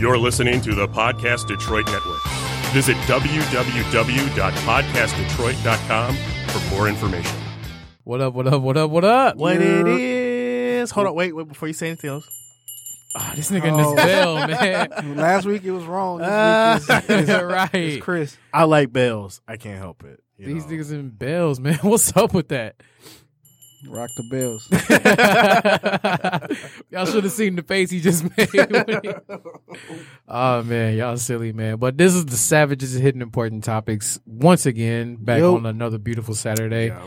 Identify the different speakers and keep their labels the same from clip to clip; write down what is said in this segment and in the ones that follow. Speaker 1: You're listening to the Podcast Detroit Network. Visit www.podcastdetroit.com for more information.
Speaker 2: What up? What up? What up? What up?
Speaker 3: What it is? Hold on, wait, wait before you say anything else.
Speaker 2: Ah, this nigga in
Speaker 4: Oh.
Speaker 2: this bell, man.
Speaker 4: Last week it was wrong. This
Speaker 2: Uh,
Speaker 4: week it's, it's-
Speaker 2: right.
Speaker 4: it's Chris.
Speaker 3: I like bells. I can't help it. you
Speaker 2: These
Speaker 3: know.
Speaker 2: niggas in bells, man. What's up with that?
Speaker 4: Rock the bells.
Speaker 2: y'all should have seen the face he just made. when he- oh man, y'all silly man. But this is the Savages Hidden Important Topics once again, back
Speaker 4: Yo.
Speaker 2: on another beautiful Saturday
Speaker 3: Yeah.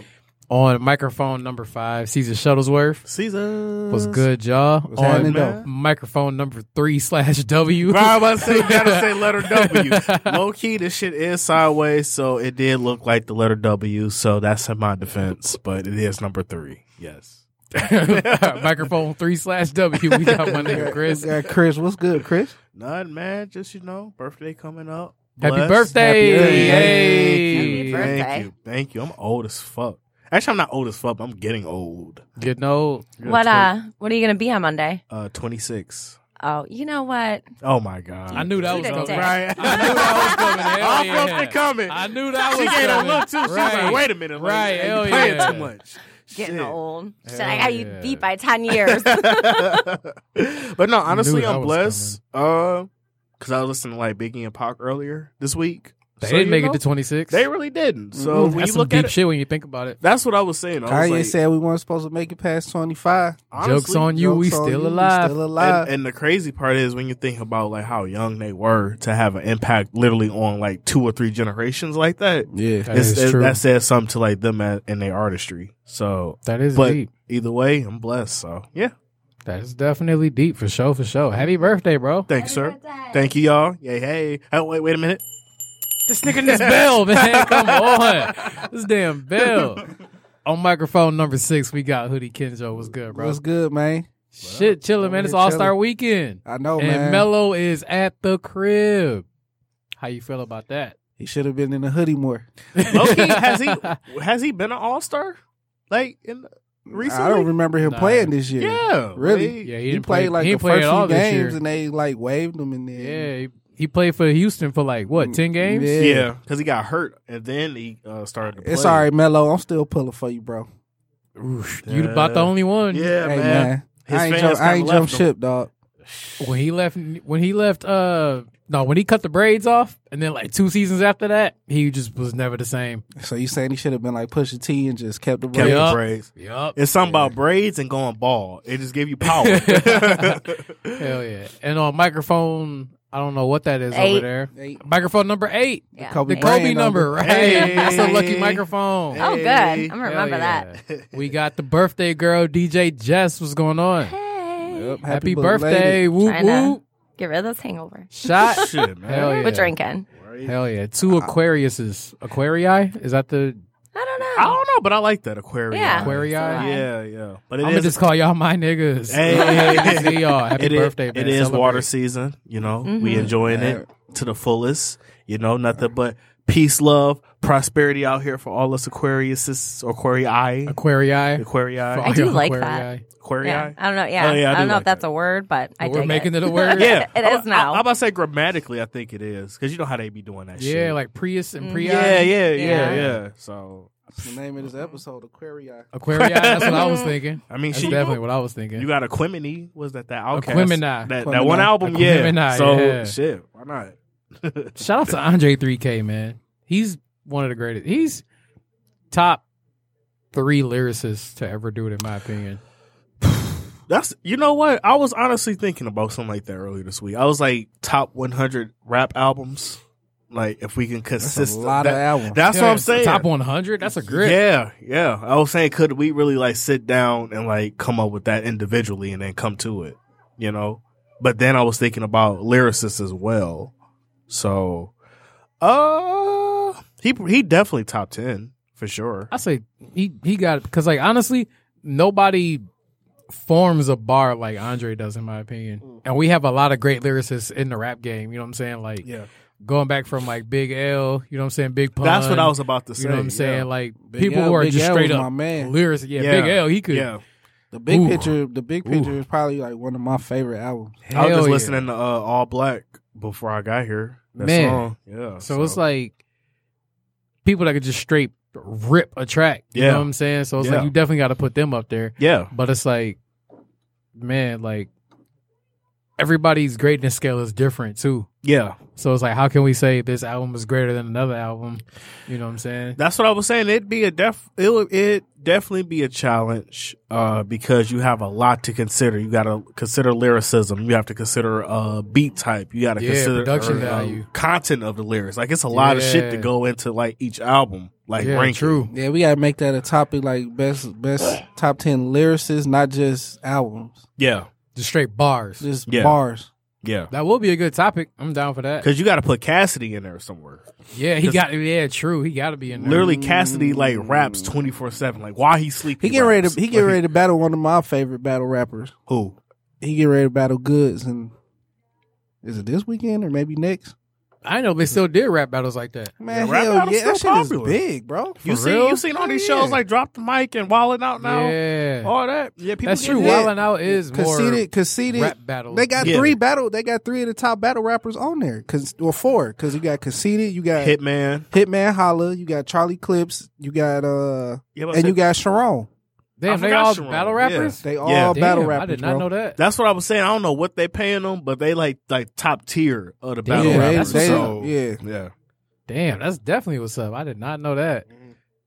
Speaker 2: on microphone number five, Caesar Shuttlesworth.
Speaker 3: Caesar.
Speaker 2: What's good, y'all?
Speaker 4: What's
Speaker 2: on
Speaker 4: happening, though?
Speaker 2: microphone number three slash W.
Speaker 3: Bro, I was about to say, gotta say letter W. Low key, this shit is sideways, so it did look like the letter W. So that's in my defense, but it is number three. Yes.
Speaker 2: microphone three slash W. We got my nigga Chris.
Speaker 4: We got Chris. What's good, Chris?
Speaker 3: None, man. Just you know, birthday coming up.
Speaker 2: Happy
Speaker 3: Blessed.
Speaker 2: birthday!
Speaker 4: Happy birthday.
Speaker 2: Yay.
Speaker 5: Happy birthday.
Speaker 3: Thank you. Thank you. I'm old as fuck. Actually, I'm not old as fuck. But I'm getting old.
Speaker 2: Getting old.
Speaker 5: What uh what are you gonna be on Monday?
Speaker 3: Uh, 26.
Speaker 5: Oh, you know what?
Speaker 3: Oh my god.
Speaker 2: I knew that was
Speaker 5: Eat a
Speaker 2: coming.
Speaker 5: dick.
Speaker 2: Right. I knew that was coming. Hell
Speaker 3: I
Speaker 2: yeah.
Speaker 3: felt it coming.
Speaker 2: I knew that
Speaker 3: she
Speaker 2: was
Speaker 3: gave a
Speaker 2: coming.
Speaker 3: look too. She was like, "Wait a minute, lady.
Speaker 2: Right,
Speaker 3: You
Speaker 2: hell
Speaker 3: playing
Speaker 2: yeah.
Speaker 3: too much."
Speaker 5: Getting
Speaker 3: Shit.
Speaker 5: old. Shit,
Speaker 2: Hell
Speaker 5: I got you
Speaker 2: yeah.
Speaker 5: beat by ten years.
Speaker 3: but no, honestly,
Speaker 2: that
Speaker 3: I'm
Speaker 2: was
Speaker 3: blessed. Uh, because I was listening to like Biggie and Pac earlier this week.
Speaker 2: They
Speaker 3: So,
Speaker 2: didn't
Speaker 3: you
Speaker 2: make
Speaker 3: know,
Speaker 2: it to 26.
Speaker 3: They really didn't. So
Speaker 2: That's
Speaker 3: when you
Speaker 2: some
Speaker 3: look
Speaker 2: deep
Speaker 3: at it,
Speaker 2: shit when you think about it.
Speaker 3: that's what I was saying. I was
Speaker 4: Kanye
Speaker 3: like,
Speaker 4: said we weren't supposed to make it past 25.
Speaker 3: honestly,
Speaker 2: Jokes on you. we
Speaker 4: Jokes on
Speaker 2: still
Speaker 4: you, we
Speaker 2: alive.
Speaker 4: still alive.
Speaker 3: And, and the crazy part is when you think about like how young they were to have an impact literally on like two or three generations like that.
Speaker 4: yeah.
Speaker 2: That
Speaker 3: it's-
Speaker 2: is
Speaker 3: it-
Speaker 2: true.
Speaker 3: that says something to like them at, and their artistry. So,
Speaker 2: that is
Speaker 3: but
Speaker 2: deep.
Speaker 3: either way, I'm blessed. So yeah,
Speaker 2: That is definitely deep for sure. For sure. Happy birthday, bro.
Speaker 3: thanks, sir. Thank you, y'all. Yay, hey. Oh, wait, wait a minute.
Speaker 2: This nigga in this bell, man. Come on. This damn bell. On microphone number six, we got Hoodie Kenjo. What's good, bro?
Speaker 4: What's good, man?
Speaker 2: Shit, chilling, man. It's
Speaker 4: Over here
Speaker 2: All Star
Speaker 4: chilling.
Speaker 2: Weekend,
Speaker 4: I know, man.
Speaker 2: and Mello is at the crib. How you feel about that?
Speaker 4: He should have been in a hoodie more.
Speaker 3: Loki has he has he been an all star? Like in recently?
Speaker 4: I don't remember him
Speaker 2: Nah.
Speaker 4: playing this year.
Speaker 3: yeah,
Speaker 4: Really?
Speaker 2: Yeah, he
Speaker 4: he,
Speaker 2: didn't play-
Speaker 4: played like
Speaker 2: he
Speaker 4: the
Speaker 2: didn't play
Speaker 4: first
Speaker 2: at all
Speaker 4: few
Speaker 2: this
Speaker 4: games,
Speaker 2: year.
Speaker 4: and they like waved him, and then Mm,
Speaker 2: Yeah, he, he played for Houston for like what ten games?
Speaker 4: Yeah.
Speaker 3: Yeah, because he got hurt and then he uh, started. To play.
Speaker 4: it's all right, Mello. I'm still pulling for you, bro.
Speaker 2: You about the only one.
Speaker 3: Yeah,
Speaker 4: hey,
Speaker 3: man.
Speaker 4: man.
Speaker 3: His
Speaker 4: I ain't,
Speaker 3: fans
Speaker 4: jump, I
Speaker 3: kinda
Speaker 4: ain't
Speaker 3: left
Speaker 4: jump
Speaker 3: him.
Speaker 4: ship, dog.
Speaker 2: When he left, when he left, uh, no, when he cut the braids off, and then like two seasons after that, he just was never the same.
Speaker 4: So you saying he should have been like Pusha T and just kept the
Speaker 3: Kept
Speaker 4: brand?
Speaker 3: the
Speaker 2: Yup.
Speaker 3: braids.
Speaker 2: Yup.
Speaker 3: It's something about braids and going bald. It just gave you power.
Speaker 2: Hell yeah. And on microphone, I don't know what that is over
Speaker 5: Eight.
Speaker 2: there.
Speaker 4: Eight.
Speaker 2: Microphone number eight,
Speaker 5: Yeah.
Speaker 4: Kobe
Speaker 2: the
Speaker 4: Bryant
Speaker 2: Kobe number, right?
Speaker 3: Hey.
Speaker 2: That's a lucky microphone.
Speaker 5: Oh good. I'm gonna
Speaker 2: Hell
Speaker 5: remember that.
Speaker 2: yeah. We got the birthday girl, DJ Jess. What's going on? Happy,
Speaker 5: Hey.
Speaker 4: Yup,
Speaker 2: birthday.
Speaker 4: belated.
Speaker 2: Whoop
Speaker 5: I know.
Speaker 2: whoop.
Speaker 5: Get rid of this hangover.
Speaker 2: Shot.
Speaker 3: Shit, man.
Speaker 2: Hell yeah.
Speaker 5: We're drinking.
Speaker 2: Hell yeah. Two Aquariuses. Aquarii? Is that the
Speaker 5: I don't
Speaker 3: I
Speaker 5: know.
Speaker 2: Oh,
Speaker 3: don't know, but I like that aquarium.
Speaker 5: Yeah.
Speaker 2: Aquarii?
Speaker 5: So I-
Speaker 3: yeah, yeah. But it
Speaker 2: I'm gonna
Speaker 3: is-
Speaker 2: just call y'all my niggas.
Speaker 3: Hey.
Speaker 2: See y'all. Oh, Happy
Speaker 3: It is-
Speaker 2: birthday, man.
Speaker 3: It is
Speaker 2: Celebrate. Mm-hmm.
Speaker 3: water season. You know, we enjoying it to the fullest. You know, nothing but peace, love, prosperity out here for all us Aquariuses, Aquarii,
Speaker 2: Aquarii.
Speaker 3: Aquarii,
Speaker 5: I do like
Speaker 2: Aquarii.
Speaker 3: Aquarii.
Speaker 5: Yeah. I don't know. Yeah.
Speaker 3: Oh, yeah, I
Speaker 5: I
Speaker 3: do
Speaker 5: don't know
Speaker 3: like
Speaker 5: if that's
Speaker 3: that.
Speaker 5: a word, but I
Speaker 2: We're
Speaker 5: dig
Speaker 2: making it
Speaker 5: it
Speaker 2: a word?
Speaker 3: Yeah,
Speaker 5: It
Speaker 3: I'm-
Speaker 5: is now.
Speaker 3: I, am about to say grammatically, I think it is because you know how they be doing that.
Speaker 2: Yeah,
Speaker 3: shit.
Speaker 2: like Prius and
Speaker 5: Mhm.
Speaker 2: Prius.
Speaker 3: yeah, yeah, yeah, yeah,
Speaker 5: Yeah.
Speaker 3: So
Speaker 4: That's the name of this episode, Aquaria.
Speaker 2: Aquarii. That's what I was thinking.
Speaker 3: I mean,
Speaker 2: That's
Speaker 3: she
Speaker 2: definitely what I was thinking.
Speaker 3: you got Aquimini. Was that that outcast?
Speaker 2: Aquemini.
Speaker 3: That, that one
Speaker 4: Aquemini.
Speaker 3: album, yeah.
Speaker 2: Aquemini,
Speaker 3: So
Speaker 2: yeah.
Speaker 3: shit, why not?
Speaker 2: Shout out to Andre 3K, man. He's one of the greatest. He's top three lyricists to ever do it, in my opinion.
Speaker 3: That's you know what I was honestly thinking about something like that earlier this week. I was like top 100 rap albums. Like if we can
Speaker 4: That's
Speaker 3: consist
Speaker 4: a lot
Speaker 3: that,
Speaker 4: of albums.
Speaker 3: That's
Speaker 2: Yeah,
Speaker 3: what I'm saying.
Speaker 2: Top 100? That's a grip.
Speaker 3: Yeah, yeah. I was saying, could we really like sit down and like come up with that individually and then come to it, you know? But then I was thinking about lyricists as well. So, uh, he he definitely top ten for sure.
Speaker 2: I say he he got it because like honestly, nobody forms a bar like Andre does in my
Speaker 3: Mm.
Speaker 2: opinion. And we have a lot of great lyricists in the rap game. You know what I'm saying? Like
Speaker 3: Yeah,
Speaker 2: going back from like Big L. You know what I'm saying? Big Pun.
Speaker 3: that's what I was about to
Speaker 2: You
Speaker 3: say.
Speaker 2: know what I'm saying?
Speaker 3: yeah.
Speaker 2: Like
Speaker 4: Big
Speaker 2: people
Speaker 4: L-
Speaker 2: who are
Speaker 4: Big
Speaker 2: just
Speaker 4: L
Speaker 2: straight
Speaker 4: was
Speaker 2: up
Speaker 4: my man.
Speaker 2: lyricists. Yeah,
Speaker 3: Yeah.
Speaker 2: Big L. He could
Speaker 3: yeah,
Speaker 4: The big
Speaker 2: Ooh.
Speaker 4: picture, the big
Speaker 2: Ooh.
Speaker 4: picture is probably like one of my favorite albums.
Speaker 3: I was
Speaker 2: Hell
Speaker 3: just
Speaker 2: yeah.
Speaker 3: listening to uh, All Black before I got here. That
Speaker 2: Man.
Speaker 3: song. Yeah.
Speaker 2: So, it's like people that could just straight rip a track. You
Speaker 3: Yeah.
Speaker 2: know what I'm saying? So it's
Speaker 3: Yeah.
Speaker 2: like you definitely got to put them up there.
Speaker 3: yeah.
Speaker 2: But it's like, man, like everybody's greatness scale is different too.
Speaker 3: Yeah.
Speaker 2: So it's like, how can we say this album is greater than another album? You know what I'm saying?
Speaker 3: That's what I was saying. It'd be a def it would it definitely be a challenge uh because you have a lot to consider. You got to consider lyricism. You have to consider uh beat type. You got to
Speaker 2: Yeah,
Speaker 3: consider
Speaker 2: production
Speaker 3: uh,
Speaker 2: value.
Speaker 3: content of the lyrics. Like it's a lot of shit to
Speaker 2: Yeah.
Speaker 3: go into like each album. Like
Speaker 2: yeah,
Speaker 3: ranking.
Speaker 2: true.
Speaker 4: Yeah, we gotta make that a topic like best best top ten lyricists, not just albums,
Speaker 3: Yeah.
Speaker 2: Just straight bars.
Speaker 4: just
Speaker 3: Yeah.
Speaker 4: bars.
Speaker 3: Yeah.
Speaker 2: That will be a good topic. I'm down for that.
Speaker 3: Cuz you got to put Cassidy in there somewhere.
Speaker 2: Yeah, he
Speaker 3: 'cause-
Speaker 2: got. Yeah, true. He got to be in there.
Speaker 3: Literally Cassidy like raps
Speaker 2: Mm.
Speaker 3: 24/7 like why he sleeping.
Speaker 4: He get ready to he get ready to battle one of my favorite battle rappers.
Speaker 3: Who?
Speaker 4: He get ready to battle Goods, and is it this weekend or maybe next?
Speaker 2: I know they still did rap battles like that.
Speaker 4: Man,
Speaker 3: Yeah, rap
Speaker 4: hell
Speaker 3: battle's
Speaker 4: yeah, that shit
Speaker 3: still
Speaker 4: is
Speaker 3: popular.
Speaker 4: big, bro.
Speaker 3: You
Speaker 2: For
Speaker 3: see,
Speaker 2: real?
Speaker 3: you seen all
Speaker 4: Oh,
Speaker 3: these
Speaker 4: yeah.
Speaker 3: shows like drop the mic and wallet out now,
Speaker 2: yeah,
Speaker 3: all that. Yeah, people.
Speaker 2: that's
Speaker 3: get
Speaker 2: true.
Speaker 3: hit.
Speaker 2: Wild 'N Out is more
Speaker 4: Conceited, conceited.
Speaker 2: rap battle.
Speaker 4: They got
Speaker 3: Yeah.
Speaker 4: three battle. They got three of the top battle rappers on there. Cause well, four. Cause you got conceited. You got
Speaker 3: Hitman.
Speaker 4: Hitman Holla. You got Charlie Clips. You got uh,
Speaker 3: Yeah, but
Speaker 4: and you
Speaker 3: got.
Speaker 4: got Sharon.
Speaker 2: damn.
Speaker 3: I
Speaker 2: They
Speaker 3: forgot
Speaker 2: all
Speaker 3: Sharon.
Speaker 2: battle
Speaker 3: Yeah.
Speaker 2: rappers.
Speaker 4: They all
Speaker 3: Yeah.
Speaker 2: Damn,
Speaker 4: battle rappers.
Speaker 2: I did not
Speaker 4: bro.
Speaker 2: know that.
Speaker 3: That's what I was saying. I don't know what they paying them, but they like like top tier of the
Speaker 2: Damn,
Speaker 3: battle
Speaker 4: yeah, they-
Speaker 3: rappers.
Speaker 4: they-
Speaker 3: so
Speaker 4: yeah.
Speaker 3: yeah.
Speaker 2: Damn, that's definitely what's up. I did not know that.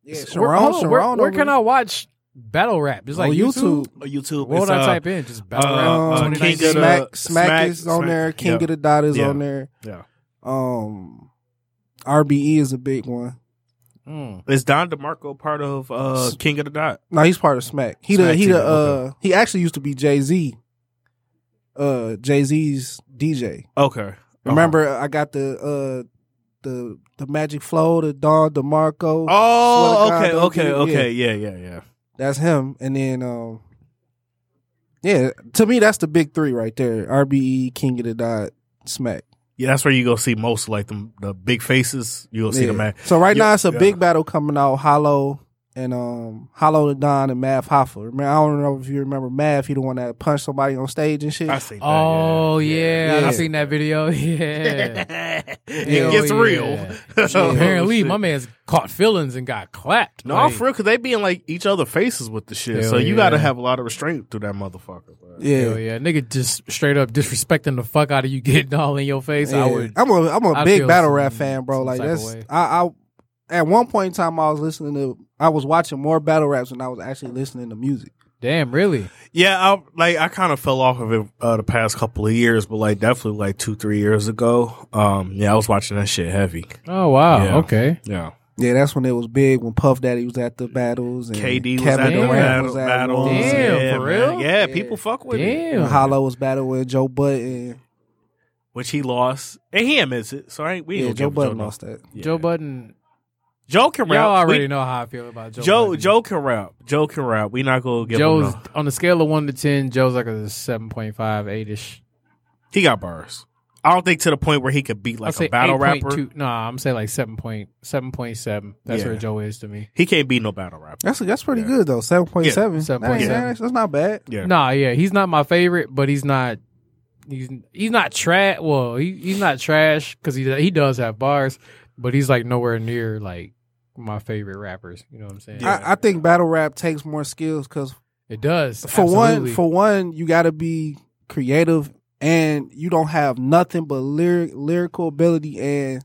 Speaker 4: Yeah,
Speaker 2: Where-
Speaker 4: Sharon.
Speaker 2: hold on,
Speaker 4: Sharon
Speaker 2: where,
Speaker 4: over
Speaker 2: where can
Speaker 4: there.
Speaker 2: I watch battle rap? Just like
Speaker 4: on
Speaker 2: YouTube.
Speaker 4: YouTube?
Speaker 3: Oh, YouTube.
Speaker 2: What would
Speaker 3: it's,
Speaker 2: I
Speaker 3: uh,
Speaker 2: type in? Just battle
Speaker 3: uh,
Speaker 2: rap.
Speaker 3: uh,
Speaker 4: Um,
Speaker 2: 2019?
Speaker 3: King of the-
Speaker 4: Smack, Smack,
Speaker 3: Smack-
Speaker 4: is on
Speaker 3: Smack,
Speaker 4: there. King
Speaker 3: yeah.
Speaker 4: of the Dot is
Speaker 3: Yeah.
Speaker 4: on there.
Speaker 3: Yeah.
Speaker 4: Um, RBE is a big one.
Speaker 2: Mm.
Speaker 3: Is Don DeMarco part of uh,
Speaker 4: S-
Speaker 3: King of the Dot?
Speaker 4: No, he's part of Smack. He the
Speaker 3: Smack
Speaker 4: he
Speaker 3: TV,
Speaker 4: the
Speaker 3: okay.
Speaker 4: uh he actually used to be Jay Z. Uh, Jay Z's DJ.
Speaker 3: Okay.
Speaker 4: Remember, I got the uh the the Magic Flow, the Don DeMarco.
Speaker 3: Oh,
Speaker 4: Swear to
Speaker 3: okay,
Speaker 4: God,
Speaker 3: okay,
Speaker 4: don't get it.
Speaker 3: okay. Yeah, yeah, yeah.
Speaker 4: That's him. And then um Yeah, to me that's the big three right there. RBE, King of the Dot, Smack.
Speaker 3: Yeah, that's where you go see most like the the big faces. You will see
Speaker 4: Yeah.
Speaker 3: them at.
Speaker 4: So right
Speaker 3: Yeah,
Speaker 4: now it's a
Speaker 3: yeah.
Speaker 4: big battle coming out, Hollow and um Hollow the Don and Mav Hoffa. Remember, I don't know if you remember Mav, he the one that punched somebody on stage and shit.
Speaker 3: I see. that,
Speaker 2: Oh yeah,
Speaker 4: Yeah.
Speaker 2: I seen that video. Yeah.
Speaker 3: it
Speaker 2: Hell
Speaker 3: gets
Speaker 2: yeah.
Speaker 3: real.
Speaker 4: Oh,
Speaker 2: Apparently,
Speaker 3: shit.
Speaker 2: my man's caught feelings and got clapped.
Speaker 3: No,
Speaker 2: Like,
Speaker 3: for real, because they be in like each other faces with the shit.
Speaker 2: Hell
Speaker 3: so you got to
Speaker 2: yeah.
Speaker 3: have a lot of restraint through that motherfucker. bro.
Speaker 2: Hell yeah, nigga, just straight up disrespecting the fuck out of you, getting all in your face. I
Speaker 4: Yeah.
Speaker 2: would.
Speaker 4: I'm a I'm a
Speaker 2: I
Speaker 4: big
Speaker 2: feel
Speaker 4: battle
Speaker 2: some-
Speaker 4: rap fan, bro.
Speaker 2: some
Speaker 4: Like
Speaker 2: type of
Speaker 4: that's
Speaker 2: way.
Speaker 4: I, I at one point in time I was listening to I was watching more battle raps than I was actually listening to music.
Speaker 2: Damn, really?
Speaker 3: Yeah, I like I kind of fell off of it uh, the past couple of years, but like definitely like two, three years ago. Um, yeah, I was watching that shit heavy.
Speaker 2: Oh wow.
Speaker 3: Yeah.
Speaker 2: Okay.
Speaker 3: Yeah,
Speaker 4: Yeah, that's when it was big when Puff Daddy was at the battles and
Speaker 3: KD was
Speaker 4: Kevin
Speaker 3: at the
Speaker 2: Durant
Speaker 3: battle,
Speaker 4: was at
Speaker 3: battles.
Speaker 4: one.
Speaker 2: Damn,
Speaker 3: yeah,
Speaker 2: for
Speaker 3: man.
Speaker 2: real?
Speaker 3: Yeah,
Speaker 4: Yeah.
Speaker 3: people fuck with it,
Speaker 4: And
Speaker 2: Damn.
Speaker 4: Hollow was battling with Joe Button.
Speaker 3: which he lost, and he admits it. So I ain't we
Speaker 4: Yeah,
Speaker 3: ain't gonna
Speaker 4: Joe
Speaker 3: give
Speaker 4: Button
Speaker 3: Joe no-
Speaker 4: lost that.
Speaker 3: Yeah.
Speaker 2: Joe Budden.
Speaker 3: Joe can rap.
Speaker 2: Y'all already
Speaker 3: We-
Speaker 2: know how I feel about Joe.
Speaker 3: Joe
Speaker 2: Budden.
Speaker 3: Joe can rap. Joe can rap. We not gonna give him.
Speaker 2: Joe's
Speaker 3: No.
Speaker 2: on the scale of one to ten. Joe's like a seven point five, eight ish.
Speaker 3: He got bars. I don't think to the point where he could beat
Speaker 2: I'll
Speaker 3: like
Speaker 2: say
Speaker 3: a battle rapper.
Speaker 2: 8.2 Nah, I'm saying like seven point seven point seven. That's
Speaker 3: Yeah.
Speaker 2: where Joe is to me.
Speaker 3: He can't beat no battle rapper.
Speaker 4: That's that's pretty
Speaker 3: Yeah.
Speaker 4: good though. Seven point seven. That ain't
Speaker 2: 7.7.
Speaker 4: bad. That's not bad.
Speaker 3: Yeah.
Speaker 2: Nah, yeah, he's not my favorite, but he's not. He's he's not trash. Well, he, he's not trash because he he does have bars, but he's like nowhere near like my favorite rappers. You know what I'm saying?
Speaker 3: Yeah.
Speaker 4: I, I think battle rap takes more skills because
Speaker 2: it does
Speaker 4: for
Speaker 2: absolutely.
Speaker 4: one for one you got to be creative and you don't have nothing but lyric lyrical ability and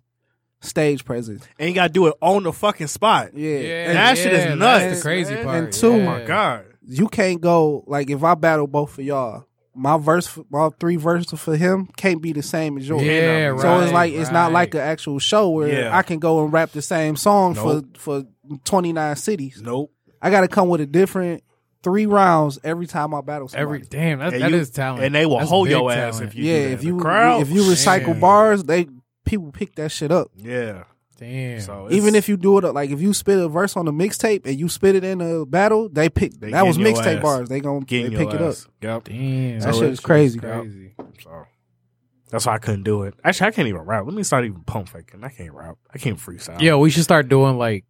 Speaker 4: stage presence
Speaker 3: And you gotta do it on the fucking spot.
Speaker 4: yeah,
Speaker 2: Yeah,
Speaker 4: And
Speaker 3: That shit is
Speaker 2: yeah,
Speaker 3: nuts,
Speaker 2: That's the crazy
Speaker 3: man.
Speaker 2: part.
Speaker 4: And
Speaker 2: yeah.
Speaker 4: two- Oh my
Speaker 3: God.
Speaker 4: you can't go like if i battle both of y'all my verse for- my three verses for him can't be the same as yours
Speaker 2: Yeah,
Speaker 4: so it's like
Speaker 2: right,
Speaker 4: it's not like an
Speaker 2: right.
Speaker 4: actual show where
Speaker 3: Yeah.
Speaker 4: i can go and rap the same song
Speaker 3: Nope.
Speaker 4: for for 29 cities
Speaker 3: Nope.
Speaker 4: i gotta come with a different three rounds every time i battle somebody.
Speaker 2: Every damn, that,
Speaker 3: And
Speaker 2: that
Speaker 3: you-
Speaker 2: is talent,
Speaker 3: And they will
Speaker 2: That's
Speaker 3: hold
Speaker 2: big
Speaker 3: your ass
Speaker 2: talent.
Speaker 3: if you
Speaker 4: yeah
Speaker 3: do that.
Speaker 4: if you
Speaker 3: the crowd,
Speaker 4: if you recycle
Speaker 2: Damn.
Speaker 4: bars they people pick that shit up
Speaker 3: yeah.
Speaker 2: damn.
Speaker 3: So it's-
Speaker 4: even if you do it like if you spit a verse on the mixtape and you spit it in a battle, they pick
Speaker 3: They
Speaker 4: that was
Speaker 3: getting your
Speaker 4: mixtape
Speaker 3: ass.
Speaker 4: bars. They gonna they
Speaker 3: Getting
Speaker 4: pick it
Speaker 3: your
Speaker 4: up.
Speaker 3: ass. Yep.
Speaker 2: damn,
Speaker 4: That
Speaker 2: So
Speaker 4: shit
Speaker 2: it's
Speaker 4: is crazy, bro.
Speaker 2: crazy.
Speaker 3: So that's why I couldn't do it. Actually, I can't even rap. Let me start even pump faking. I can't rap. I can't freestyle.
Speaker 2: Yeah, we should start doing like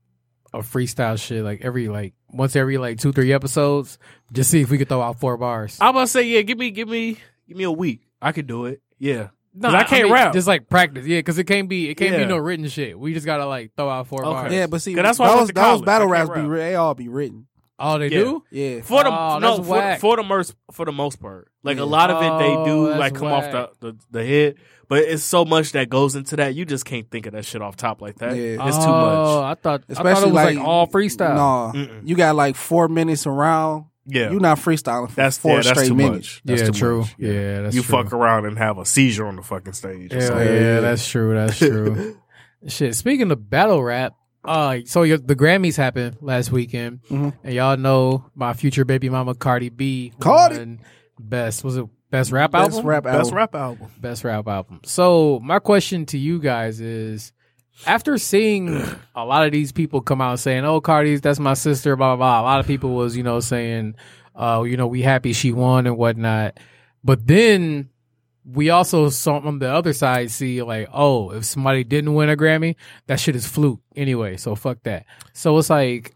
Speaker 2: a freestyle shit like every like once every like two three episodes. Just see if we could throw out four bars.
Speaker 3: I'm about to say, yeah, give me, give me, give me a week. I could do it. Yeah.
Speaker 2: No,
Speaker 3: 'Cause I can't rap.
Speaker 2: Just like practice, yeah, because it can't be it can't
Speaker 3: Yeah.
Speaker 2: be no written shit. We just gotta like throw out four
Speaker 3: Okay.
Speaker 2: bars.
Speaker 4: Yeah, but see,
Speaker 3: 'Cause that's why I went
Speaker 4: those,
Speaker 3: to
Speaker 4: those
Speaker 3: college.
Speaker 4: battle
Speaker 3: I can't
Speaker 4: raps be
Speaker 3: rap.
Speaker 4: re- they all be written.
Speaker 2: Oh, they
Speaker 3: Yeah.
Speaker 2: do.
Speaker 4: Yeah,
Speaker 3: For the
Speaker 2: Oh,
Speaker 3: no,
Speaker 2: that's
Speaker 3: for,
Speaker 2: whack.
Speaker 3: for the most for the most part, like
Speaker 4: Yeah.
Speaker 3: a lot of it they
Speaker 2: Oh,
Speaker 3: do
Speaker 2: that's
Speaker 3: like come
Speaker 2: whack.
Speaker 3: off the, the the head, but it's so much that goes into that you just can't think of that shit off top like that.
Speaker 4: Yeah.
Speaker 3: It's too
Speaker 2: Oh,
Speaker 3: much.
Speaker 2: I thought I thought it
Speaker 4: especially
Speaker 2: was like, all freestyle.
Speaker 4: No,
Speaker 3: Mm-mm.
Speaker 4: you got like four minutes around.
Speaker 3: Mm-hmm. Yeah,
Speaker 4: You're not freestyling for
Speaker 3: that's
Speaker 4: four
Speaker 3: yeah,
Speaker 4: straight
Speaker 3: that's too
Speaker 4: minutes.
Speaker 3: much. That's
Speaker 2: yeah,
Speaker 3: too
Speaker 2: true.
Speaker 3: much.
Speaker 2: Yeah. that's
Speaker 3: you
Speaker 2: true.
Speaker 3: fuck around and have a seizure on the fucking stage. or
Speaker 2: Hell
Speaker 3: something.
Speaker 2: yeah,
Speaker 4: Yeah.
Speaker 2: that's true. That's true. Shit. Speaking of battle rap, uh, so your, the Grammys happened last weekend,
Speaker 4: Mhm.
Speaker 2: and y'all know my future baby mama Cardi B
Speaker 4: Cardi.
Speaker 2: won best was it best rap
Speaker 4: Best
Speaker 2: album?
Speaker 4: rap album.
Speaker 3: Best rap album.
Speaker 2: best rap album. So my question to you guys is: after seeing a lot of these people come out saying, "Oh, Cardi's that's my sister," blah blah blah. A lot of people was you know saying, "Oh, you know, we happy she won and whatnot," but then. We also saw on the other side see like, oh, if somebody didn't win a Grammy, that shit is fluke anyway. So fuck that. So it's like,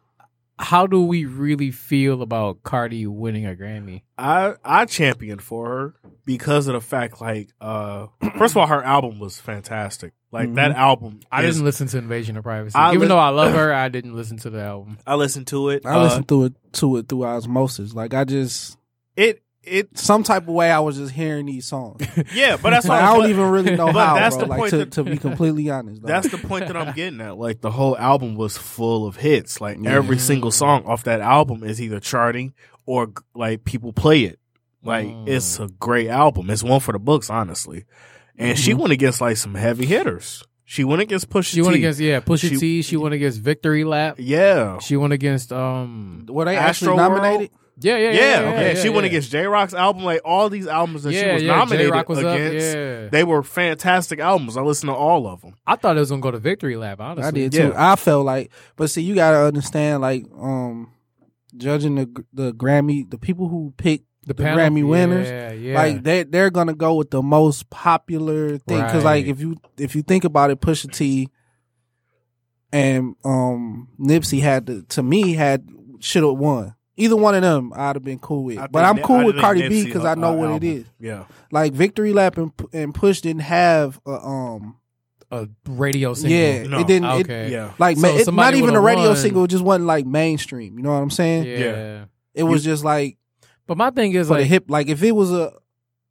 Speaker 2: how do we really feel about Cardi winning a Grammy?
Speaker 3: I I championed for her because of the fact like uh first of all her album was fantastic. Like
Speaker 4: Mm-hmm.
Speaker 3: that album
Speaker 2: I
Speaker 3: is-
Speaker 2: didn't listen to Invasion of Privacy,
Speaker 3: I
Speaker 2: even
Speaker 3: lis-
Speaker 2: though I love her. I didn't listen to the album.
Speaker 3: I listened to it.
Speaker 4: I
Speaker 3: Uh,
Speaker 4: listened through it to it through osmosis. Like I just
Speaker 3: it it
Speaker 4: some type of way I was just hearing these songs.
Speaker 3: uh, yeah, but that's
Speaker 4: Like,
Speaker 3: what
Speaker 4: I don't
Speaker 3: but-
Speaker 4: even really know
Speaker 3: but
Speaker 4: how.
Speaker 3: that's
Speaker 4: bro.
Speaker 3: the
Speaker 4: like
Speaker 3: point
Speaker 4: to,
Speaker 3: that-
Speaker 4: to be completely honest. Though.
Speaker 3: That's the point that I'm getting at. Like the whole album was full of hits. Like
Speaker 4: Yeah.
Speaker 3: every single song off that album is either charting or like people play it. Like
Speaker 2: Mm.
Speaker 3: it's a great album. It's one for the books, honestly. And she went against like some heavy hitters. She went against Pusha
Speaker 2: Mm-hmm. She went
Speaker 3: T.
Speaker 2: against yeah Pusha
Speaker 3: She-
Speaker 2: T. She went against Victory Lap.
Speaker 3: yeah.
Speaker 2: She went against um
Speaker 4: were they
Speaker 3: Astroworld?
Speaker 4: actually nominated?
Speaker 2: yeah yeah yeah.
Speaker 3: Yeah,
Speaker 2: yeah,
Speaker 3: okay.
Speaker 2: yeah,
Speaker 3: she went
Speaker 2: yeah.
Speaker 3: against J Rock's album, like all these albums that she
Speaker 2: yeah
Speaker 3: was
Speaker 2: yeah
Speaker 3: nominated
Speaker 2: J-Rock was
Speaker 3: against.
Speaker 2: Up, yeah,
Speaker 3: They were fantastic albums. I listened to all of them.
Speaker 2: I thought it was gonna go to Victory Lap. Honestly,
Speaker 4: I did
Speaker 3: Yeah.
Speaker 4: too. I felt like, but see, you gotta understand, like, um, judging the the Grammy, the people who pick,
Speaker 2: the,
Speaker 4: the
Speaker 2: panel-
Speaker 4: Grammy winners,
Speaker 2: Yeah, yeah.
Speaker 4: like, they they're gonna go with the most popular thing. Because,
Speaker 2: Right.
Speaker 4: like, if you if you think about it, Pusha T and um Nipsey had to, to me had should have won. Either one of them, I'd have been cool with.
Speaker 3: I
Speaker 4: But
Speaker 3: think
Speaker 4: I'm
Speaker 3: Nip-
Speaker 4: cool
Speaker 3: I
Speaker 4: with
Speaker 3: think
Speaker 4: Cardi B
Speaker 3: Nipsey,
Speaker 4: because I
Speaker 3: uh,
Speaker 4: know what
Speaker 3: album.
Speaker 4: it is.
Speaker 3: Yeah.
Speaker 4: Like, Victory Lap and and Push didn't have a, um
Speaker 2: a radio single.
Speaker 4: yeah,
Speaker 3: No.
Speaker 4: it didn't. it-
Speaker 2: okay.
Speaker 3: Yeah.
Speaker 4: like
Speaker 2: So
Speaker 4: ma- it's not
Speaker 2: somebody
Speaker 4: even
Speaker 2: would've
Speaker 4: a radio
Speaker 2: won.
Speaker 4: single. It just wasn't like mainstream. You know what I'm saying?
Speaker 2: yeah,
Speaker 3: Yeah.
Speaker 4: It was just like
Speaker 2: But my thing is
Speaker 4: for the
Speaker 2: like
Speaker 4: hip. Like if it was a,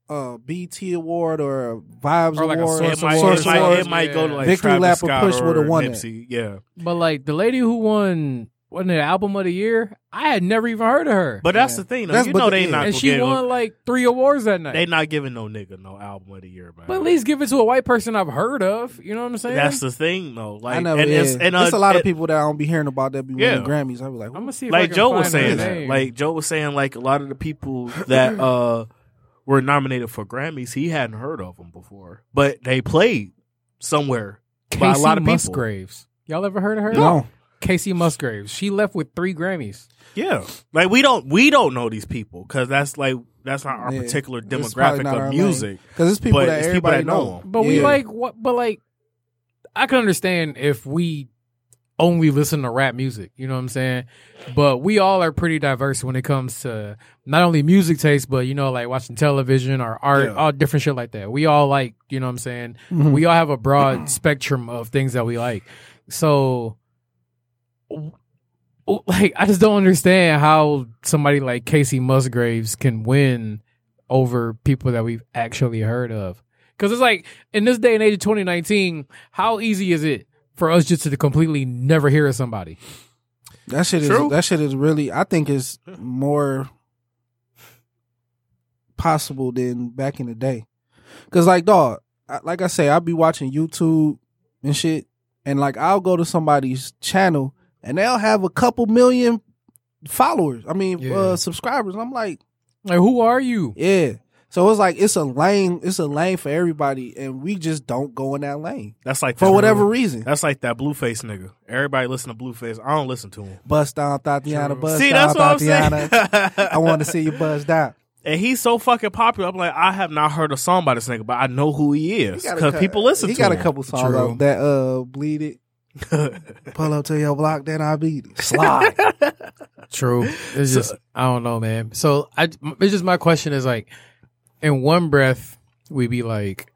Speaker 4: a BT award or a Vibes
Speaker 2: Or like a
Speaker 4: award,
Speaker 2: Source
Speaker 3: It might,
Speaker 2: Award.
Speaker 3: it might, it
Speaker 2: Awards,
Speaker 3: might go to like
Speaker 4: Victory
Speaker 3: Travis
Speaker 4: Lap or
Speaker 3: Scott
Speaker 4: Push
Speaker 3: or
Speaker 4: would've won it.
Speaker 3: Nipsey. Yeah,
Speaker 2: but like the lady who won won the album of the year, I had never even heard of her,
Speaker 3: but that's
Speaker 4: Yeah.
Speaker 3: the thing. Though.
Speaker 4: That's-
Speaker 3: you
Speaker 4: but
Speaker 3: know
Speaker 4: the-
Speaker 3: they
Speaker 4: yeah.
Speaker 3: not
Speaker 2: and
Speaker 3: gonna
Speaker 2: she
Speaker 3: give-
Speaker 2: won like three awards that night.
Speaker 3: They not giving no nigga no album of the year, man.
Speaker 2: But at least give it to a white person I've heard of. You know what I'm saying?
Speaker 3: that's the thing, though. Like,
Speaker 4: I know.
Speaker 3: and
Speaker 4: yeah.
Speaker 3: it's, and, uh,
Speaker 4: There's a lot of
Speaker 3: and-
Speaker 4: people that I don't be hearing about that be
Speaker 3: Yeah.
Speaker 4: winning Grammys. I be like,
Speaker 2: I'm gonna see. If I
Speaker 3: Like
Speaker 2: can
Speaker 3: Joe was
Speaker 2: find her
Speaker 3: saying that.
Speaker 2: name.
Speaker 3: Like Joe was saying, like a lot of the people that uh were nominated for Grammys, he hadn't heard of them before, but they played somewhere by a
Speaker 2: Casey
Speaker 3: lot of people.
Speaker 2: Musgraves. Y'all ever heard of her?
Speaker 4: no,
Speaker 2: Casey Musgraves. She left with three Grammys.
Speaker 3: Yeah, like we don't we don't know these people because that's like that's not our
Speaker 4: Yeah.
Speaker 3: particular
Speaker 4: It's probably
Speaker 3: demographic
Speaker 4: not our
Speaker 3: of
Speaker 4: lane.
Speaker 3: music.
Speaker 4: because it's people
Speaker 3: But
Speaker 4: that
Speaker 3: it's people
Speaker 4: everybody
Speaker 3: that know
Speaker 4: know.
Speaker 3: 'em.
Speaker 2: But we
Speaker 4: Yeah.
Speaker 2: like what? But like, I can understand if we only listen to rap music. You know what I'm saying? But we all are pretty diverse when it comes to not only music taste, but you know, like watching television or art,
Speaker 3: Yeah.
Speaker 2: all different shit like that. We all like, you know what I'm saying?
Speaker 4: Mhm.
Speaker 2: We all have a broad spectrum of things that we like. So, w- w- like, I just don't understand how somebody like Casey Musgraves can win over people that we've actually heard of. Because it's like in this day and age of 2019, how easy is it for us just to completely never hear of somebody?
Speaker 4: That shit is
Speaker 3: True.
Speaker 4: that shit is really. I think it's more possible than back in the day. Cause like dog, I, like I say, I'll be watching YouTube and shit, and like I'll go to somebody's channel and they'll have a couple million followers. I mean,
Speaker 2: Yeah.
Speaker 4: uh, subscribers. I'm like,
Speaker 2: Like, who are you?
Speaker 4: yeah. So it's like it's a lane. It's a lane for everybody, and we just don't go in that lane
Speaker 3: That's like
Speaker 4: for
Speaker 3: that-
Speaker 4: whatever reason.
Speaker 3: That's like that Blueface nigga. Everybody listen to Blueface. I don't listen to him.
Speaker 4: Bust down, Tatiana.
Speaker 2: True.
Speaker 4: Bust
Speaker 3: see,
Speaker 4: down,
Speaker 3: that's what I'm
Speaker 4: Tatiana.
Speaker 3: saying.
Speaker 4: I want to see you buzz down.
Speaker 3: And he's so fucking popular. I'm like, I have not heard a song by this nigga, but I know who he is
Speaker 4: He got a
Speaker 3: because
Speaker 4: cou-
Speaker 3: people listen
Speaker 4: He
Speaker 3: to
Speaker 4: got
Speaker 3: him.
Speaker 4: a couple songs
Speaker 2: True.
Speaker 4: out that uh bleed it. Pull up to your block, then I beat it. Slide.
Speaker 2: True. It's just I don't know, man. So I it's just my question is like, in one breath we be like,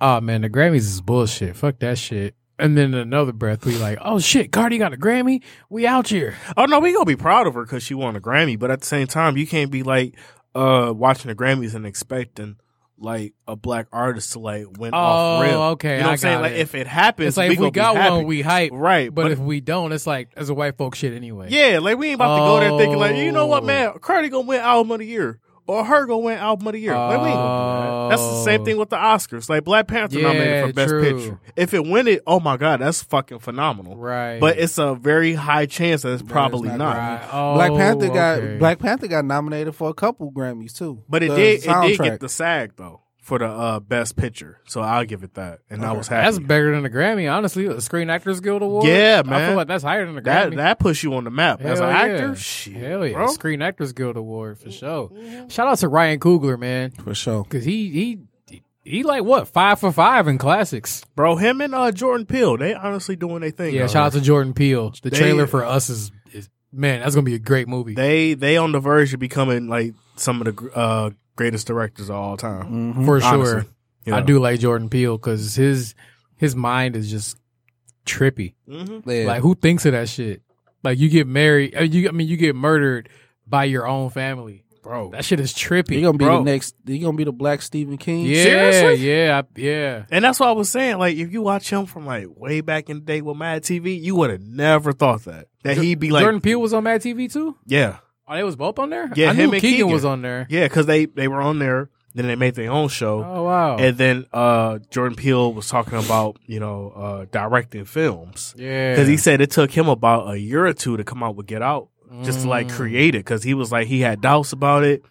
Speaker 2: oh man, the Grammys is bullshit. Fuck that shit. And then in another breath we like, oh shit, Cardi got a Grammy. We out here.
Speaker 3: oh no, we gonna be proud of her because she won a Grammy. But at the same time, you can't be like uh watching the Grammys and expecting like a black artist to like win
Speaker 2: Oh,
Speaker 3: off real.
Speaker 2: okay,
Speaker 3: you know what
Speaker 2: I
Speaker 3: I'm saying?
Speaker 2: got
Speaker 3: Like
Speaker 2: it.
Speaker 3: if it happens,
Speaker 2: It's like if we
Speaker 3: gonna be
Speaker 2: got one,
Speaker 3: happy.
Speaker 2: we hype.
Speaker 3: right.
Speaker 2: But, if we don't, it's like it's a white folk shit anyway.
Speaker 3: Yeah, like we ain't about to go there thinking like, you know what,
Speaker 2: Oh.
Speaker 3: man, Cardi gonna win album of the year. Or her gonna win album of the year. Like we ain't gonna do that. That's the same
Speaker 2: Oh.
Speaker 3: thing with the Oscars. Like Black Panther nominated
Speaker 2: Yeah,
Speaker 3: for Best
Speaker 2: true.
Speaker 3: Picture. If it win it, oh my god, that's fucking phenomenal.
Speaker 2: Right.
Speaker 3: But it's a very high chance that it's probably
Speaker 4: not
Speaker 3: not.
Speaker 2: Right. Oh,
Speaker 4: Black Panther got
Speaker 2: okay.
Speaker 4: Black Panther got nominated for a couple Grammys too.
Speaker 3: But it
Speaker 4: The
Speaker 3: did it did get
Speaker 4: soundtrack.
Speaker 3: the SAG though for the uh, Best Picture. So I'll give it that, and I was happy.
Speaker 2: That's better than the Grammy, honestly. The Screen Actors Guild Award.
Speaker 3: Yeah,
Speaker 2: I feel
Speaker 3: man.
Speaker 2: like that's higher than the
Speaker 3: that
Speaker 2: Grammy.
Speaker 3: that puts you on the map as an
Speaker 2: Hell
Speaker 3: actor.
Speaker 2: yeah.
Speaker 3: Shit,
Speaker 2: Hell yeah,
Speaker 3: bro.
Speaker 2: Screen Actors Guild Award for sure. Shout out to Ryan Coogler, man,
Speaker 4: for sure.
Speaker 2: because he he he- he like what five for five in classics.
Speaker 3: Bro, him and uh, Jordan Peele, they honestly doing their thing.
Speaker 2: Yeah,
Speaker 3: though.
Speaker 2: shout out to Jordan Peele. The
Speaker 3: They-
Speaker 2: trailer for Us is, is man, that's gonna be a great movie.
Speaker 3: they they on the verge of becoming like some of the gr- uh, greatest directors of all time.
Speaker 4: Mm-hmm.
Speaker 2: for
Speaker 3: honestly,
Speaker 2: sure.
Speaker 3: you know.
Speaker 2: I do like Jordan Peele because his his mind is just trippy.
Speaker 3: Mm-hmm.
Speaker 4: Yeah.
Speaker 2: Like who thinks of that shit? Like you get married, uh, you I mean you get murdered by your own family.
Speaker 3: bro.
Speaker 2: That shit is trippy.
Speaker 4: he gonna be
Speaker 3: Bro.
Speaker 4: the next. He gonna be the Black Stephen King.
Speaker 2: yeah,
Speaker 3: Seriously?
Speaker 2: yeah, I- yeah.
Speaker 3: And that's what I was saying. Like, if you watch him from like way back in the day with Mad TV, you would have never thought that that he'd be like,
Speaker 2: Jordan Peele was on Mad TV too.
Speaker 3: yeah,
Speaker 2: Oh, they was both on there.
Speaker 3: Yeah,
Speaker 2: I
Speaker 3: him
Speaker 2: knew
Speaker 3: and
Speaker 2: Keegan,
Speaker 3: Keegan.
Speaker 2: was on there.
Speaker 3: yeah, because they they were on there. Then they made their own show.
Speaker 2: Oh wow.
Speaker 3: And then uh, Jordan Peele was talking about you know uh, directing films
Speaker 2: yeah,
Speaker 3: because he said it took him about a year or two to come out with Get Out just to like
Speaker 2: Mm.
Speaker 3: create it because he was like he had doubts about it.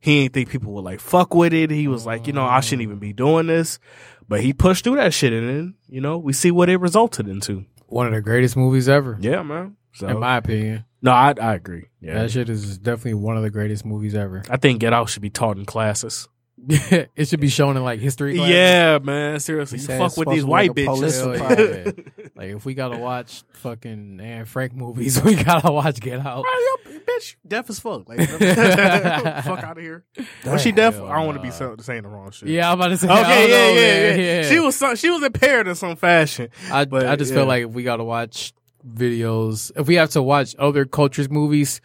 Speaker 3: He didn't think people would like fuck with it. He was like, you know, I shouldn't even be doing this, but he pushed through that shit, and then you know we see what it resulted into.
Speaker 2: one of the greatest movies ever,
Speaker 3: Yeah, man. So
Speaker 2: in my opinion.
Speaker 3: no, I I agree. Yeah,
Speaker 2: That shit is definitely one of the greatest movies ever.
Speaker 3: I think Get Out should be taught in classes.
Speaker 2: it should be shown in like history. Class.
Speaker 3: Yeah, man. Seriously, you
Speaker 4: said
Speaker 3: fuck
Speaker 4: it's
Speaker 3: with
Speaker 4: supposed
Speaker 3: these
Speaker 4: to
Speaker 3: white
Speaker 4: be like a
Speaker 2: Hell
Speaker 3: bitches.
Speaker 4: police-
Speaker 2: yeah. like if we gotta watch fucking Anne Frank movies, we gotta watch Get Out.
Speaker 3: Bro, yo, bitch, deaf as fuck. Like, fuck out of here. Was she deaf? I don't want to be so- saying the wrong shit.
Speaker 2: Yeah, I'm about to say. I don't
Speaker 3: Okay. Yeah,
Speaker 2: know,
Speaker 3: yeah,
Speaker 2: man.
Speaker 3: yeah, She was some, she was impaired in some fashion.
Speaker 2: I
Speaker 3: but,
Speaker 2: I just
Speaker 3: yeah.
Speaker 2: feel like if we gotta watch videos, if we have to watch other cultures' movies,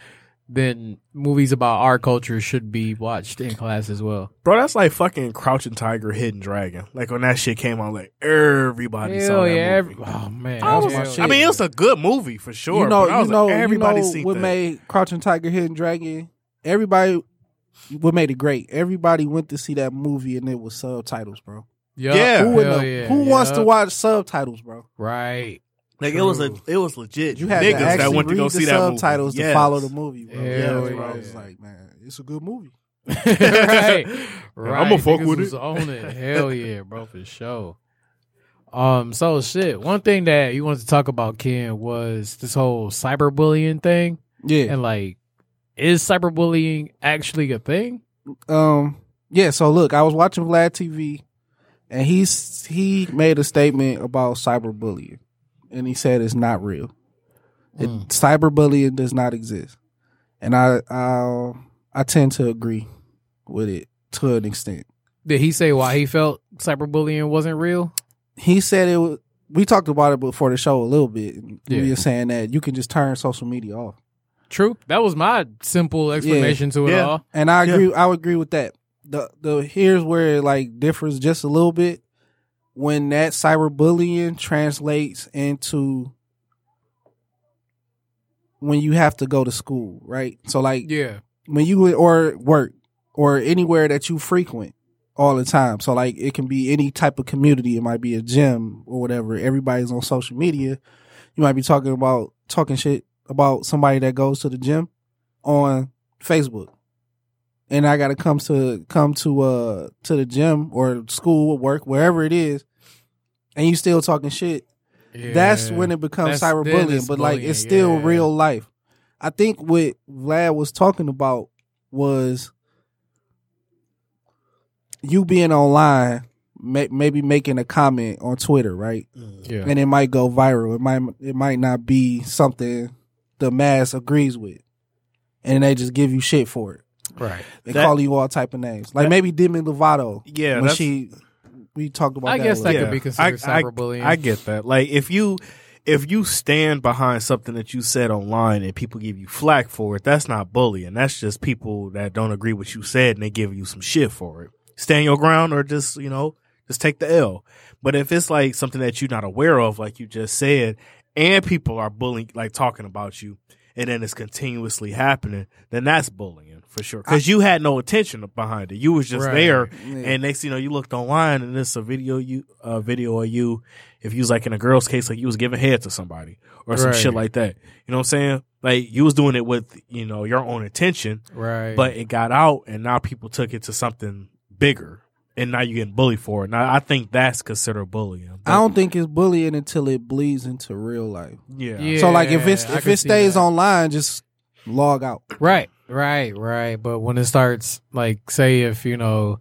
Speaker 2: then movies about our culture should be watched in class as well.
Speaker 3: Bro, that's like fucking Crouching Tiger, Hidden Dragon. Like when that shit came out, like everybody saw
Speaker 2: Hell
Speaker 3: that
Speaker 2: yeah!
Speaker 3: movie.
Speaker 2: every- oh man,
Speaker 3: I,
Speaker 2: that
Speaker 3: was,
Speaker 2: was my
Speaker 3: I
Speaker 2: shit.
Speaker 3: mean, it's a good movie for sure.
Speaker 4: you know,
Speaker 3: but I was
Speaker 4: you know,
Speaker 3: like, everybody
Speaker 4: you know
Speaker 3: seen
Speaker 4: what
Speaker 3: that.
Speaker 4: made Crouching Tiger, Hidden Dragon. Everybody, what made it great. Everybody went to see that movie and it was subtitles, bro.
Speaker 2: Yup,
Speaker 3: Yeah.
Speaker 4: Who, in
Speaker 2: hell
Speaker 4: the-
Speaker 2: yeah,
Speaker 4: who wants to
Speaker 2: yup.
Speaker 4: watch subtitles, bro?
Speaker 2: Right.
Speaker 3: like it was a,
Speaker 2: True.
Speaker 3: it was legit.
Speaker 4: You had
Speaker 3: niggas
Speaker 4: to actually
Speaker 3: that went
Speaker 4: read
Speaker 3: to go
Speaker 4: the
Speaker 3: see that movie.
Speaker 4: subtitles to
Speaker 3: Yes.
Speaker 4: follow the movie, bro.
Speaker 2: Hell
Speaker 4: That's
Speaker 2: yeah.
Speaker 4: why I was like, man, it's a good movie.
Speaker 2: right. right.
Speaker 3: I'ma fuck
Speaker 2: Niggas
Speaker 3: with
Speaker 2: was
Speaker 3: it.
Speaker 2: On it. Hell yeah, bro, for sure. Um, so shit. One thing that you wanted to talk about, Ken, was this whole cyberbullying thing.
Speaker 4: Yeah.
Speaker 2: And like, is cyberbullying actually a thing?
Speaker 4: Um. Yeah. So look, I was watching Vlad TV, and he's he made a statement about cyberbullying, and he said it's not real. It,
Speaker 2: Mm.
Speaker 4: Cyberbullying does not exist, and I I I tend to agree with it to an extent.
Speaker 2: Did he say why he felt cyberbullying wasn't real?
Speaker 4: He said it was. We talked about it before the show a little bit. and
Speaker 2: Yeah.
Speaker 4: We were saying that you can just turn social media off.
Speaker 2: True. That was my simple explanation to it
Speaker 3: Yeah.
Speaker 2: all.
Speaker 4: And I agree. I would agree with that. The the here's where it like differs just a little bit when that cyberbullying translates into when you have to go to school, right? So like
Speaker 2: Yeah.
Speaker 4: when you or work or anywhere that you frequent all the time. So like it can be any type of community. It might be a gym or whatever. Everybody's on social media. You might be talking about talking shit about somebody that goes to the gym on Facebook. And I gotta come to come to uh to the gym or school or work, wherever it is, and you still talking shit that's
Speaker 2: Yeah.
Speaker 4: when it
Speaker 2: That's-
Speaker 4: becomes
Speaker 2: then
Speaker 4: cyberbullying.
Speaker 2: it's
Speaker 4: But like
Speaker 2: bullying,
Speaker 4: it's still
Speaker 2: yeah.
Speaker 4: real life. I think what Vlad was talking about was you being online may, maybe making a comment on Twitter, right?
Speaker 2: Yeah.
Speaker 4: And it might go viral. It might it might not be something the mass agrees with, and they just give you shit for it.
Speaker 2: right.
Speaker 4: They
Speaker 3: That-
Speaker 4: call you all type of names, like
Speaker 3: that-
Speaker 4: maybe Demi Lovato
Speaker 3: Yeah,
Speaker 4: when
Speaker 3: that's-
Speaker 4: she we talked about.
Speaker 2: I
Speaker 4: that
Speaker 2: guess
Speaker 4: a
Speaker 2: that
Speaker 4: little
Speaker 2: could
Speaker 3: Yeah.
Speaker 2: be considered
Speaker 3: I- I-
Speaker 2: cyberbullying.
Speaker 3: I get that. Like if you if you stand behind something that you said online and people give you flack for it, that's not bullying. That's just people that don't agree with you said and they give you some shit for it. Stand your ground or just, you know, just take the L. But if it's like something that you're not aware of, like you just said, and people are bullying like talking about you and then it's continuously happening, then that's bullying for sure. Because you had no intention behind it. You was just
Speaker 2: Right.
Speaker 3: there
Speaker 4: Yeah.
Speaker 3: and next, thing you know, you looked online, and it's a video you, a video of you. If you was like in a girl's case, like you was giving head to somebody or some
Speaker 2: Right.
Speaker 3: shit like that. You know what I'm saying? Like you was doing it with you know your own intention,
Speaker 2: right.
Speaker 3: but it got out, and now people took it to something bigger, and now you getting bullied for it. Now I think that's considered bullying.
Speaker 4: I don't think it's bullying until it bleeds into real life.
Speaker 3: Yeah.
Speaker 2: Yeah,
Speaker 4: so like if it's
Speaker 2: I
Speaker 4: if
Speaker 2: can
Speaker 4: it
Speaker 2: see
Speaker 4: stays
Speaker 2: that.
Speaker 4: online, just log out.
Speaker 2: Right, right, right. But when it starts, like, say if you know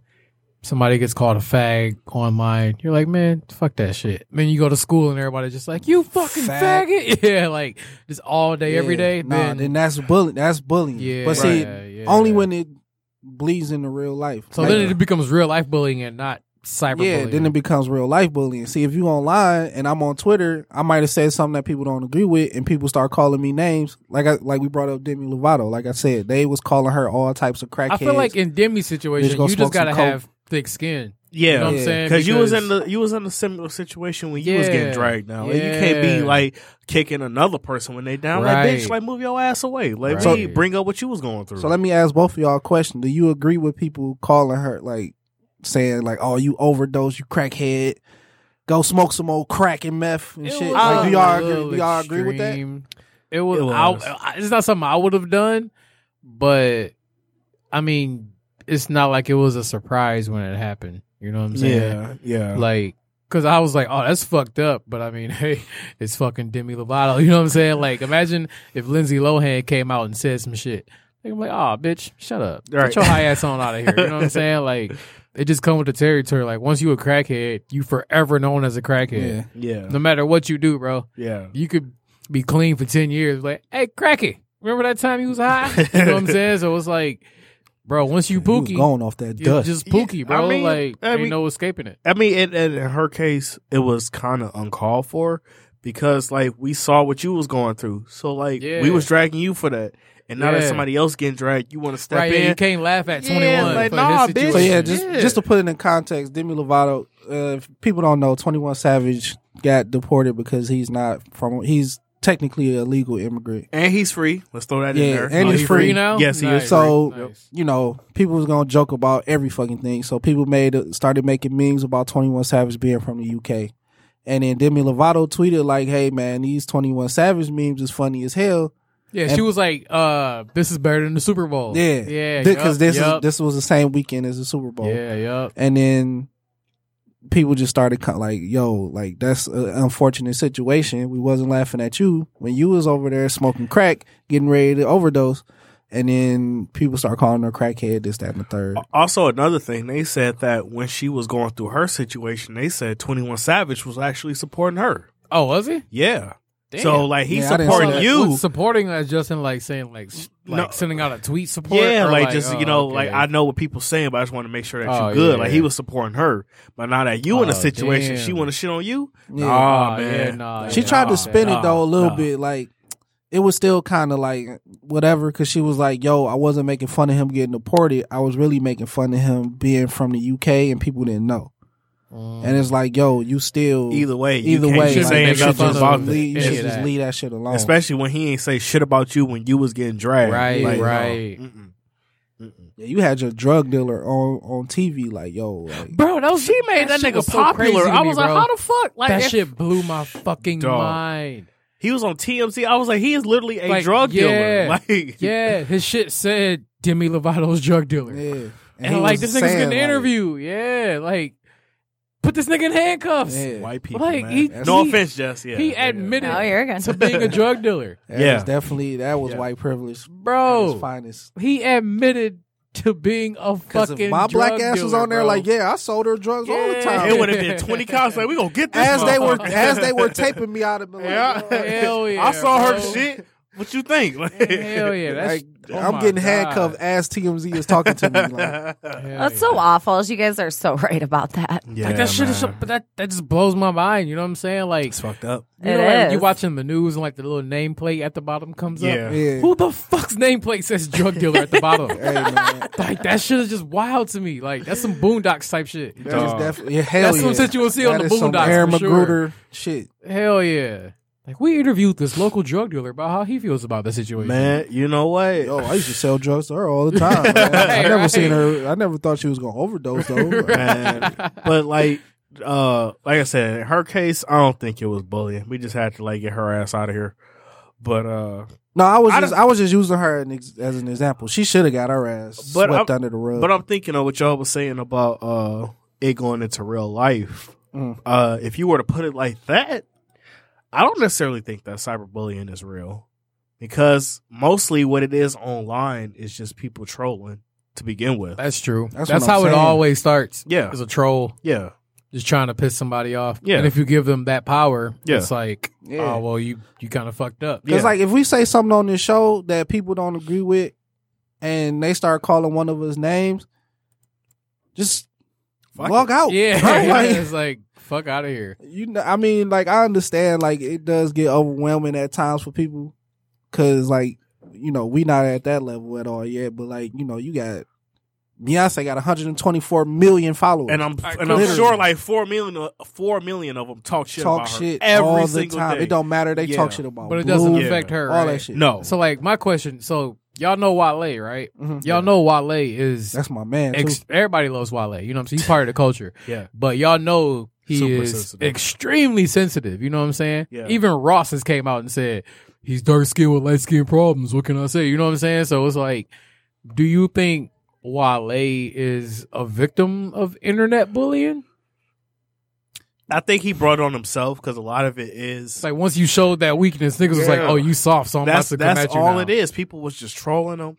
Speaker 2: somebody gets called a fag online, you're like, man, fuck that shit. Then you go to school and everybody's just like, you fucking
Speaker 4: Fag.
Speaker 2: faggot. Yeah, like just all day, every
Speaker 4: Yeah.
Speaker 2: day.
Speaker 4: Nah,
Speaker 2: then,
Speaker 4: then, that's bullying. That's bullying.
Speaker 2: yeah,
Speaker 4: but see,
Speaker 2: yeah, yeah.
Speaker 4: only when it bleeds into real life.
Speaker 2: so
Speaker 4: Like,
Speaker 2: then it becomes real life bullying and not cyber.
Speaker 4: yeah, then it becomes real life bullying. See, if you online and I'm on Twitter, I might have said something that people don't agree with, and people start calling me names. Like I like we brought up Demi Lovato. Like I said, they was calling her all types of crackheads.
Speaker 2: I feel like in Demi's situation,
Speaker 4: Just gonna
Speaker 2: you just
Speaker 4: smoke some
Speaker 2: gotta
Speaker 4: coke.
Speaker 2: have thick skin.
Speaker 3: Yeah,
Speaker 2: You know what I'm
Speaker 4: Yeah.
Speaker 2: saying?
Speaker 3: Because you was
Speaker 2: Because-
Speaker 3: in the you was in a similar situation when you was
Speaker 2: Yeah.
Speaker 3: getting dragged down. Like, you can't be
Speaker 2: Yeah.
Speaker 3: like kicking another person when they down. Like
Speaker 2: Right.
Speaker 3: bitch, like move your ass away. Like
Speaker 2: Right.
Speaker 3: we bring up what you was going through.
Speaker 4: so let me ask both of y'all a question: Do you agree with people calling her like saying like, "Oh, you overdose, you crackhead"? Go smoke some old crack and meth and shit. Like, do y'all agree, do y'all agree with that?
Speaker 2: It was.
Speaker 3: It was.
Speaker 2: I, I- it's not something I would have done, but I mean, it's not like it was a surprise when it happened. You know what I'm saying?
Speaker 3: yeah, yeah.
Speaker 2: Like, because I was like, "Oh, that's fucked up," but I mean, hey, it's fucking Demi Lovato. You know what I'm saying? Like, imagine if Lindsay Lohan came out and said some shit. Like, I'm like, "Oh, bitch, shut up.
Speaker 3: Right.
Speaker 2: Get your high ass on out of here." You know what I'm saying? Like, it just come with the territory. Like, once you a crackhead, you forever known as a crackhead.
Speaker 4: Yeah.
Speaker 3: Yeah,
Speaker 2: No matter what you do, bro,
Speaker 3: yeah,
Speaker 2: you could be clean for 10 years. Like, hey, cracky, remember that time you was high? You know what I'm saying? So it's like, bro, once you
Speaker 4: You was
Speaker 2: pookie,
Speaker 4: going off that
Speaker 2: you
Speaker 4: dust.
Speaker 2: just pookie,
Speaker 3: Yeah, I
Speaker 2: bro.
Speaker 3: mean,
Speaker 2: like,
Speaker 3: I
Speaker 2: ain't
Speaker 3: mean-
Speaker 2: no escaping it.
Speaker 3: I mean, in, in in her case, it was kind of uncalled for because like we saw what you was going through. So like
Speaker 2: Yeah.
Speaker 3: we was dragging you for that, and now that
Speaker 2: Yeah.
Speaker 3: somebody else getting dragged, you want to step
Speaker 2: right,
Speaker 3: in.
Speaker 2: yeah, you can't laugh at
Speaker 3: Yeah,
Speaker 2: 21
Speaker 3: like,
Speaker 2: for
Speaker 3: nah,
Speaker 2: his
Speaker 3: bitch.
Speaker 2: situation.
Speaker 4: So yeah, just
Speaker 3: Yeah.
Speaker 4: just to put it in context, Demi Lovato. Uh, if people don't know, Twenty One Savage got deported because he's not from. He's technically a legal immigrant.
Speaker 3: and he's free. Let's throw that in
Speaker 4: Yeah,
Speaker 3: there.
Speaker 4: and
Speaker 2: Oh,
Speaker 4: he's
Speaker 2: he
Speaker 4: free.
Speaker 2: now?
Speaker 3: Yes, he
Speaker 2: Nice.
Speaker 3: is.
Speaker 4: So
Speaker 2: Nice.
Speaker 4: you know, people was gonna joke about every fucking thing. So people made started making memes about Twenty One Savage being from the UK, and then Demi Lovato tweeted like, "Hey man, these Twenty One Savage memes is funny as hell."
Speaker 2: Yeah, she was like, uh, this is better than the Super Bowl.
Speaker 4: Yeah,
Speaker 2: Yeah.
Speaker 4: because
Speaker 2: yup,
Speaker 4: this is
Speaker 2: yup.
Speaker 4: this was the same weekend as the Super Bowl.
Speaker 2: Yeah, yup.
Speaker 4: and then people just started co- like yo like that's an unfortunate situation we wasn't laughing at you when you was over there smoking crack getting ready to overdose and then people start calling her crackhead this that and the third
Speaker 2: Oh,
Speaker 3: Also, another thing they said that when she was going through her situation, they said Twenty One Savage was actually supporting her.
Speaker 2: Oh, was he?
Speaker 3: Yeah.
Speaker 2: Damn.
Speaker 3: So like he's
Speaker 4: Yeah, I didn't see
Speaker 3: supporting
Speaker 4: that.
Speaker 3: you.
Speaker 2: What's supporting as Justin, like saying, like, sh- like
Speaker 3: No.
Speaker 2: sending out a tweet support.
Speaker 3: Yeah,
Speaker 2: Or,
Speaker 3: like, just
Speaker 2: oh,
Speaker 3: you know,
Speaker 2: okay.
Speaker 3: like I know what people saying, but I just want to make sure that
Speaker 2: Oh,
Speaker 3: you're good.
Speaker 2: yeah.
Speaker 3: Like he was supporting her, but now that you in
Speaker 2: Oh,
Speaker 3: a situation, she
Speaker 2: damn.
Speaker 3: want to shit on you.
Speaker 4: Yeah.
Speaker 3: Nah,
Speaker 2: Aw,
Speaker 3: man.
Speaker 2: yeah, nah,
Speaker 4: Oh, she
Speaker 2: yeah.
Speaker 4: tried
Speaker 2: Nah,
Speaker 4: to spin
Speaker 2: nah,
Speaker 4: it though a little
Speaker 3: nah.
Speaker 4: bit like it was still kind of like whatever because she was like yo i wasn't making fun of him getting deported i was really making fun of him being from the uk and people didn't know
Speaker 2: Mm.
Speaker 4: and it's like yo you still
Speaker 3: Either way, you
Speaker 4: either
Speaker 3: can't
Speaker 4: way,
Speaker 3: be
Speaker 2: like,
Speaker 3: saying
Speaker 2: make sure
Speaker 3: nothing
Speaker 2: just
Speaker 3: about that.
Speaker 4: leave, you
Speaker 2: Yeah,
Speaker 4: should just
Speaker 2: that.
Speaker 4: leave that shit alone.
Speaker 3: Especially when he ain't say shit about you when you was getting dragged.
Speaker 2: Right,
Speaker 3: Like, no.
Speaker 2: right.
Speaker 3: Mm-mm. Mm-mm.
Speaker 4: Yeah, you had your drug dealer on on TV, like yo, like,
Speaker 2: Bro, that was, she made
Speaker 3: that nigga popular. I was like, how the fuck? Like
Speaker 2: that
Speaker 3: if-
Speaker 2: shit blew my fucking
Speaker 3: Dog.
Speaker 2: mind.
Speaker 3: He was on TMZ. I was like, he is literally a
Speaker 2: Like,
Speaker 3: drug
Speaker 2: yeah.
Speaker 3: dealer. Like,
Speaker 2: Yeah, his shit said Demi Lovato's drug dealer,
Speaker 4: yeah, and,
Speaker 2: and,
Speaker 4: he
Speaker 2: like
Speaker 4: was
Speaker 2: this nigga's
Speaker 4: saying,
Speaker 2: getting
Speaker 4: like,
Speaker 2: interview. Yeah, like put this nigga in handcuffs.
Speaker 4: Yeah,
Speaker 3: white people.
Speaker 2: Like,
Speaker 3: man.
Speaker 2: he-
Speaker 3: no
Speaker 2: he-
Speaker 3: offense, Jess. Yeah,
Speaker 2: he
Speaker 3: yeah.
Speaker 2: admitted
Speaker 5: Oh, you're good.
Speaker 2: to being a drug dealer,
Speaker 4: that
Speaker 3: Yeah.
Speaker 4: was definitely that was
Speaker 3: Yeah.
Speaker 4: white privilege, at its
Speaker 2: bro.
Speaker 4: finest.
Speaker 2: He admitted to being a
Speaker 4: Because
Speaker 2: fucking
Speaker 4: if my black
Speaker 2: drug
Speaker 4: ass was
Speaker 2: dealer,
Speaker 4: on there,
Speaker 2: bro.
Speaker 4: like, yeah, I sold her drugs all the
Speaker 2: Yeah.
Speaker 4: time.
Speaker 3: It would have been twenty cops. Like we gonna get this.
Speaker 4: as they were
Speaker 3: motherfucker.
Speaker 4: as they were taping me out of the
Speaker 3: Yeah.
Speaker 2: Hell yeah,
Speaker 3: I saw her
Speaker 2: bro.
Speaker 3: shit. What you think? Like,
Speaker 2: Hell yeah, that's
Speaker 4: like,
Speaker 2: oh
Speaker 4: I'm
Speaker 2: my
Speaker 4: getting
Speaker 2: God.
Speaker 4: handcuffed as TMZ is talking to me. Like,
Speaker 2: Hell
Speaker 5: That's
Speaker 2: yeah.
Speaker 5: so awful. You guys are so right about that.
Speaker 3: yeah,
Speaker 2: like that shit is, so,
Speaker 3: man.
Speaker 2: but that that just blows my mind. You know what I'm saying? Like,
Speaker 3: It's fucked up.
Speaker 2: you,
Speaker 5: It
Speaker 2: know, like, you
Speaker 5: is.
Speaker 2: watching the news and like the little nameplate at the bottom comes
Speaker 3: Yeah.
Speaker 2: up.
Speaker 4: yeah.
Speaker 2: Who the fuck's nameplate says drug dealer at the bottom?
Speaker 4: Hey man,
Speaker 2: like that shit is just wild to me. Like that's some boondocks type shit.
Speaker 4: that is
Speaker 3: Dog.
Speaker 4: definitely yeah, hell
Speaker 2: That's
Speaker 4: yeah.
Speaker 2: some shit you will see on
Speaker 4: That
Speaker 2: the
Speaker 4: is some
Speaker 2: Boondocks
Speaker 4: Aaron
Speaker 2: for sure.
Speaker 4: McGruder shit.
Speaker 2: Hell yeah. Like we interviewed this local drug dealer about how he feels about the situation.
Speaker 3: Man, you know what?
Speaker 4: Yo, I used to sell drugs to her all the time. man. I
Speaker 2: Right,
Speaker 4: never
Speaker 2: right.
Speaker 4: seen her. I never thought she was gonna overdose though.
Speaker 3: man. But like, uh, like I said, in her case, I don't think it was bullying. We just had to like get her ass out of here. But uh,
Speaker 4: No, I was
Speaker 3: I
Speaker 4: just,
Speaker 3: don't-
Speaker 4: I was just using her an ex- as an example. She should have got her ass
Speaker 3: But
Speaker 4: swept
Speaker 3: I'm-
Speaker 4: under the rug.
Speaker 3: but I'm thinking of what y'all was saying about uh it going into real life.
Speaker 4: Mm.
Speaker 3: Uh, if you were to put it like that, I don't necessarily think that cyberbullying is real because mostly what it is online is just people trolling to begin with.
Speaker 2: That's true.
Speaker 4: That's
Speaker 2: That's,
Speaker 4: what I'm
Speaker 2: how it
Speaker 4: saying.
Speaker 2: always starts.
Speaker 3: Yeah,
Speaker 2: As a troll,
Speaker 3: yeah,
Speaker 2: just trying to piss somebody off.
Speaker 3: Yeah.
Speaker 2: And if you give them that power,
Speaker 3: Yeah.
Speaker 2: it's like,
Speaker 4: Yeah.
Speaker 2: oh well, you you kind of fucked up.
Speaker 4: Because
Speaker 3: yeah.
Speaker 4: like if we say something on this show that people don't agree with, and they start calling one of us names, just
Speaker 3: Fuck
Speaker 4: log out.
Speaker 2: Yeah.
Speaker 4: bro. Like,
Speaker 2: it's like fuck out of here.
Speaker 4: you know, I mean, like I understand, like it does get overwhelming at times for people, because like you know we not at that level at all yet. But like you know you got Beyonce got 124 million followers.
Speaker 3: And I'm
Speaker 2: Like,
Speaker 3: and I'm
Speaker 4: literally.
Speaker 3: sure like four million of- four million of them talk shit
Speaker 4: talk
Speaker 3: about her
Speaker 4: shit
Speaker 3: every
Speaker 4: all the
Speaker 3: single
Speaker 4: time.
Speaker 3: day.
Speaker 4: It don't matter. They
Speaker 3: Yeah.
Speaker 4: talk shit about,
Speaker 2: But it doesn't
Speaker 4: Blue,
Speaker 3: Yeah.
Speaker 2: affect her.
Speaker 4: all
Speaker 2: right? Oh.
Speaker 4: that shit.
Speaker 3: No,
Speaker 2: So like my question, so y'all know Wale, right?
Speaker 4: Mhm.
Speaker 2: Y'all know Wale is
Speaker 4: that's my man. too.
Speaker 2: ex- everybody loves Wale. You know what I'm saying? He's part of the culture.
Speaker 3: yeah,
Speaker 2: But y'all know he
Speaker 3: Super
Speaker 2: is
Speaker 3: sensitive.
Speaker 2: extremely sensitive. You know what I'm saying?
Speaker 3: Yeah.
Speaker 2: Even Ross has came out and said he's dark skinned with light skin problems. What can I say? You know what I'm saying? So it's like, do you think Wale is a victim of internet bullying?
Speaker 3: I think he brought it on himself because a lot of it is
Speaker 2: It's like once you showed that weakness, niggas was like,
Speaker 3: Yeah.
Speaker 2: "Oh, you soft, so I'm
Speaker 3: that's
Speaker 2: about to come
Speaker 3: that's
Speaker 2: at you."
Speaker 3: all
Speaker 2: now.
Speaker 3: it is. People was just trolling him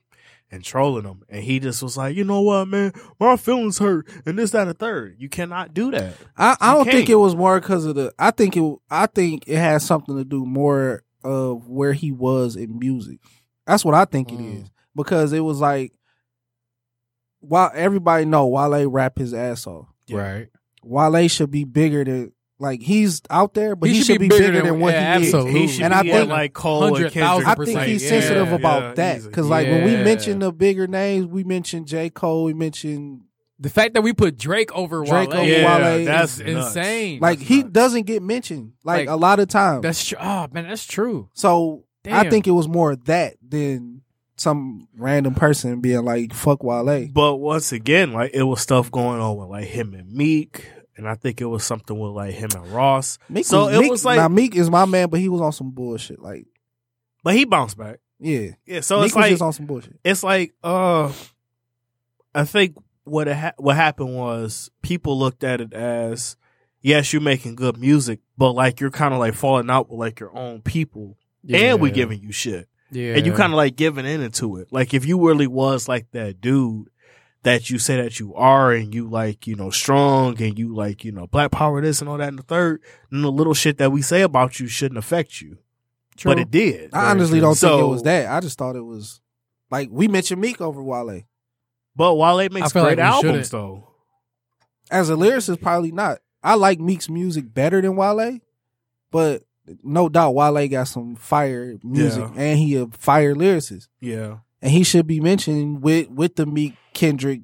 Speaker 3: and trolling him, and he just was like, you know what, man, my feelings hurt, and this, that, and the third. You cannot do that.
Speaker 4: I, I
Speaker 3: You
Speaker 4: don't think
Speaker 3: can't.
Speaker 4: it was more because of the. I think it. I think it has something to do more of where he was in music. That's what I think it
Speaker 2: Mm.
Speaker 4: is because it was like, while everybody know Wale rap his ass off.
Speaker 3: Yeah.
Speaker 2: Right.
Speaker 4: Wale should be bigger than like he's out there, but he, should, be, bigger, than, what
Speaker 2: yeah,
Speaker 4: he
Speaker 2: absolutely.
Speaker 3: He should
Speaker 4: And
Speaker 3: be
Speaker 4: I
Speaker 3: at,
Speaker 4: think-
Speaker 3: like Cole and
Speaker 2: 100,000%
Speaker 3: Kendrick.
Speaker 4: is. I think
Speaker 2: Like,
Speaker 4: he's
Speaker 2: yeah,
Speaker 4: sensitive
Speaker 2: yeah,
Speaker 4: about that
Speaker 3: he's a-
Speaker 4: because like when we
Speaker 2: yeah.
Speaker 4: mention the bigger names, we mention J Cole, we mention
Speaker 2: The fact that we put Drake over
Speaker 4: Drake
Speaker 2: Wale,
Speaker 4: over
Speaker 2: is
Speaker 3: yeah,
Speaker 4: Wale
Speaker 3: that's nuts.
Speaker 2: insane.
Speaker 4: like
Speaker 3: That's
Speaker 4: he
Speaker 3: nuts.
Speaker 4: doesn't get mentioned like,
Speaker 2: Like,
Speaker 4: a lot of times.
Speaker 2: that's true. Oh man, that's true.
Speaker 4: So I
Speaker 2: Damn.
Speaker 4: think it was more that than some random person being like "fuck Wale."
Speaker 3: But once again, like it was stuff going on with like him and Meek, and I think it was something with like him and Ross.
Speaker 4: Meek
Speaker 3: So
Speaker 4: was,
Speaker 3: it
Speaker 4: Meek,
Speaker 3: was like-
Speaker 4: now Meek is my man, but he was on some bullshit. Like
Speaker 3: But he bounced back.
Speaker 4: yeah,
Speaker 3: Yeah, so
Speaker 4: Meek
Speaker 3: it's
Speaker 4: was
Speaker 3: like
Speaker 4: just on some bullshit.
Speaker 3: it's like uh i think what it ha- what happened was people looked at it as yes you're making good music but like you're kind of like falling out with like your own people and we giving you shit
Speaker 2: yeah.
Speaker 3: and you kind of like giving in into it like if you really was like that dude that you say that you are and you like you know strong and you like you know black power this and all that and the third and the little shit that we say about you shouldn't affect you but it did
Speaker 4: I honestly don't think it
Speaker 3: So-
Speaker 4: was that. I just thought it was like we mentioned Meek over Wale
Speaker 3: but while it makes
Speaker 2: feel like
Speaker 3: great
Speaker 2: we
Speaker 3: albums
Speaker 2: shouldn't.
Speaker 3: though
Speaker 4: as a lyricist. Probably not. I like Meek's music better than Wale, but no doubt Wale got some fire music
Speaker 3: Yeah.
Speaker 4: and he a fire lyricist.
Speaker 3: yeah
Speaker 4: and he should be mentioned with with the Meek, Kendrick,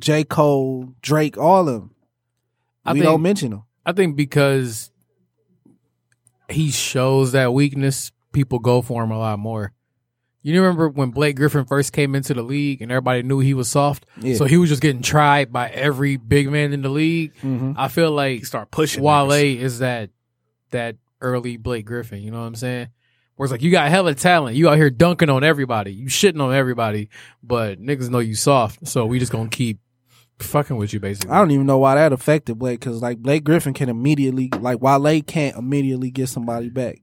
Speaker 4: J. Cole, Drake, all of them.
Speaker 2: I
Speaker 4: we
Speaker 2: think-
Speaker 4: don't mention them.
Speaker 2: I think because he shows that weakness, people go for him a lot more. You remember when Blake Griffin first came into the league and everybody knew he was soft,
Speaker 4: Yeah.
Speaker 2: so he was just getting tried by every big man in the league.
Speaker 3: Mm-hmm.
Speaker 4: Mhm.
Speaker 2: I feel like
Speaker 3: you start pushing
Speaker 2: Wale
Speaker 3: niggas.
Speaker 2: is that that early Blake Griffin. You know what I'm saying? Where it's like you got hella talent, you out here dunking on everybody, you shitting on everybody, but niggas know you soft, so we just gonna keep fucking with you basically.
Speaker 4: I don't even know why that affected Blake because like Blake Griffin can immediately like Wale can't immediately get somebody back.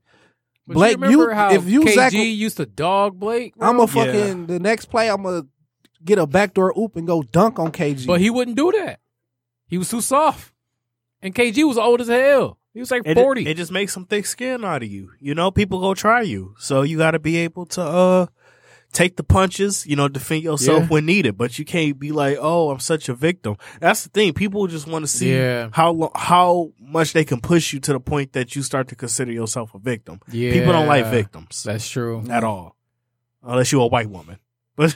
Speaker 2: But
Speaker 4: Blake,
Speaker 2: remember
Speaker 4: you-
Speaker 2: how
Speaker 4: if you
Speaker 2: KG
Speaker 4: Zach-
Speaker 2: used to dog Blake, bro?
Speaker 4: I'm a fucking the next play. I'm a get a backdoor oop and go dunk on KG.
Speaker 2: But he wouldn't do that. He was too soft. And KG was old as hell. He was like
Speaker 3: It,
Speaker 2: 40.
Speaker 3: it just makes some thick skin out of you. You know, people go try you, so you got to be able to uh take the punches. You know, defend yourself
Speaker 2: Yeah.
Speaker 3: when needed, but you can't be like, "Oh, I'm such a victim." That's the thing. People just want to see
Speaker 2: Yeah.
Speaker 3: how lo- how much they can push you to the point that you start to consider yourself a victim.
Speaker 2: yeah.
Speaker 3: People don't like victims
Speaker 2: That's true.
Speaker 3: at all, unless you're a white woman. But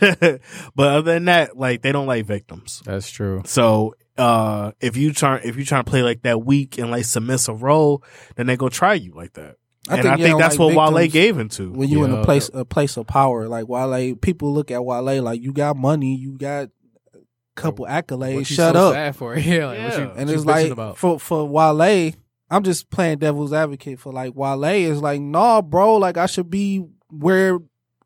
Speaker 3: but other than that, like they don't like victims.
Speaker 2: That's true.
Speaker 3: So uh if you try if you trying to play like that weak and like submissive role, then they go try you like that. and I
Speaker 4: you
Speaker 3: think
Speaker 4: don't
Speaker 3: that's
Speaker 4: like
Speaker 3: what Wale
Speaker 4: victims
Speaker 3: gave into.
Speaker 4: When you in a
Speaker 2: Yeah.
Speaker 4: place a place of power, like Wale, people look at Wale like you got money, you got a couple accolades.
Speaker 2: What you
Speaker 4: Shut
Speaker 2: so
Speaker 4: up.
Speaker 2: sad for? Yeah, like, What
Speaker 3: Yeah.
Speaker 2: you,
Speaker 4: And
Speaker 2: what
Speaker 4: it's
Speaker 2: you bitching
Speaker 4: like
Speaker 2: about?
Speaker 4: for for Wale, I'm just playing devil's advocate for like Wale is like, nah, bro, like I should be where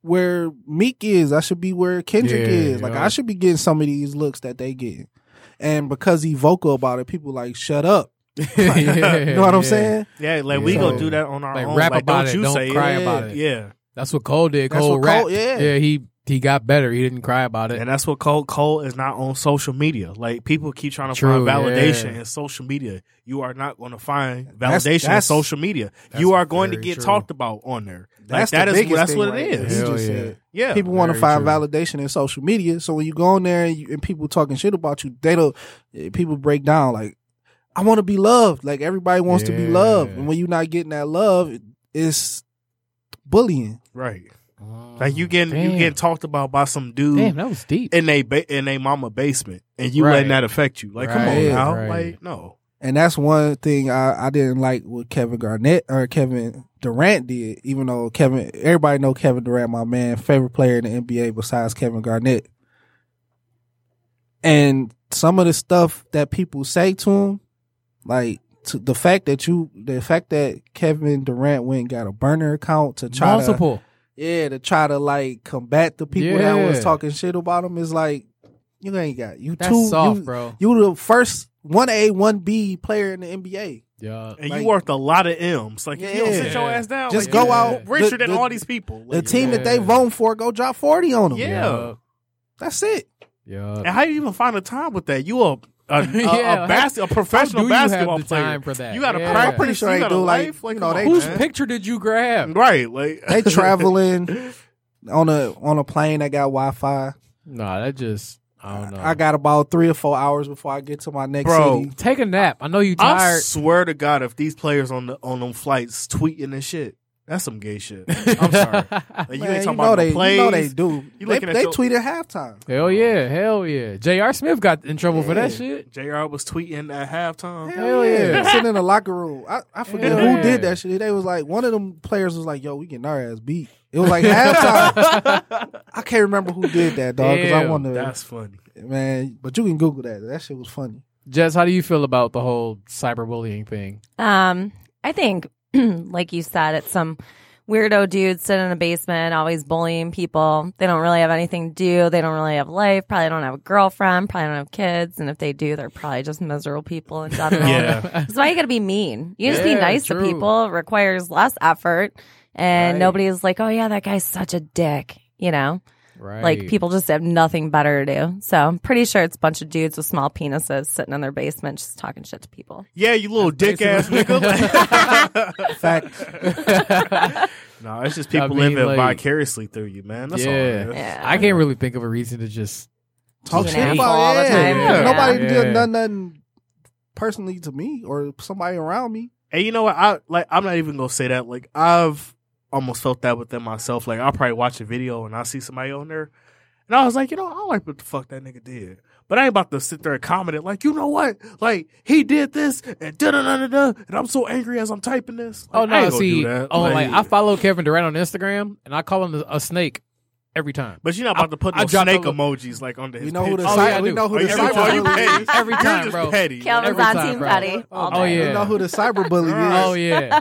Speaker 4: where Meek is, I should be where Kendrick
Speaker 2: Yeah,
Speaker 4: is. Like
Speaker 2: yeah.
Speaker 4: I should be getting some of these looks that they get. And because he vocal about it, people like shut up.
Speaker 2: Yeah,
Speaker 4: you know what I'm
Speaker 2: yeah.
Speaker 4: saying?
Speaker 3: Yeah, like we gonna
Speaker 4: So-
Speaker 3: do that on our
Speaker 2: Like,
Speaker 3: own.
Speaker 2: rap
Speaker 3: like,
Speaker 2: about
Speaker 3: don't
Speaker 2: it,
Speaker 3: you
Speaker 2: don't
Speaker 3: say
Speaker 2: cry
Speaker 3: it.
Speaker 2: about it.
Speaker 3: Yeah.
Speaker 2: That's what Cole did.
Speaker 4: That's
Speaker 2: Cole
Speaker 4: what
Speaker 2: rap.
Speaker 4: Cole- yeah.
Speaker 2: he he got better. He didn't cry about it.
Speaker 3: And that's what Cole Cole is not on social media. Like people keep trying to
Speaker 2: True,
Speaker 3: find validation
Speaker 2: yeah.
Speaker 3: in social media. You are not going to find validation
Speaker 4: That's-
Speaker 3: in
Speaker 4: that's-
Speaker 3: social media.
Speaker 2: that's
Speaker 3: You are going to
Speaker 2: very
Speaker 3: get
Speaker 2: true.
Speaker 3: talked about on there.
Speaker 4: That's
Speaker 3: like, that
Speaker 4: the
Speaker 3: is
Speaker 4: biggest
Speaker 3: that's
Speaker 4: thing
Speaker 3: what
Speaker 4: right
Speaker 3: it
Speaker 4: there.
Speaker 3: is.
Speaker 4: He
Speaker 2: Hell
Speaker 4: just
Speaker 2: yeah.
Speaker 4: said.
Speaker 3: Yeah.
Speaker 4: people want to
Speaker 2: very
Speaker 4: find
Speaker 2: true.
Speaker 4: validation in social media. So when you go in there and, you, and people talking shit about you, they don't. eh, People break down like, I want to be loved. Like everybody wants to be
Speaker 2: Yeah.
Speaker 4: loved, and when you're not getting that love, it- it's bullying.
Speaker 3: right. Like you getting you
Speaker 2: Oh, Damn.
Speaker 3: getting talked about by some dude
Speaker 2: Damn, that was deep.
Speaker 3: in they ba- in they mama basement and you
Speaker 2: Right.
Speaker 3: letting that affect you. Like, come on
Speaker 4: Right,
Speaker 3: now,
Speaker 2: right.
Speaker 3: like no,
Speaker 4: And that's one thing I, I didn't like what Kevin Garnett or Kevin Durant did. Even though Kevin, everybody know Kevin Durant, my man, favorite player in the NBA besides Kevin Garnett. And some of the stuff that people say to him, like to the fact that you, the fact that Kevin Durant went and got a burner account to try to,
Speaker 2: Multiple.
Speaker 4: yeah, to try to like combat the people that was
Speaker 2: Yeah.
Speaker 4: talking shit about him is like you ain't got you
Speaker 2: That's
Speaker 4: too
Speaker 2: soft,
Speaker 4: you-
Speaker 2: bro.
Speaker 4: you the first one A, one B player in the NBA.
Speaker 2: yeah.
Speaker 3: and
Speaker 4: Like-
Speaker 3: you worked a lot of M's. Like, if you don't
Speaker 4: Yeah.
Speaker 3: sit your ass down.
Speaker 4: Just
Speaker 3: like,
Speaker 4: go
Speaker 3: you're
Speaker 4: out-
Speaker 3: Oh, richer
Speaker 4: the-
Speaker 3: than
Speaker 4: the-
Speaker 3: all these people.
Speaker 4: The
Speaker 3: Like,
Speaker 4: team that they
Speaker 2: yeah.
Speaker 4: vote for go drop forty on them.
Speaker 3: Yeah.
Speaker 4: That's it.
Speaker 2: Yeah.
Speaker 3: and how you even find the time with that? You a a, a,
Speaker 2: Yeah,
Speaker 3: a, bas- a professional
Speaker 2: do you have
Speaker 3: basketball
Speaker 2: the
Speaker 3: player.
Speaker 2: time for that?
Speaker 3: You got to
Speaker 2: Yeah.
Speaker 3: practice.
Speaker 2: I'm
Speaker 4: pretty sure
Speaker 3: you
Speaker 4: they
Speaker 3: got a
Speaker 4: do, like,
Speaker 3: life. Like,
Speaker 4: you know,
Speaker 3: come
Speaker 4: they-
Speaker 3: on,
Speaker 2: Whose
Speaker 3: man.
Speaker 2: picture did you grab?
Speaker 3: Right, like
Speaker 4: They traveling on a on a plane that got Wi Fi.
Speaker 2: Nah, that just I don't know.
Speaker 4: I got about three or four hours before I get to my next
Speaker 3: Bro.
Speaker 4: city.
Speaker 2: take a nap. I know you
Speaker 3: I
Speaker 2: tired.
Speaker 3: swear to God, if these players on the on them flights tweeting and shit, that's some gay shit. I'm sorry. Like, you
Speaker 4: Man,
Speaker 3: ain't
Speaker 4: you
Speaker 3: talking
Speaker 4: know
Speaker 3: about
Speaker 4: they,
Speaker 3: no plays.
Speaker 4: you know they do.
Speaker 3: You
Speaker 4: they
Speaker 3: looking at
Speaker 4: they
Speaker 3: your-
Speaker 4: tweet at halftime.
Speaker 2: hell yeah, hell yeah. J.R. Smith got in trouble for that
Speaker 4: Yeah.
Speaker 2: shit.
Speaker 3: Jr. was tweeting at halftime.
Speaker 2: Hell yeah.
Speaker 4: Sitting in the locker room. I, I forget
Speaker 2: Yeah.
Speaker 4: who did that shit. They was like one of them players was like, "Yo, we getting our ass beat." It was like halftime. I can't remember who did that, dog. Because I
Speaker 2: Damn,
Speaker 4: want to,
Speaker 3: That's funny.
Speaker 4: man. But you can Google that. That shit was funny.
Speaker 2: Jess, how do you feel about the whole cyberbullying thing?
Speaker 5: Um, I think, like you said, it's some weirdo dude sitting in a basement, always bullying people. They don't really have anything to do. They don't really have life. Probably don't have a girlfriend. Probably don't have kids. And if they do, they're probably just miserable people in general.
Speaker 3: Yeah.
Speaker 5: So why you gotta be mean? You just
Speaker 2: Yeah,
Speaker 5: be nice
Speaker 2: true.
Speaker 5: to people. It requires less effort, and
Speaker 2: Right.
Speaker 5: nobody's like, "Oh yeah, that guy's such a dick." You know,
Speaker 2: Right.
Speaker 5: like people just have nothing better to do. So I'm pretty sure it's a bunch of dudes with small penises sitting in their basement just talking shit to people.
Speaker 3: Yeah, you little dick ass
Speaker 2: basically-
Speaker 3: nigga.
Speaker 4: Fact.
Speaker 3: no, it's just people
Speaker 2: I mean,
Speaker 3: living
Speaker 2: like-
Speaker 3: vicariously through you, man. That's all.
Speaker 2: Yeah.
Speaker 3: it is.
Speaker 5: Yeah.
Speaker 2: I can't really think of a reason to just
Speaker 4: Talk
Speaker 5: Being
Speaker 4: shit
Speaker 5: an
Speaker 4: about
Speaker 5: asshole all the
Speaker 4: yeah.
Speaker 5: time.
Speaker 2: Yeah.
Speaker 4: Nobody
Speaker 2: Yeah.
Speaker 4: did nothing, nothing personally to me or somebody around me.
Speaker 3: And you know what? I like. I'm not even gonna say that. Like I've almost felt that within myself. Like I'll probably watch a video and I see somebody on there, and I was like, you know, I don't like what the fuck that nigga did. But I ain't about to sit there and comment it like, you know what? Like he did this and da da da da da, and I'm so angry as I'm typing this. Like,
Speaker 2: Oh
Speaker 3: I
Speaker 2: no!
Speaker 3: ain't gonna
Speaker 2: See,
Speaker 3: do that.
Speaker 2: oh, like, I follow Kevin Durant on Instagram, and I call him a- a snake every time.
Speaker 3: But you're not about to put
Speaker 2: I
Speaker 3: no
Speaker 2: dropped
Speaker 3: snake
Speaker 2: a-
Speaker 3: emojis like under his.
Speaker 4: We know who the
Speaker 3: picture.
Speaker 2: Oh,
Speaker 4: cy-
Speaker 2: yeah, I
Speaker 4: we
Speaker 2: do.
Speaker 4: know who
Speaker 3: Are
Speaker 4: the
Speaker 3: you-
Speaker 2: every
Speaker 4: cyber
Speaker 3: are
Speaker 2: time.
Speaker 3: you
Speaker 4: bully
Speaker 3: petty?
Speaker 4: is.
Speaker 2: Every
Speaker 3: You're
Speaker 2: time,
Speaker 3: just
Speaker 2: bro.
Speaker 3: petty.
Speaker 5: Calvin's
Speaker 2: Every
Speaker 5: on
Speaker 2: time,
Speaker 5: Team
Speaker 2: bro.
Speaker 5: Petty. all
Speaker 2: Oh,
Speaker 5: day.
Speaker 2: yeah.
Speaker 4: You know who the cyber bully is.
Speaker 2: Oh yeah,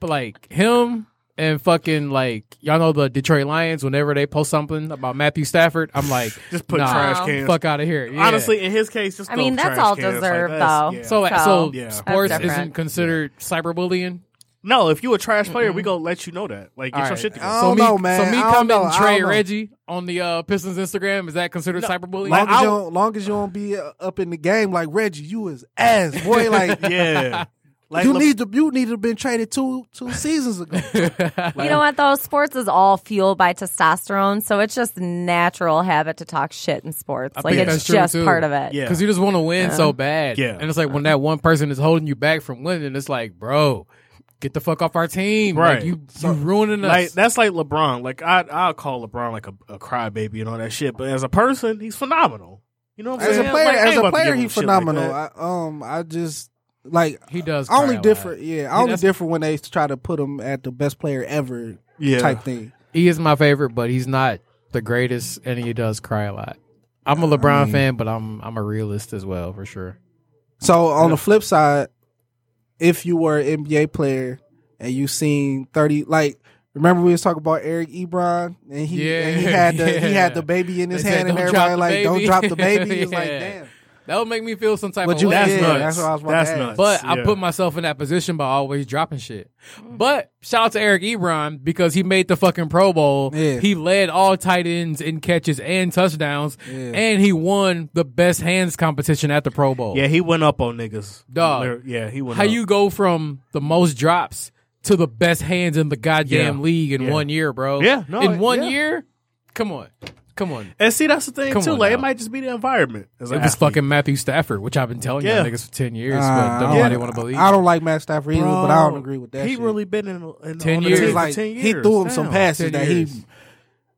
Speaker 2: but like him and fucking like y'all know the Detroit Lions. Whenever they post something about Matthew Stafford, I'm like,
Speaker 3: Just put
Speaker 2: nah,
Speaker 3: trash cans.
Speaker 2: fuck out of here. Yeah.
Speaker 3: Honestly, in his case, just
Speaker 5: I
Speaker 3: throw
Speaker 5: mean, that's
Speaker 3: trash
Speaker 5: all
Speaker 3: cans. Like,
Speaker 5: deserved,
Speaker 3: that's-
Speaker 5: though.
Speaker 3: yeah.
Speaker 2: so like, so,
Speaker 5: So,
Speaker 3: Yeah.
Speaker 2: sports
Speaker 5: that's different.
Speaker 2: isn't considered cyberbullying.
Speaker 3: No, if you a trash player, we gonna let you know that. Like
Speaker 2: Mm.
Speaker 3: get
Speaker 2: All
Speaker 3: your
Speaker 2: right.
Speaker 3: shit together.
Speaker 4: I don't
Speaker 2: so me,
Speaker 4: know, man.
Speaker 2: So me
Speaker 4: I don't
Speaker 2: coming
Speaker 4: know. I
Speaker 2: Trey
Speaker 4: don't know.
Speaker 2: Reggie on the uh, Pistons Instagram is that considered cyberbullying?
Speaker 3: Like,
Speaker 4: Long as,
Speaker 3: I
Speaker 4: you
Speaker 3: would-
Speaker 4: don't, long as you don't be uh, up in the game like Reggie, you is ass boy. Like
Speaker 3: yeah. Like
Speaker 4: you
Speaker 3: Le-
Speaker 4: need to you need to have been traded two two seasons ago.
Speaker 5: you know what though? Sports is all fueled by testosterone, so it's just natural habit to talk shit in sports. like
Speaker 3: think
Speaker 5: it's
Speaker 2: that's true,
Speaker 5: just
Speaker 2: too.
Speaker 5: part of it.
Speaker 3: Yeah.
Speaker 2: Because you just want to win so bad.
Speaker 3: Yeah.
Speaker 2: And it's like when that one person is holding you back from winning, it's like, bro, get the fuck off our team. Like,
Speaker 3: Right.
Speaker 2: you, you ruining us.
Speaker 3: Like that's like LeBron. Like I I'll call LeBron like a, a crybaby and all that shit. But as a person, he's phenomenal. You know what I'm
Speaker 4: As a
Speaker 3: saying?
Speaker 4: player,
Speaker 3: Like, I ain't
Speaker 4: as
Speaker 3: about
Speaker 4: a
Speaker 3: to give
Speaker 4: player,
Speaker 3: him
Speaker 4: he's
Speaker 3: shit like
Speaker 4: phenomenal.
Speaker 3: that.
Speaker 4: I, um, I just like
Speaker 2: he does.
Speaker 4: I only
Speaker 2: cry a
Speaker 4: different.
Speaker 2: lot.
Speaker 4: Yeah, I only
Speaker 2: that's-
Speaker 4: different when they try to put him at the best player ever
Speaker 3: yeah.
Speaker 4: type thing.
Speaker 2: He is my favorite, but he's not the greatest, and he does cry a lot. I'm a LeBron fan, but I'm I'm a realist as well for sure.
Speaker 4: So on the flip side, if you were an NBA player and you seen thirty, like remember we was talking about Eric Ebron and he and he
Speaker 2: Yeah,
Speaker 4: had the he
Speaker 2: yeah.
Speaker 4: had the baby in his
Speaker 2: They said,
Speaker 4: hand and
Speaker 2: "Don't
Speaker 4: everybody
Speaker 2: drop the
Speaker 4: like don't
Speaker 2: baby."
Speaker 4: drop the baby. It's like
Speaker 2: Yeah.
Speaker 4: damn.
Speaker 2: That would make me feel some type
Speaker 4: But
Speaker 2: of
Speaker 4: you-
Speaker 2: way.
Speaker 3: That's
Speaker 4: Yeah,
Speaker 3: nuts.
Speaker 4: that's what I was about
Speaker 3: That's
Speaker 4: to ask.
Speaker 3: nuts.
Speaker 2: But I
Speaker 3: Yeah.
Speaker 2: put myself in that position by always dropping shit. But shout out to Eric Ebron because he made the fucking Pro Bowl.
Speaker 4: Yeah.
Speaker 2: He led all tight ends in catches and touchdowns,
Speaker 4: Yeah.
Speaker 2: and he won the best hands competition at the Pro Bowl.
Speaker 3: Yeah, he went up on niggas.
Speaker 2: Dog.
Speaker 3: Lyr- Yeah, he went
Speaker 2: How
Speaker 3: up.
Speaker 2: you go from the most drops to the best hands in the goddamn
Speaker 3: Yeah.
Speaker 2: league in
Speaker 3: Yeah.
Speaker 2: one year, bro?
Speaker 3: Yeah, no,
Speaker 2: in one
Speaker 3: yeah.
Speaker 2: year. Come on, come on.
Speaker 3: And see, that's the thing
Speaker 2: Come
Speaker 3: too.
Speaker 2: on
Speaker 3: Like
Speaker 2: now.
Speaker 3: it might just be the environment. It's ah,
Speaker 2: It was fucking Matthew Stafford, which I've been telling
Speaker 3: Yeah. Uh,
Speaker 2: you niggas for ten years,
Speaker 4: Nah,
Speaker 2: but
Speaker 4: I
Speaker 2: nobody
Speaker 4: don't-
Speaker 2: want to believe.
Speaker 4: I don't like Matt Stafford either, but I don't agree with that.
Speaker 3: He
Speaker 4: shit.
Speaker 3: really been in, in
Speaker 2: 10
Speaker 3: on the
Speaker 2: years.
Speaker 3: team for
Speaker 4: like
Speaker 3: ten years.
Speaker 4: he threw him some
Speaker 3: Damn.
Speaker 4: passes
Speaker 2: 10
Speaker 4: that
Speaker 2: years.
Speaker 4: he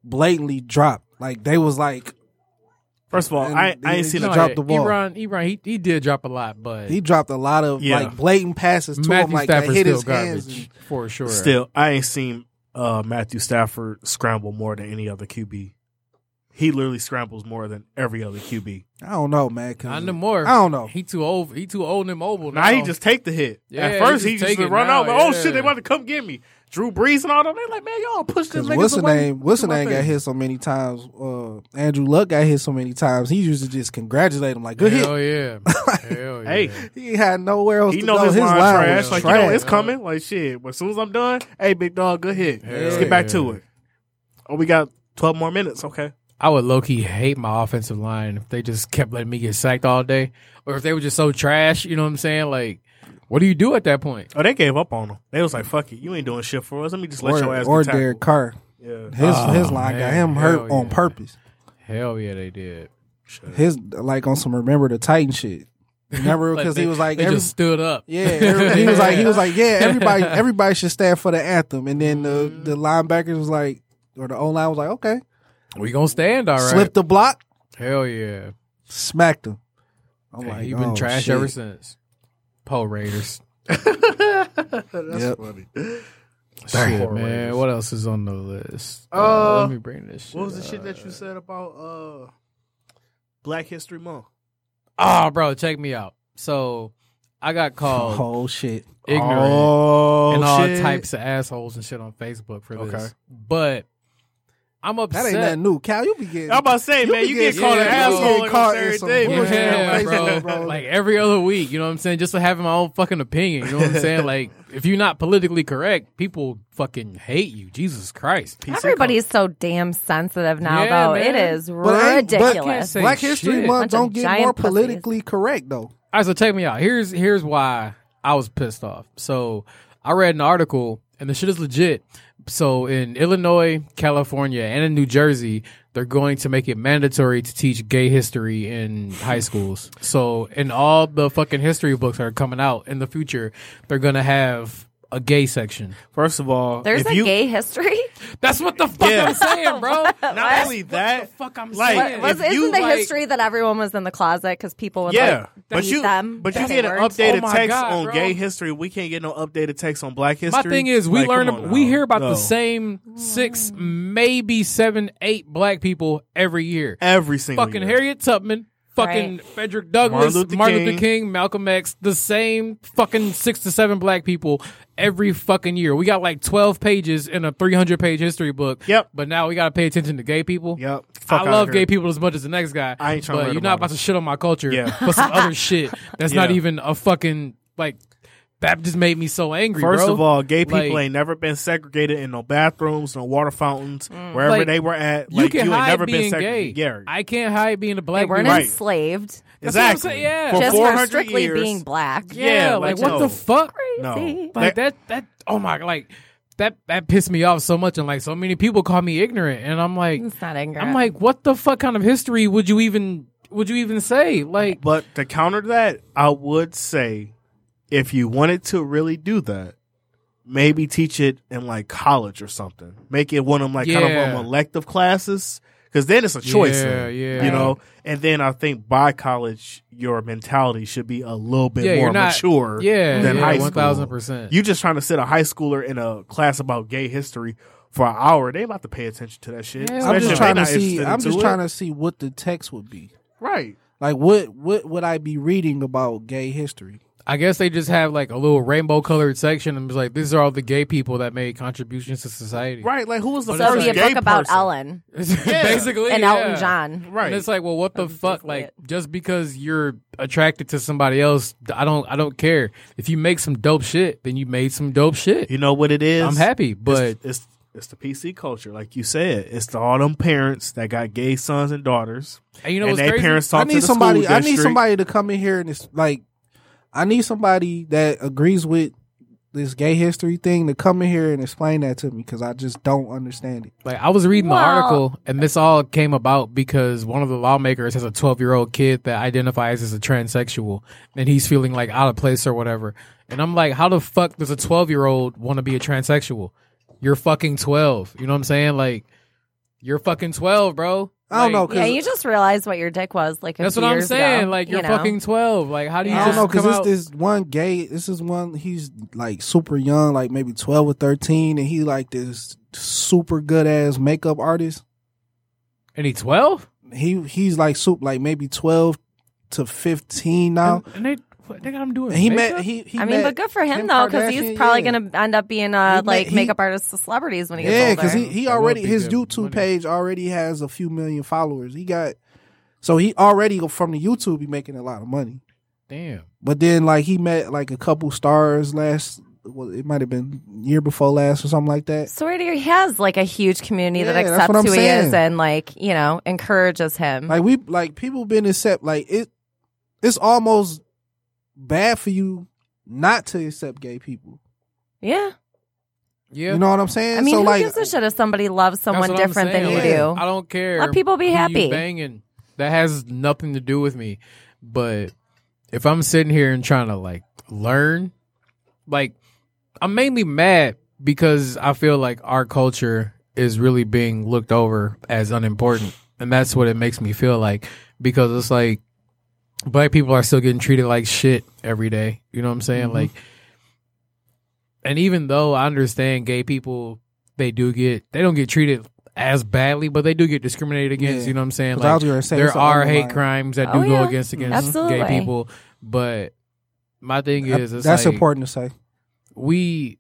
Speaker 4: blatantly dropped. Like they was like
Speaker 3: First of all,
Speaker 4: And
Speaker 3: I, I
Speaker 4: he-
Speaker 3: ain't seen
Speaker 4: he
Speaker 3: a
Speaker 2: No,
Speaker 4: dropped
Speaker 2: yeah,
Speaker 4: the ball.
Speaker 2: Ebron, Ebron, he, he did drop a lot, but
Speaker 4: he dropped a lot of
Speaker 3: Yeah.
Speaker 4: like blatant passes to him,
Speaker 2: Matthew
Speaker 4: like that
Speaker 2: Stafford's
Speaker 4: hit
Speaker 2: still
Speaker 4: his
Speaker 2: garbage
Speaker 4: hands. and-
Speaker 2: for sure.
Speaker 3: Still, I ain't seen uh, Matthew Stafford scramble more than any other QB. He literally scrambles more than every other QB.
Speaker 4: I don't know, man. 'cause-
Speaker 2: not no more.
Speaker 4: Mm-hmm. I don't know.
Speaker 2: He too old. He too old and mobile.
Speaker 3: Now
Speaker 4: Oh.
Speaker 3: he just take the hit.
Speaker 2: Yeah,
Speaker 3: At first,
Speaker 2: he
Speaker 3: he
Speaker 2: just
Speaker 3: just,
Speaker 2: take it
Speaker 3: run
Speaker 2: now,
Speaker 3: out. Like, oh
Speaker 2: yeah.
Speaker 3: shit, they about to come get me. Drew Brees and all them. They like, man, y'all push this
Speaker 4: Because
Speaker 3: niggas
Speaker 4: what's the
Speaker 3: away.
Speaker 4: name? What's the
Speaker 3: Do my
Speaker 4: name? Got
Speaker 3: thing.
Speaker 4: hit so many times. Uh, Andrew Luck got hit so many times. He used to just congratulate him like, "Good hit."
Speaker 2: Hell yeah. Hell yeah.
Speaker 3: Hey,
Speaker 4: He had nowhere else
Speaker 3: he
Speaker 4: to
Speaker 3: knows
Speaker 4: go.
Speaker 3: his, line trash.
Speaker 4: was
Speaker 3: Like,
Speaker 4: trash.
Speaker 3: you know, it's coming. Like, shit. But as soon as I'm done, hey, big dog, good hit. Let's get back to
Speaker 2: yeah.
Speaker 3: it. Oh, we got 12 more minutes. Okay.
Speaker 2: I would low key hate my offensive line if they just kept letting me get sacked all day, or if they were just so trash. You know what I'm saying? Like, what do you do at that point?
Speaker 3: Oh, they gave up on him. They was like, fuck it. You ain't doing shit for us. Let me just let your
Speaker 4: or
Speaker 3: ass
Speaker 4: or
Speaker 3: get tackled. Ah,
Speaker 4: Derek Carr.
Speaker 3: Yeah.
Speaker 4: His his line got
Speaker 2: man.
Speaker 4: him hurt
Speaker 2: Hell
Speaker 4: on
Speaker 2: yeah.
Speaker 4: purpose.
Speaker 2: Hell yeah, they did.
Speaker 4: His like on some remember the Titan shit. Remember
Speaker 2: Like,
Speaker 4: because
Speaker 2: they-
Speaker 4: he was like
Speaker 2: they
Speaker 4: every-
Speaker 2: just stood up.
Speaker 4: Yeah, every- he was like, he was like, yeah, everybody, everybody should stand for the anthem. And then the
Speaker 3: Mm-hmm.
Speaker 4: the linebackers was like, or the O line was like, okay,
Speaker 2: we gonna stand all right.
Speaker 4: slipped the block,
Speaker 2: Hell yeah.
Speaker 4: smacked him. I'm
Speaker 2: Hey,
Speaker 4: like,
Speaker 2: you've been
Speaker 4: oh,
Speaker 2: trash
Speaker 4: shit.
Speaker 2: ever since. Po Raiders.
Speaker 3: That's
Speaker 4: Yep.
Speaker 3: funny.
Speaker 2: Shit,
Speaker 3: Poor
Speaker 2: man.
Speaker 3: Raiders.
Speaker 2: What else is on the list?
Speaker 3: Uh,
Speaker 2: let me bring this. Shit
Speaker 3: What was the
Speaker 2: up.
Speaker 3: shit that you said about uh Black History Month?
Speaker 2: Oh, bro, check me out. So I got called
Speaker 4: Oh shit!
Speaker 2: ignorant
Speaker 3: Oh,
Speaker 2: and all
Speaker 3: shit.
Speaker 2: types of assholes and shit on Facebook for this.
Speaker 3: Okay.
Speaker 2: But I'm upset.
Speaker 4: That ain't nothing new. Cal, you be getting.
Speaker 3: I'm about to say, man, you get
Speaker 2: get-
Speaker 3: called an
Speaker 2: yeah, you get
Speaker 3: asshole
Speaker 4: caught
Speaker 3: called
Speaker 4: in
Speaker 3: every
Speaker 4: some
Speaker 3: day.
Speaker 4: bullshit.
Speaker 2: Yeah,
Speaker 4: Yeah,
Speaker 2: bro.
Speaker 4: bro.
Speaker 2: Like every other week, you know what I'm saying? Just for having my own fucking opinion, you know what I'm saying? Like if you're not politically correct, people fucking hate you. Jesus Christ.
Speaker 5: Everybody's so damn sensitive now,
Speaker 2: Yeah,
Speaker 5: though.
Speaker 2: man.
Speaker 5: It is
Speaker 4: I ain't- but-
Speaker 5: ridiculous.
Speaker 2: Say
Speaker 4: Black History
Speaker 2: shit.
Speaker 4: Month
Speaker 5: Bunch of
Speaker 4: don't get
Speaker 5: giant
Speaker 4: more
Speaker 5: pussies.
Speaker 4: politically correct though.
Speaker 2: All right, so check me out. Here's here's why I was pissed off. So I read an article, and the shit is legit. So in Illinois, California, and in New Jersey, they're going to make it mandatory to teach gay history in high schools. So in all the fucking history books that are coming out in the future, they're gonna have a gay section.
Speaker 3: First of all,
Speaker 5: There's
Speaker 3: if
Speaker 5: a
Speaker 3: you,
Speaker 5: gay history.
Speaker 2: That's what the fuck
Speaker 3: Yeah.
Speaker 2: I'm saying, bro.
Speaker 3: Not only that,
Speaker 2: fuck I'm
Speaker 3: like,
Speaker 2: saying.
Speaker 3: if
Speaker 5: Was, isn't
Speaker 3: you,
Speaker 5: the
Speaker 3: like-
Speaker 5: history that everyone was in the closet because people would
Speaker 3: Yeah,
Speaker 5: like
Speaker 3: but
Speaker 5: beat
Speaker 3: you
Speaker 5: them?
Speaker 3: but you
Speaker 5: because
Speaker 3: get
Speaker 5: they
Speaker 3: an
Speaker 5: weren't?
Speaker 3: updated
Speaker 2: Oh my
Speaker 3: text
Speaker 2: God,
Speaker 3: on
Speaker 2: bro.
Speaker 3: gay history. We can't get no updated text on Black history.
Speaker 2: My thing is, we
Speaker 3: Like,
Speaker 2: learn,
Speaker 3: come on
Speaker 2: we
Speaker 3: now.
Speaker 2: hear about
Speaker 3: No.
Speaker 2: the same six, maybe seven, eight black people every year.
Speaker 3: every single
Speaker 2: fucking
Speaker 3: year.
Speaker 2: Harriet Tubman, fucking
Speaker 5: Right.
Speaker 2: Frederick Douglass,
Speaker 3: Martin Luther
Speaker 2: Martin, Luther King. Malcolm X, the same fucking six to seven black people every fucking year. We got like 12 pages in a 300 page history book.
Speaker 3: Yep.
Speaker 2: But now we got to pay attention to gay people.
Speaker 3: Yep. Fuck
Speaker 2: I
Speaker 3: outta
Speaker 2: love
Speaker 3: here.
Speaker 2: gay people as much as the next guy.
Speaker 3: I ain't tryna
Speaker 2: But
Speaker 3: learn
Speaker 2: you're
Speaker 3: about
Speaker 2: not about
Speaker 3: them.
Speaker 2: to shit on my culture
Speaker 3: Yeah.
Speaker 2: for some other shit that's not
Speaker 3: Yeah.
Speaker 2: even a fucking, like, that just made me so angry.
Speaker 3: First
Speaker 2: bro.
Speaker 3: of all, gay people
Speaker 2: Like-
Speaker 3: ain't never been segregated in no bathrooms, no water fountains,
Speaker 5: Mm.
Speaker 3: wherever
Speaker 2: Like,
Speaker 3: they were at.
Speaker 2: you
Speaker 3: Like,
Speaker 2: can
Speaker 3: ain't
Speaker 2: hide
Speaker 3: never
Speaker 2: being
Speaker 3: been segregated.
Speaker 2: gay.
Speaker 3: Yeah,
Speaker 2: I can't hide being a
Speaker 5: They
Speaker 2: black
Speaker 5: weren't
Speaker 2: dude.
Speaker 3: Right.
Speaker 5: enslaved
Speaker 2: That's what I'm
Speaker 3: exactly.
Speaker 2: saying, yeah.
Speaker 3: For
Speaker 5: just
Speaker 3: four
Speaker 5: for
Speaker 3: hundred
Speaker 5: strictly
Speaker 3: years,
Speaker 5: being black.
Speaker 2: Yeah,
Speaker 3: Yeah,
Speaker 2: like,
Speaker 3: like,
Speaker 2: what
Speaker 3: no.
Speaker 2: the fuck?
Speaker 5: Crazy.
Speaker 3: No.
Speaker 2: Like that, that. Oh my, like that. That pissed me off so much, and like so many people call me ignorant, and I'm like,
Speaker 5: It's not anger.
Speaker 2: I'm like, what the fuck kind of history would you even would you even say? Like,
Speaker 3: But to counter that, I would say if you wanted to really do that, maybe teach it in like college or something. Make it one of them like kind of
Speaker 2: Yeah.
Speaker 3: um, elective classes. Cause then it's a choice,
Speaker 2: Yeah,
Speaker 3: then,
Speaker 2: yeah.
Speaker 3: you know. And then I think by college, your mentality should be a little bit
Speaker 2: yeah,
Speaker 3: more
Speaker 2: you're not
Speaker 3: mature
Speaker 2: Yeah,
Speaker 3: than
Speaker 2: yeah,
Speaker 3: high
Speaker 2: one thousand
Speaker 3: school.
Speaker 2: percent.
Speaker 3: You just trying to sit a high schooler in a class about gay history for an hour. They about to pay attention to that shit.
Speaker 2: Yeah,
Speaker 4: I'm
Speaker 3: especially
Speaker 4: just
Speaker 3: if they
Speaker 4: trying to
Speaker 3: not
Speaker 4: see.
Speaker 3: interested
Speaker 4: I'm
Speaker 3: into
Speaker 4: just
Speaker 3: it.
Speaker 4: trying to see what the text would be.
Speaker 3: right.
Speaker 4: Like what what would I be reading about gay history?
Speaker 2: I guess they just have like a little rainbow colored section and be like, these are all the gay people that made contributions to society.
Speaker 3: Right, like who was the
Speaker 2: So
Speaker 5: so it'll
Speaker 3: first
Speaker 5: be a
Speaker 3: gay
Speaker 5: book about
Speaker 3: person?
Speaker 5: Ellen
Speaker 2: Basically,
Speaker 5: and
Speaker 2: yeah.
Speaker 5: Elton John.
Speaker 2: And
Speaker 3: Right,
Speaker 2: it's like, well, what the
Speaker 5: That's
Speaker 2: fuck?
Speaker 5: just
Speaker 2: Like,
Speaker 5: it.
Speaker 2: just because you're attracted to somebody else, I don't, I don't care. If you make some dope shit, then you made some dope shit.
Speaker 3: You know what it is?
Speaker 2: I'm happy, but
Speaker 3: it's, it's it's the PC culture, like you said. It's the, all them parents that got gay sons and daughters,
Speaker 2: and you know
Speaker 3: and
Speaker 2: what's
Speaker 3: their
Speaker 2: crazy?
Speaker 3: parents
Speaker 4: I
Speaker 3: talk to
Speaker 4: need
Speaker 3: the
Speaker 4: somebody.
Speaker 3: school
Speaker 4: I need
Speaker 3: district.
Speaker 4: somebody to come in here and it's like, I need somebody that agrees with this gay history thing to come in here and explain that to me because I just don't understand it.
Speaker 2: Like I was reading
Speaker 5: Well-
Speaker 2: the article, and this all came about because one of the lawmakers has a 12 year old kid that identifies as a transsexual, and he's feeling like out of place or whatever. And I'm like, how the fuck does a 12 year old want to be a transsexual? You're fucking 12. You know what I'm saying? Like, you're fucking 12, bro.
Speaker 4: I don't know.
Speaker 2: Like,
Speaker 4: 'cause-
Speaker 5: Yeah, you just realized what your dick was like. A
Speaker 2: That's
Speaker 5: few
Speaker 2: what I'm
Speaker 5: years
Speaker 2: saying.
Speaker 5: ago,
Speaker 2: like,
Speaker 5: you
Speaker 2: you're
Speaker 5: know?
Speaker 2: fucking 12. Like, how do you
Speaker 4: I
Speaker 5: Yeah.
Speaker 4: don't
Speaker 2: just
Speaker 4: know
Speaker 2: come
Speaker 4: because
Speaker 2: out?
Speaker 4: this, this one gay. This is one. He's like super young, like maybe twelve or thirteen, and he like this super good ass makeup artist.
Speaker 2: and he's 12?
Speaker 4: He he's like soup, like maybe twelve to fifteen now.
Speaker 2: And, and they, what, they got him doing
Speaker 4: And Uh, he
Speaker 2: makeup?
Speaker 4: met. He, he
Speaker 5: I mean,
Speaker 4: met
Speaker 5: but good for him
Speaker 4: Kim
Speaker 5: though, because he's
Speaker 4: Kardashian,
Speaker 5: probably
Speaker 4: yeah.
Speaker 5: gonna end up being a
Speaker 4: He met-
Speaker 5: like
Speaker 4: he-
Speaker 5: makeup artist to celebrities when he gets
Speaker 4: Yeah,
Speaker 5: older.
Speaker 4: because he, he
Speaker 2: That would
Speaker 4: already
Speaker 2: be
Speaker 4: his
Speaker 2: good
Speaker 4: YouTube
Speaker 2: money.
Speaker 4: page already has a few million followers. He got so he already go- from the YouTube he making a lot of money.
Speaker 2: Damn.
Speaker 4: But then like he met like a couple stars last. Well, it might have been year before last or something like that.
Speaker 5: So he has like a huge community
Speaker 4: Yeah,
Speaker 5: that
Speaker 4: that's what
Speaker 5: accepts
Speaker 4: I'm
Speaker 5: who he is
Speaker 4: saying.
Speaker 5: and like you know encourages
Speaker 2: Mm-hmm.
Speaker 5: him.
Speaker 4: Like we like people been accept like it. It's almost bad for you not to accept gay people.
Speaker 5: yeah,
Speaker 2: Yeah.
Speaker 4: You know what I'm saying?
Speaker 5: I mean,
Speaker 4: so
Speaker 5: who
Speaker 4: like
Speaker 5: gives a shit if somebody loves
Speaker 2: That's
Speaker 5: someone
Speaker 2: what I'm
Speaker 5: different than
Speaker 2: saying.
Speaker 5: you
Speaker 4: Yeah.
Speaker 5: do?
Speaker 2: I don't care.
Speaker 5: Let people be
Speaker 2: who you
Speaker 5: happy.
Speaker 2: banging that has nothing to do with me. But if I'm sitting here and trying to like learn, like I'm mainly mad because I feel like our culture is really being looked over as unimportant, and that's what it makes me feel like because it's like black people are still getting treated like shit every day. You know what I'm
Speaker 5: Mm-hmm.
Speaker 2: saying? Like, and even though I understand gay people, they do get they don't get treated as badly, but they do get discriminated against.
Speaker 4: Yeah.
Speaker 2: You know what I'm saying?
Speaker 4: 'Cause I was gonna say, it's
Speaker 2: there
Speaker 4: an
Speaker 2: are
Speaker 4: underlying-
Speaker 2: hate crimes that do
Speaker 5: Oh,
Speaker 2: go
Speaker 5: yeah.
Speaker 2: against against
Speaker 5: Absolutely.
Speaker 2: gay people, but my thing is, it's
Speaker 4: that's
Speaker 2: like,
Speaker 4: important to say.
Speaker 2: we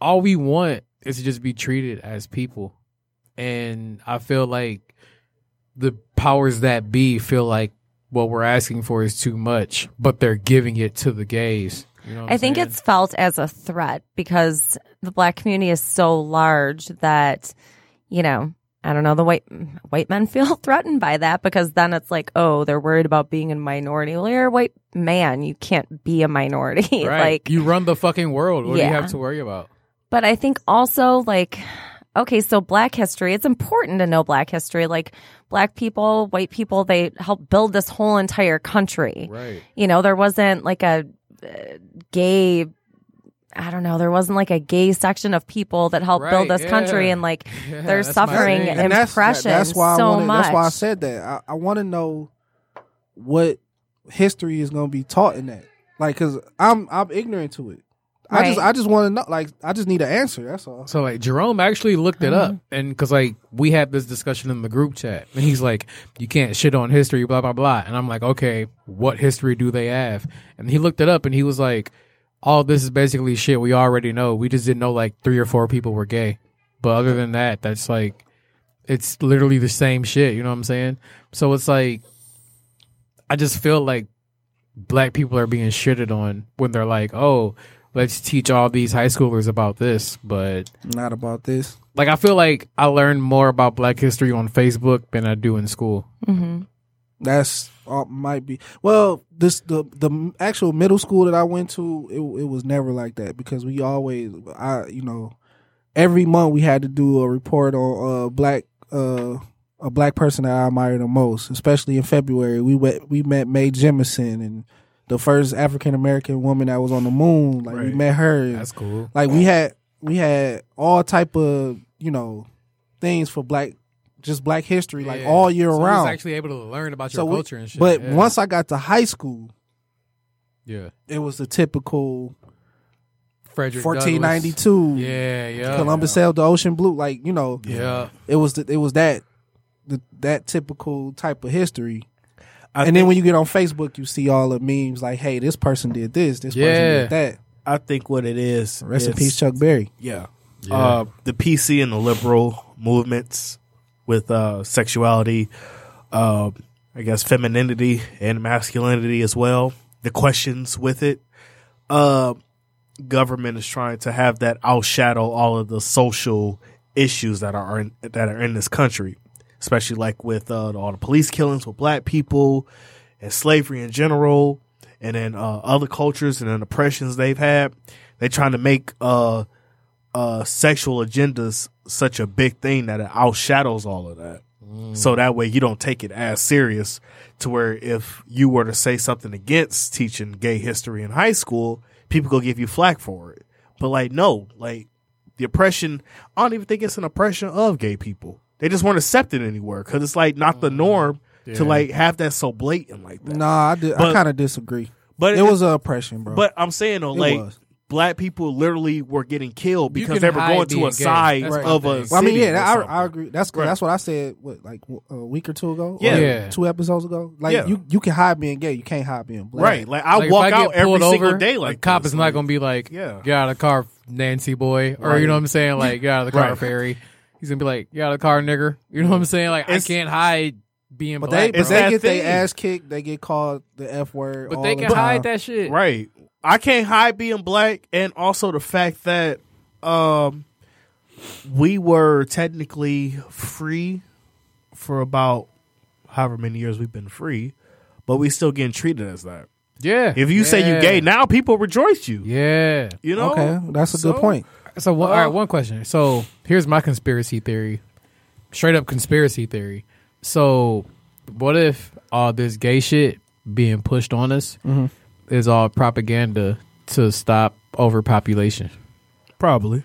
Speaker 2: all we want is to just be treated as people and i feel like the powers that be feel like what we're asking for is too much but they're giving it to the gays you know what
Speaker 5: I
Speaker 2: I'm
Speaker 5: think
Speaker 2: saying?
Speaker 5: it's felt as a threat because the black community is so large that, you know, I don't know, the white white men feel threatened by that because then it's like, oh, they're worried about being a minority. Well, you're a white man, you can't be a minority.
Speaker 2: right.
Speaker 5: like
Speaker 2: you run the fucking world what do
Speaker 5: Yeah.
Speaker 2: you have to worry about
Speaker 5: but I think also like okay, so black history, it's important to know black history. Like black people, white people, they helped build this whole entire country
Speaker 2: right
Speaker 5: you know, there wasn't like a uh, gay. I don't know. There wasn't like a gay section of people that helped build
Speaker 2: Right,
Speaker 5: this country,
Speaker 2: yeah.
Speaker 5: and like
Speaker 2: Yeah,
Speaker 5: they're
Speaker 2: that's my
Speaker 5: suffering
Speaker 2: thing.
Speaker 5: and,
Speaker 4: And that's- that-
Speaker 5: impressions
Speaker 4: That's why I
Speaker 5: so
Speaker 4: wanted,
Speaker 5: much.
Speaker 4: That's why I said that. I, I want to know what history is going to be taught in that. Like, cause I'm I'm ignorant to it. I just
Speaker 5: Right.
Speaker 4: I just want to know. Like, I just need an answer. That's all.
Speaker 2: So like Jerome actually looked it up, and because like we had this discussion in the group chat, and he's like, "You can't shit on history, blah blah blah," and I'm like, "Okay, what history do they have?" And he looked it up, and he was like, "All this is basically shit we already know. We just didn't know like three or four people were gay, but other than that, that's like, it's literally the same shit. You know what I'm saying? So it's like, I just feel like black people are being shitted on when they're like, oh, let's teach all these high schoolers about this. But
Speaker 4: Not about this.
Speaker 2: like, I feel like I learned more about black history on Facebook than I do in school.
Speaker 5: Mm-hmm.
Speaker 4: That's all might be. Well, this the the actual middle school that I went to, it it was never like that because we always I you know every month we had to do a report on uh black uh a black person that I admire the most, especially in February. We went, we met Mae Jemison and the first African American woman that was on the moon. Like we
Speaker 3: Right.
Speaker 4: met her. and-
Speaker 2: That's cool.
Speaker 4: like we had we had all type of you know things for black just black history like all year
Speaker 2: so I was
Speaker 4: round
Speaker 2: actually able to learn about
Speaker 4: So
Speaker 2: your
Speaker 4: we-
Speaker 2: culture and shit.
Speaker 4: but
Speaker 2: yeah.
Speaker 4: once i got to high school
Speaker 2: yeah,
Speaker 4: it was the typical
Speaker 2: Frederick Douglass.
Speaker 4: 1492
Speaker 2: Yeah, yeah,
Speaker 4: columbus sailed the ocean blue like you know
Speaker 2: Yeah,
Speaker 4: it was the, it was that the, that typical type of history
Speaker 3: I
Speaker 4: and then when you get on facebook you see all the memes like hey this person did this this
Speaker 2: Yeah.
Speaker 4: person did that
Speaker 3: I think what it is.
Speaker 4: rest in
Speaker 3: is-
Speaker 4: peace chuck berry
Speaker 3: Yeah.
Speaker 2: Yeah.
Speaker 3: Uh, the PC and the liberal movements with uh, sexuality, uh, I guess femininity and masculinity as well. The questions with it. Uh, government is trying to have that outshadow all of the social issues that are in, that are in this country, especially like with uh, all the police killings with black people and slavery in general, and then uh, other cultures and then oppressions they've had. They're trying to make uh, uh, sexual agendas such a big thing that it outshadows all of that. So that way you don't take it as serious to where if you were to say something against teaching gay history in high school, people go give you flack for it. But like no, like the oppression, I don't even think it's an oppression of gay people. They just weren't accepted anywhere because it's like not the norm to
Speaker 2: Yeah.
Speaker 3: like have that so blatant like that.
Speaker 4: nah i, did, I
Speaker 3: But-
Speaker 4: kind of disagree
Speaker 3: but
Speaker 4: it was an oppression bro
Speaker 3: But I'm saying though,
Speaker 4: It
Speaker 3: like
Speaker 4: was.
Speaker 3: black people literally were getting killed
Speaker 2: You
Speaker 3: because
Speaker 2: can
Speaker 3: they were
Speaker 2: hide
Speaker 3: going
Speaker 2: being
Speaker 3: to
Speaker 2: gay.
Speaker 3: a side
Speaker 2: That's my
Speaker 3: of a.
Speaker 2: thing.
Speaker 4: Well, I mean,
Speaker 3: city
Speaker 4: yeah,
Speaker 3: or
Speaker 4: that-
Speaker 3: something.
Speaker 4: I, I agree. That's
Speaker 3: Right.
Speaker 4: that's what I said. What like w- a week or two ago?
Speaker 3: Yeah.
Speaker 4: Or
Speaker 2: Yeah.
Speaker 4: two episodes ago. Like
Speaker 3: Yeah.
Speaker 4: you, you can hide being gay. You can't hide being black.
Speaker 3: Right, like I
Speaker 2: Like, if
Speaker 3: walk
Speaker 2: I get
Speaker 3: out every
Speaker 2: pulled
Speaker 3: single
Speaker 2: over,
Speaker 3: day. Like
Speaker 2: a cop
Speaker 3: this.
Speaker 2: is not gonna be like,
Speaker 3: Yeah.
Speaker 2: get out of the car, Nancy boy, or you know what I'm saying, like get out of the car,
Speaker 3: Right.
Speaker 2: Ferry. He's gonna be like, get out of the car, nigger. You know what I'm saying? Like I
Speaker 3: It's-
Speaker 2: can't hide being
Speaker 4: But
Speaker 2: black.
Speaker 4: they, but
Speaker 2: bro.
Speaker 3: that
Speaker 4: they get
Speaker 3: thing.
Speaker 4: their ass kicked. They get called the f word.
Speaker 2: but
Speaker 4: all
Speaker 2: they
Speaker 4: the
Speaker 2: can hide
Speaker 4: time.
Speaker 2: that shit.
Speaker 3: uh, right. I can't hide being black, and also the fact that um, we were technically free for about however many years we've been free, but we still getting treated as that.
Speaker 2: Yeah.
Speaker 3: If you say you
Speaker 2: Yeah.
Speaker 3: gay now, people rejoice you.
Speaker 2: Yeah.
Speaker 3: You know,
Speaker 4: Okay, that's a
Speaker 3: So-
Speaker 4: good point.
Speaker 2: So one,
Speaker 3: Uh-huh.
Speaker 2: all right, one question. So here's my conspiracy theory, straight up conspiracy theory. So what if all this gay shit being pushed on us
Speaker 3: Mm-hmm.
Speaker 2: is all propaganda to stop overpopulation?
Speaker 3: Probably.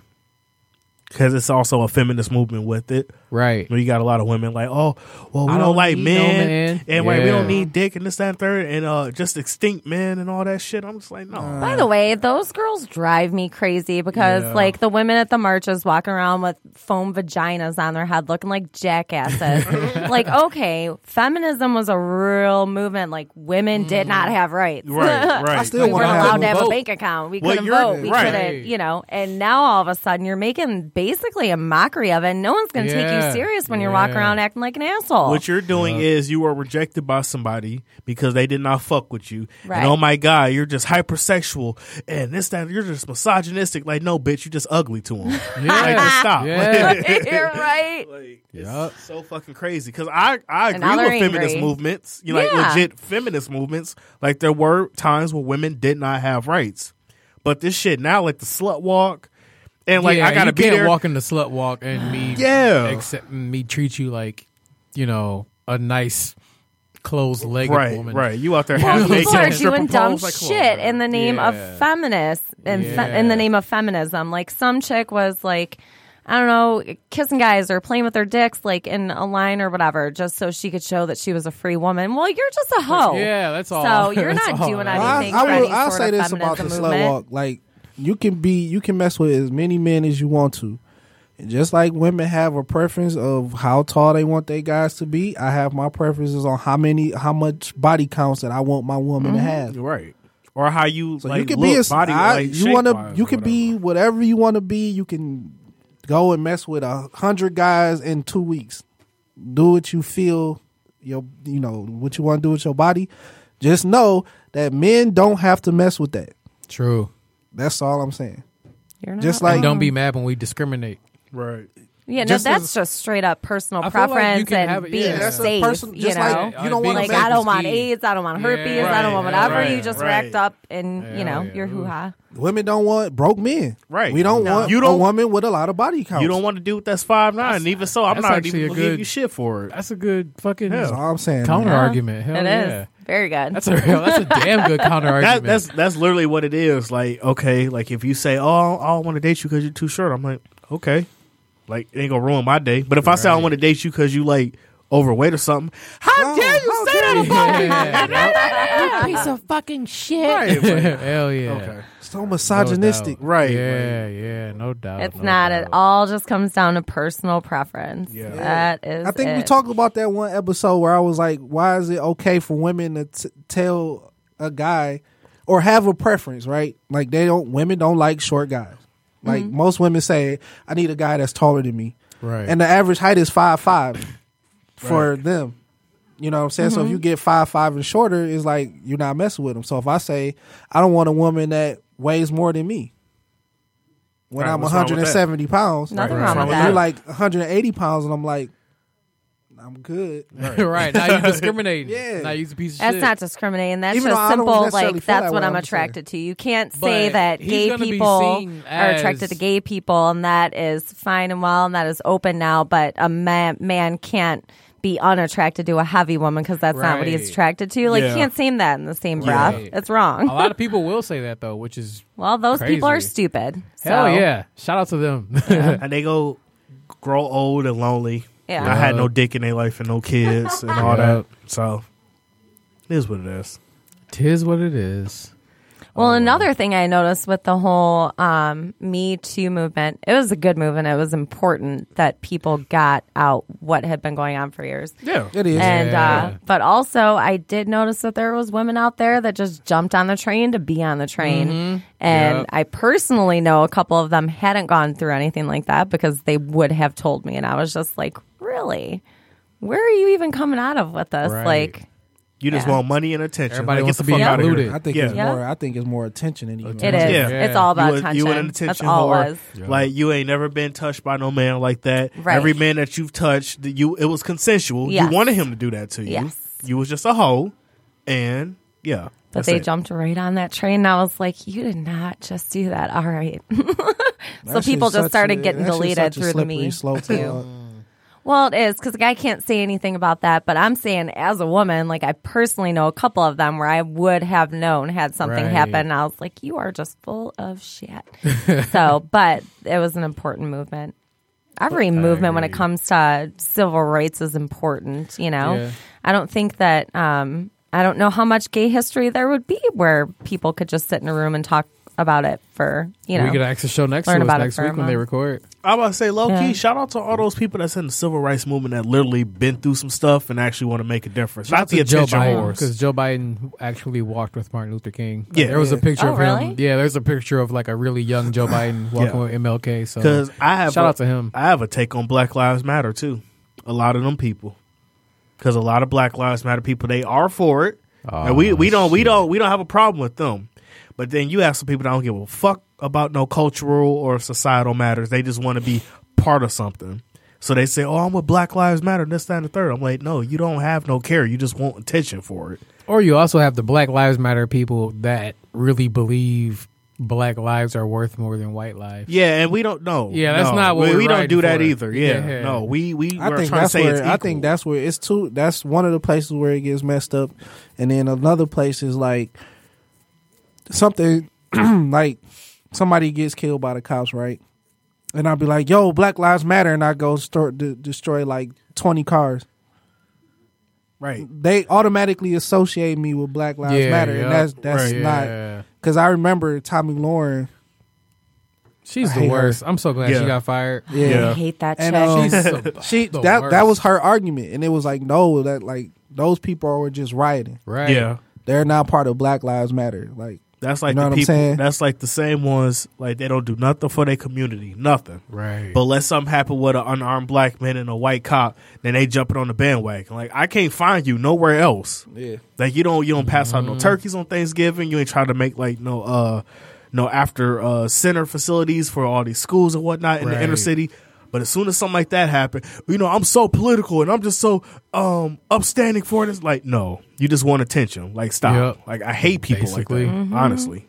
Speaker 3: Because it's also a feminist movement with it.
Speaker 2: Right.
Speaker 3: Where you got a lot of women like, oh, well, we
Speaker 2: I
Speaker 3: don't,
Speaker 2: don't
Speaker 3: like
Speaker 2: need
Speaker 3: men.
Speaker 2: no man.
Speaker 3: And like, we
Speaker 2: Yeah.
Speaker 3: don't need dick and this, that, and third. And uh, just extinct men and all that shit. I'm just like, no.
Speaker 4: Uh,
Speaker 5: By the way, those girls drive me crazy because like the women at the marches walking around with foam vaginas on their head looking like jackasses. like, okay, feminism was a real movement. Like women did not
Speaker 2: Mm-hmm.
Speaker 5: have rights.
Speaker 3: right, right.
Speaker 4: I still
Speaker 5: we
Speaker 4: want
Speaker 5: weren't
Speaker 4: to
Speaker 5: allowed
Speaker 4: have.
Speaker 5: to have
Speaker 2: vote.
Speaker 5: a bank account. We
Speaker 3: Well,
Speaker 5: couldn't
Speaker 3: you're
Speaker 5: vote. We
Speaker 3: right.
Speaker 5: couldn't, you know. And now all of a sudden, you're making basically a mockery of it. No one's going to take
Speaker 2: Yeah.
Speaker 5: you serious when you're walking
Speaker 2: Yeah.
Speaker 5: around acting like an asshole.
Speaker 3: what you're doing is you are rejected by somebody because they did not fuck with you.
Speaker 5: Right.
Speaker 3: And oh my God, you're just hypersexual and this, that, you're just misogynistic. Like, no, bitch, you just ugly to them. Like,
Speaker 2: Yeah.
Speaker 3: just stop.
Speaker 2: Yeah.
Speaker 5: you're right.
Speaker 3: Like,
Speaker 2: Yup.
Speaker 3: it's so fucking crazy because I I
Speaker 5: And
Speaker 3: agree
Speaker 5: now
Speaker 3: with
Speaker 5: they're
Speaker 3: feminist
Speaker 5: angry.
Speaker 3: movements, you know, like
Speaker 5: Yeah.
Speaker 3: legit feminist movements. Like there were times where women did not have rights, but this shit now, like the slut walk, and like
Speaker 2: Yeah,
Speaker 3: I gotta
Speaker 2: you
Speaker 3: be
Speaker 2: can't
Speaker 3: there.
Speaker 2: walk in the slut walk and me
Speaker 3: Yeah.
Speaker 2: accept me treat you like you know a nice closed legged
Speaker 3: right,
Speaker 2: woman
Speaker 3: right. You out there half
Speaker 5: Well, people are
Speaker 3: naked, stripper
Speaker 5: doing dumb
Speaker 3: poles, like, come on,
Speaker 5: shit
Speaker 3: man.
Speaker 5: in the name
Speaker 2: Yeah.
Speaker 5: of feminists and fe-
Speaker 2: Yeah.
Speaker 5: in the name of feminism. Like some chick was like, I don't know, kissing guys or playing with their dicks like in a line or whatever, just so she could show that she was a free woman. Well, you're just a hoe.
Speaker 2: yeah, that's all.
Speaker 5: So you're
Speaker 2: That's
Speaker 5: not
Speaker 2: all.
Speaker 5: doing
Speaker 2: Well,
Speaker 4: I,
Speaker 5: anything.
Speaker 4: I
Speaker 5: for
Speaker 4: will.
Speaker 5: any
Speaker 4: I'll
Speaker 5: sort
Speaker 4: say
Speaker 5: of
Speaker 4: this about the
Speaker 5: feminism
Speaker 4: slut
Speaker 5: movement.
Speaker 4: walk. Like you can be, you can mess with as many men as you want to. And just like women have a preference of how tall they want their guys to be, I have my preferences on how many, how much body counts that I want my woman
Speaker 5: Mm-hmm.
Speaker 4: to have.
Speaker 3: right? Or how you
Speaker 4: So
Speaker 3: like
Speaker 4: you can
Speaker 3: look,
Speaker 4: be a
Speaker 3: body,
Speaker 4: I-
Speaker 3: like,
Speaker 4: you want to
Speaker 3: shape-wise
Speaker 4: you
Speaker 3: or
Speaker 4: can be whatever you want to be. You can go and mess with a hundred guys in two weeks. Do what you feel your you know what you want to do with your body. Just know that men don't have to mess with that.
Speaker 2: True.
Speaker 4: That's all I'm saying.
Speaker 5: You're not
Speaker 4: Just like-
Speaker 2: And don't be
Speaker 3: mm.
Speaker 5: wrong.
Speaker 2: mad when we discriminate.
Speaker 3: Right.
Speaker 5: Yeah, no,
Speaker 4: just
Speaker 5: that's
Speaker 4: as-
Speaker 5: just straight up personal
Speaker 2: I feel like you
Speaker 5: preference
Speaker 2: can
Speaker 5: and
Speaker 2: have it-
Speaker 5: being
Speaker 2: yeah, that's
Speaker 4: a
Speaker 5: safe.
Speaker 4: person-
Speaker 5: you
Speaker 4: just
Speaker 5: know,
Speaker 4: like,
Speaker 2: you don't
Speaker 5: like,
Speaker 2: wanna
Speaker 5: I
Speaker 2: make
Speaker 5: don't want
Speaker 2: it ski.
Speaker 5: AIDS, I don't want
Speaker 2: Yeah,
Speaker 5: herpes, I don't want
Speaker 2: right,
Speaker 5: whatever.
Speaker 2: right,
Speaker 5: you just
Speaker 3: right.
Speaker 5: racked up and you know
Speaker 2: yeah,
Speaker 5: your
Speaker 2: ooh.
Speaker 5: hoo ha.
Speaker 4: Women don't want broke men.
Speaker 3: Right.
Speaker 4: We don't
Speaker 5: No.
Speaker 4: want
Speaker 3: You
Speaker 4: a
Speaker 3: don't-
Speaker 4: woman with a lot of body count.
Speaker 3: You don't want to do that's five nine.
Speaker 2: That's-
Speaker 3: even so, I'm
Speaker 2: Oh. that's
Speaker 3: not
Speaker 2: actually
Speaker 3: even
Speaker 2: a
Speaker 3: gonna give
Speaker 2: good-
Speaker 3: you shit for it.
Speaker 2: That's a good fucking
Speaker 4: That's all I'm saying.
Speaker 2: counter
Speaker 4: man.
Speaker 2: argument. Hell
Speaker 5: It is
Speaker 2: yeah.
Speaker 5: very good.
Speaker 2: That's a real, that's a damn good counter
Speaker 3: That,
Speaker 2: argument.
Speaker 3: that's that's literally what it is. Like okay, like if you say, "Oh, I don't want to date you because you're too short," I'm like, okay, like it ain't gonna ruin my day. But if I say I want to date you because you like overweight or something, how
Speaker 4: Oh,
Speaker 3: dare you
Speaker 4: how
Speaker 3: say
Speaker 4: dare
Speaker 3: that
Speaker 4: you.
Speaker 3: about me?
Speaker 2: Yeah.
Speaker 6: piece of fucking shit.
Speaker 3: Right, like,
Speaker 2: Hell yeah.
Speaker 3: okay,
Speaker 4: So
Speaker 2: No
Speaker 4: misogynistic.
Speaker 2: doubt.
Speaker 3: Right,
Speaker 2: Yeah, yeah, no doubt.
Speaker 5: it's
Speaker 2: no
Speaker 5: not
Speaker 2: doubt.
Speaker 5: at all. Just comes down to personal preference.
Speaker 3: Yeah.
Speaker 5: That is.
Speaker 4: I think we
Speaker 5: it.
Speaker 4: talked about that one episode where I was like, why is it okay for women to t- tell a guy or have a preference, right? Like they don't women don't like short guys. Like
Speaker 5: Mm-hmm.
Speaker 4: most women say, I need a guy that's taller than me.
Speaker 2: Right.
Speaker 4: And the average height is five five for them. You know what I'm saying? So if
Speaker 5: Mm-hmm.
Speaker 4: you get five five and shorter, it's like you're not messing with them. So if I say I don't want a woman that weighs more than me. When
Speaker 3: Right,
Speaker 4: I'm
Speaker 3: what's wrong with that?
Speaker 4: 170 pounds,
Speaker 5: Nothing
Speaker 2: Right,
Speaker 5: wrong
Speaker 2: right.
Speaker 5: with
Speaker 4: and
Speaker 5: that.
Speaker 4: you're like 180 pounds, and I'm like, I'm good.
Speaker 2: right now, you discriminating.
Speaker 4: Yeah.
Speaker 2: now you're a piece of
Speaker 5: That's
Speaker 2: shit.
Speaker 5: not discriminating. That's
Speaker 4: Even though
Speaker 5: just
Speaker 4: I don't
Speaker 5: simple.
Speaker 4: necessarily
Speaker 5: Like
Speaker 4: feel
Speaker 5: that's
Speaker 4: that
Speaker 5: what
Speaker 4: way,
Speaker 5: I'm
Speaker 4: I'm
Speaker 5: attracted to. You can't say
Speaker 2: But
Speaker 5: that
Speaker 2: he's
Speaker 5: gay
Speaker 2: gonna be
Speaker 5: people
Speaker 2: seen
Speaker 5: are attracted to
Speaker 2: as-
Speaker 5: gay people, and that is fine and well, and that is open now. But a man, man can't be unattracted to a heavy woman because that's not what
Speaker 2: Right.
Speaker 5: he's attracted to. Like
Speaker 3: Yeah.
Speaker 5: you can't say that in the same breath.
Speaker 2: Right.
Speaker 5: It's
Speaker 2: A
Speaker 5: wrong.
Speaker 2: lot of people will say that though, which is
Speaker 5: well, those people are
Speaker 2: Crazy.
Speaker 5: stupid. So,
Speaker 2: hell yeah. Shout out to them.
Speaker 3: and they go grow old and lonely.
Speaker 5: Yeah.
Speaker 3: And I had no dick in their life and no kids and
Speaker 2: Yeah.
Speaker 3: all that. So it is what it is.
Speaker 2: Tis what it is.
Speaker 5: Well, another thing I noticed with the whole um, Me Too movement, it was a good movement. It was important that people got out what had been going on for years.
Speaker 2: Yeah,
Speaker 4: It is.
Speaker 5: And
Speaker 2: Yeah.
Speaker 5: uh, but also, I did notice that there was women out there that just jumped on the train to be on the train, and
Speaker 2: Yep.
Speaker 5: I personally know a couple of them hadn't gone through anything like that because they would have told me, and I was just like, really, where are you even coming out of with this?
Speaker 2: Right.
Speaker 5: Like,
Speaker 3: You just
Speaker 5: Yeah.
Speaker 3: want money and attention.
Speaker 2: Everybody
Speaker 3: Like,
Speaker 2: wants
Speaker 3: get
Speaker 2: to be
Speaker 3: the fuck out of
Speaker 2: included.
Speaker 3: here.
Speaker 4: I think
Speaker 3: Yeah.
Speaker 4: it's
Speaker 5: Yeah.
Speaker 4: more. I think it's more attention than even.
Speaker 5: it is.
Speaker 3: Yeah.
Speaker 5: It's all about
Speaker 3: you, a-
Speaker 5: attention.
Speaker 3: You an attention
Speaker 5: That's all
Speaker 3: whore.
Speaker 5: it was.
Speaker 3: Like you ain't never been touched by no man like that.
Speaker 5: Right.
Speaker 3: Every man that you've touched, that you it was consensual.
Speaker 5: Yes.
Speaker 3: You wanted him to do that to you.
Speaker 5: Yes.
Speaker 3: You was just a hoe, and yeah.
Speaker 5: But
Speaker 3: that's
Speaker 5: they
Speaker 3: it.
Speaker 5: jumped right on that train, and I was like, "You did not just do that, all right." so
Speaker 4: That shit's
Speaker 5: people just
Speaker 4: such
Speaker 5: started
Speaker 4: a-
Speaker 5: getting
Speaker 4: that shit's
Speaker 5: deleted
Speaker 4: such a
Speaker 5: through the
Speaker 4: slippery
Speaker 5: me
Speaker 4: slope,
Speaker 5: too.
Speaker 4: dog.
Speaker 5: Well, it is because I can't say anything about that, but I'm saying as a woman, like I personally know a couple of them where I would have known had something
Speaker 2: Right.
Speaker 5: happened. And I was like, "You are just full of shit." so, but it was an important movement. Every movement when it
Speaker 2: agree.
Speaker 5: comes to civil rights is important. You know,
Speaker 2: Yeah.
Speaker 5: I don't think that um, I don't know how much gay history there would be where people could just sit in a room and talk about it for you know.
Speaker 2: we could uh, ask the show next to
Speaker 5: learn
Speaker 2: us
Speaker 5: about it
Speaker 2: next
Speaker 5: for a
Speaker 2: week when they
Speaker 5: month.
Speaker 2: record.
Speaker 3: I about to say low
Speaker 5: Yeah.
Speaker 3: key. Shout out to all those people that's in the civil rights movement that literally been through some stuff and actually want to make a difference. Not the
Speaker 2: to Joe
Speaker 3: attention
Speaker 2: Biden
Speaker 3: whores.
Speaker 2: because Joe Biden actually walked with Martin Luther King. Like,
Speaker 3: Yeah.
Speaker 2: there was a picture
Speaker 5: Oh,
Speaker 2: of him.
Speaker 5: really?
Speaker 2: Yeah, there's a picture of like a really young Joe Biden walking
Speaker 3: Yeah.
Speaker 2: with MLK. So
Speaker 3: Because I have
Speaker 2: shout
Speaker 3: a-
Speaker 2: out to him.
Speaker 3: I have a take on Black Lives Matter too. A lot of them people, because a lot of Black Lives Matter people they are for it, and we we don't we don't we don't have a problem with them. But then you have some people that don't give a fuck about no cultural or societal matters. They just want to be part of something. So they say, "Oh, I'm with Black Lives Matter." This, that, and the third. I'm like, no, you don't have no care. You just want attention for it.
Speaker 2: Or you also have the Black Lives Matter people that really believe black lives are worth more than white lives.
Speaker 3: Yeah, and we don't know.
Speaker 2: Yeah, that's
Speaker 3: No,
Speaker 2: not what
Speaker 3: we,
Speaker 2: we're
Speaker 3: we don't
Speaker 2: riding
Speaker 3: do that
Speaker 2: for.
Speaker 3: either. Yeah,
Speaker 2: Yeah.
Speaker 3: no, we we
Speaker 4: I
Speaker 3: we're
Speaker 4: think
Speaker 3: trying to
Speaker 4: that's
Speaker 3: say it's
Speaker 4: where I
Speaker 3: equal.
Speaker 4: think that's where it's too. That's one of the places where it gets messed up, and then another place is like something like somebody gets killed by the cops, right? And I'll be like, "Yo, Black Lives Matter," and I go start to destroy like twenty cars.
Speaker 3: right.
Speaker 4: They automatically associate me with Black Lives
Speaker 2: Yeah,
Speaker 4: Matter,
Speaker 2: yeah.
Speaker 4: and that's that's
Speaker 2: Right,
Speaker 4: not
Speaker 2: yeah.
Speaker 4: because I remember Tommy Lauren.
Speaker 2: She's
Speaker 4: I
Speaker 2: the
Speaker 4: hate her.
Speaker 2: worst. I'm so glad
Speaker 3: Yeah.
Speaker 2: she got fired.
Speaker 4: Yeah,
Speaker 5: I hate that chick.
Speaker 4: And, um,
Speaker 2: She's the-
Speaker 4: she
Speaker 2: the
Speaker 4: that that
Speaker 2: worst.
Speaker 4: was her argument, and it was like, no, that like those people were just rioting.
Speaker 2: Right.
Speaker 3: Yeah,
Speaker 4: They're not part of Black Lives Matter. Like
Speaker 3: That's like
Speaker 4: You know
Speaker 3: the
Speaker 4: what I'm
Speaker 3: people.
Speaker 4: saying?
Speaker 3: That's like the same ones. Like they don't do nothing for their community, nothing.
Speaker 2: Right.
Speaker 3: But let something happen with an unarmed black man and a white cop, then they jumping on the bandwagon. Like I can't find you nowhere else.
Speaker 4: Yeah.
Speaker 3: Like you don't you don't pass
Speaker 2: Mm-hmm.
Speaker 3: out no turkeys on Thanksgiving. You ain't trying to make like no uh no after uh center facilities for all these schools and whatnot in the inner
Speaker 2: Right.
Speaker 3: city. But as soon as something like that happened, you know, I'm so political and I'm just so um upstanding for it. It's like, no, you just want attention. Like stop.
Speaker 2: Yep.
Speaker 3: Like I hate people
Speaker 2: Basically.
Speaker 3: like that.
Speaker 5: Mm-hmm.
Speaker 3: Honestly.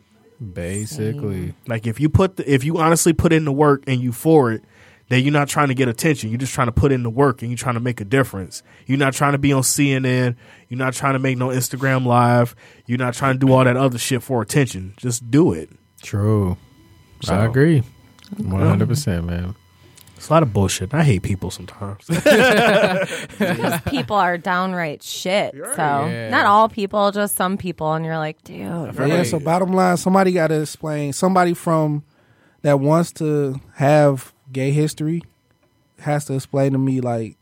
Speaker 2: Basically.
Speaker 3: Like if you put the, if you honestly put in the work and you for it, then you're not trying to get attention. You're just trying to put in the work and you're trying to make a difference. You're not trying to be on CNN. You're not trying to make no Instagram live. You're not trying to do all that other shit for attention. Just do it.
Speaker 2: True. I agree. One hundred percent, man.
Speaker 3: It's a lot of bullshit. I hate people sometimes.
Speaker 5: Because people are downright shit. So
Speaker 2: Yeah.
Speaker 5: not all people, just some people, and you're like, dude.
Speaker 4: But yeah, so bottom line, somebody got to explain. Somebody from that wants to have gay history has to explain to me, like,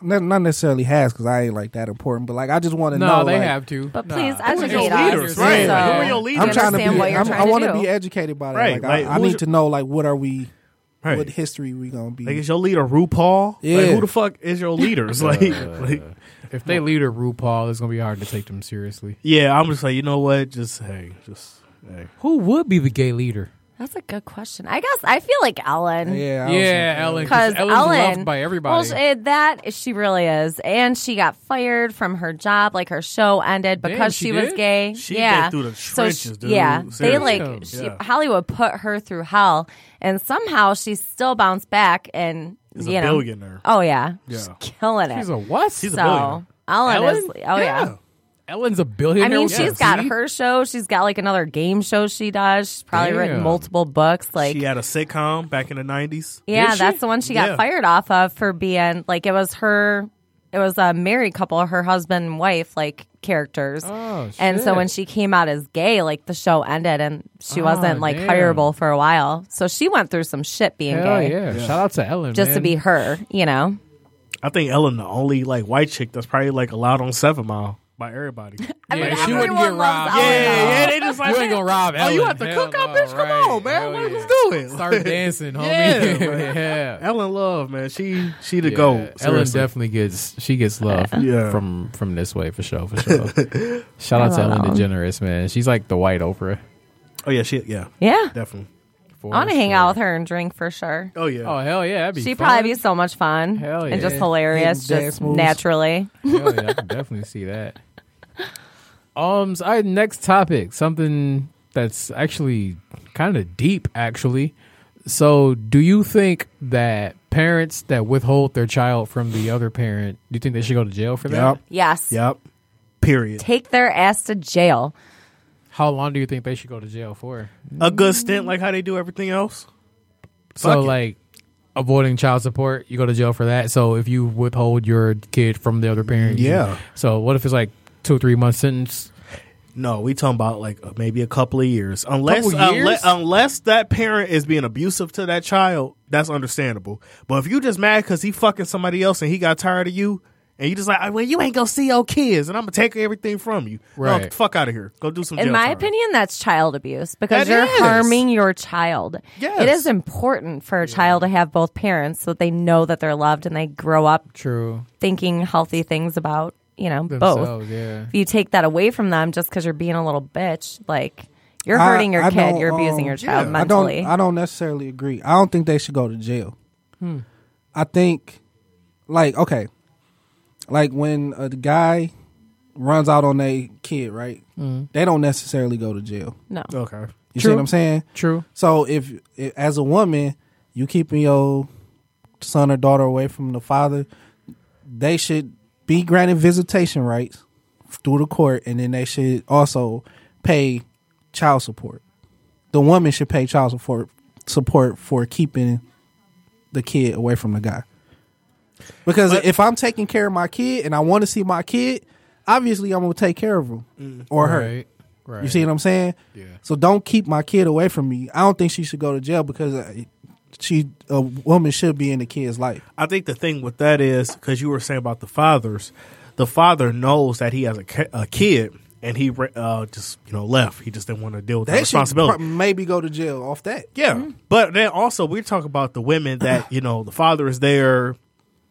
Speaker 4: not, not necessarily has because I ain't like that important, but like I just want to
Speaker 2: No,
Speaker 4: know.
Speaker 2: they
Speaker 4: like,
Speaker 2: have to.
Speaker 5: But please
Speaker 2: Nah.
Speaker 5: educate
Speaker 2: Who are your
Speaker 5: us.
Speaker 2: leaders,
Speaker 5: so
Speaker 2: right?
Speaker 5: So
Speaker 2: Who are your
Speaker 5: we
Speaker 2: leaders?
Speaker 4: I'm trying to be.
Speaker 5: understand what you're
Speaker 4: I'm,
Speaker 5: trying
Speaker 4: I
Speaker 5: to
Speaker 4: wanna
Speaker 5: do.
Speaker 4: be educated by that.
Speaker 3: Right,
Speaker 4: Like,
Speaker 3: like,
Speaker 4: I, I
Speaker 3: who's
Speaker 4: need to know like what are we,
Speaker 3: right.
Speaker 4: what history we gonna be?
Speaker 3: like is your leader RuPaul? Like
Speaker 4: Yeah.
Speaker 3: who the fuck is your leaders? like, like
Speaker 2: If they lead a RuPaul, it's gonna be hard to take them seriously.
Speaker 3: yeah, I'm just like, you know what? Just hey, just hey.
Speaker 2: Who would be the gay leader?
Speaker 5: That's a good question. I guess I feel like Ellen.
Speaker 4: yeah, I was-
Speaker 2: Yeah, Ellen.
Speaker 5: Because
Speaker 2: Because
Speaker 5: Ellen,
Speaker 2: Ellen's loved by everybody.
Speaker 5: Well, she- that she really is, and she got fired from her job. Like her show ended because
Speaker 2: she
Speaker 5: she, was
Speaker 2: did?
Speaker 5: gay.
Speaker 3: She been
Speaker 5: yeah,
Speaker 3: through the
Speaker 5: So she-
Speaker 3: trenches, dude.
Speaker 5: Yeah,
Speaker 3: Seriously.
Speaker 5: they like she,
Speaker 3: Yeah.
Speaker 5: Hollywood put her through hell, and somehow she still bounced back. And
Speaker 3: Is
Speaker 5: you
Speaker 3: a
Speaker 5: know,
Speaker 3: billionaire.
Speaker 5: oh yeah, she's
Speaker 3: Yeah.
Speaker 5: killing it.
Speaker 2: She's a what?
Speaker 3: She's a
Speaker 5: so
Speaker 3: billionaire.
Speaker 5: Ellen, is, oh
Speaker 2: Ellen?
Speaker 5: yeah.
Speaker 2: Ellen's a billionaire.
Speaker 5: I mean,
Speaker 2: with
Speaker 5: she's
Speaker 2: a
Speaker 5: got
Speaker 2: Z?
Speaker 5: her show. She's got like another game show she does. She's probably written
Speaker 2: Damn.
Speaker 5: multiple books. Like,
Speaker 3: she had a sitcom back in the nineties.
Speaker 5: yeah,
Speaker 2: she?
Speaker 5: that's the one she got
Speaker 3: Yeah.
Speaker 5: fired off of for being like it was her. It was a married couple, her husband and wife, like characters.
Speaker 2: Oh,
Speaker 5: and so
Speaker 2: shit. Oh,
Speaker 5: when she came out as gay, like the show ended and she wasn't like
Speaker 2: damn.
Speaker 5: hireable for a while. So she went through some shit being
Speaker 2: Hell
Speaker 5: gay.
Speaker 2: yeah. Shout out to Ellen.
Speaker 5: Just to
Speaker 2: man.
Speaker 5: be her, you know.
Speaker 3: I think Ellen the only like white chick that's probably like allowed on Seven Mile by everybody.
Speaker 5: I mean,
Speaker 2: Yeah, she
Speaker 5: everyone
Speaker 2: wouldn't get
Speaker 5: loves
Speaker 2: robbed.
Speaker 5: Ellen.
Speaker 3: yeah, they just
Speaker 2: You ain't gonna rob Ellen.
Speaker 3: Oh, you have to
Speaker 2: Hell
Speaker 3: cook up,
Speaker 2: no,
Speaker 3: bitch. Come
Speaker 2: right.
Speaker 3: on, man.
Speaker 2: Hell
Speaker 3: Like,
Speaker 2: yeah.
Speaker 3: Oh, Let's do it.
Speaker 2: Start dancing, homie.
Speaker 3: Yeah, bro.
Speaker 2: yeah.
Speaker 3: Ellen Love, man. She she the
Speaker 2: Yeah,
Speaker 3: goat.
Speaker 2: Ellen
Speaker 3: seriously.
Speaker 2: definitely gets she gets love
Speaker 3: Yeah.
Speaker 2: from from this way for sure for sure. Shout out to
Speaker 5: I
Speaker 2: Ellen
Speaker 5: love
Speaker 2: DeGeneres, man. She's like the white Oprah.
Speaker 3: Oh yeah, she yeah,
Speaker 5: Yeah.
Speaker 3: definitely.
Speaker 2: for
Speaker 5: I want to hang
Speaker 2: sure.
Speaker 5: out with her and drink for sure.
Speaker 3: Oh yeah.
Speaker 2: Oh hell yeah, that'd be
Speaker 5: She'd
Speaker 2: fun.
Speaker 5: probably be so much fun
Speaker 2: Hell
Speaker 5: and just
Speaker 2: yeah.
Speaker 5: hilarious,
Speaker 4: Hitting dance
Speaker 5: just
Speaker 4: moves.
Speaker 5: naturally.
Speaker 2: Hell yeah, I can definitely see that. Um, so, all right, next topic, something that's actually kind of deep, actually. So, do you think that parents that withhold their child from the other parent, do you think they should go to jail for that?
Speaker 3: Yep.
Speaker 5: Yes.
Speaker 3: Yep. Period.
Speaker 5: Take their ass to jail.
Speaker 2: How long do you think they should go to jail for?
Speaker 3: A good stint like how they do everything else.
Speaker 2: So,
Speaker 3: Fuck it.
Speaker 2: like, avoiding child support, you go to jail for that. So, if you withhold your kid from the other parent, you-
Speaker 3: Yeah.
Speaker 2: So, what if it's like two or three month sentence?
Speaker 3: No, we talking about like uh, maybe a couple of years. Unless
Speaker 2: Couple years?
Speaker 3: unle- unless that parent is being abusive to that child, that's understandable. But if you just mad because he fucking somebody else and he got tired of you, and you just like, well, you ain't gonna see your kids, and I'm gonna take everything from you. No,
Speaker 2: Right.
Speaker 3: get the fuck out of here. Go do some.
Speaker 5: In
Speaker 3: jail
Speaker 5: my
Speaker 3: time.
Speaker 5: opinion, that's child abuse because
Speaker 3: That
Speaker 5: you're
Speaker 3: is.
Speaker 5: harming your child.
Speaker 3: Yes.
Speaker 5: It is important for a child to have both parents so that they know that they're loved and they grow up
Speaker 2: True.
Speaker 5: thinking healthy things about, you know, both.
Speaker 2: Themselves, yeah.
Speaker 5: If you take that away from them just because you're being a little bitch, like you're
Speaker 4: I-
Speaker 5: hurting your
Speaker 4: I
Speaker 5: kid,
Speaker 4: don't,
Speaker 5: you're abusing
Speaker 4: um,
Speaker 5: your child
Speaker 4: I
Speaker 5: mentally.
Speaker 4: don't. I don't necessarily agree. I don't think they should go to jail. I think, like, okay, like when a guy runs out on a kid, right? They don't necessarily go to jail.
Speaker 5: no.
Speaker 3: Okay.
Speaker 4: You
Speaker 2: True.
Speaker 4: see what I'm saying?
Speaker 2: True.
Speaker 4: So if, if as a woman you keeping your son or daughter away from the father, they should be granted visitation rights through the court, and then they should also pay child support. The woman should pay child support support for keeping the kid away from the guy. Because if I'm taking care of my kid and I want to see my kid, obviously I'm gonna take care of him or her.
Speaker 2: Right. Right.
Speaker 4: You see what I'm saying?
Speaker 2: Yeah.
Speaker 4: So don't keep my kid away from me. I don't think she should go to jail because uh, she a woman should be in the kid's life.
Speaker 3: I think the thing with that is because you were saying about the fathers, the father knows that he has a, ki- a kid and he re- uh, just you know left. He just didn't want to deal with that,
Speaker 4: They should
Speaker 3: responsibility.
Speaker 4: prob- maybe go to jail off that.
Speaker 3: yeah, but then also we talk about the women that you know the father is there,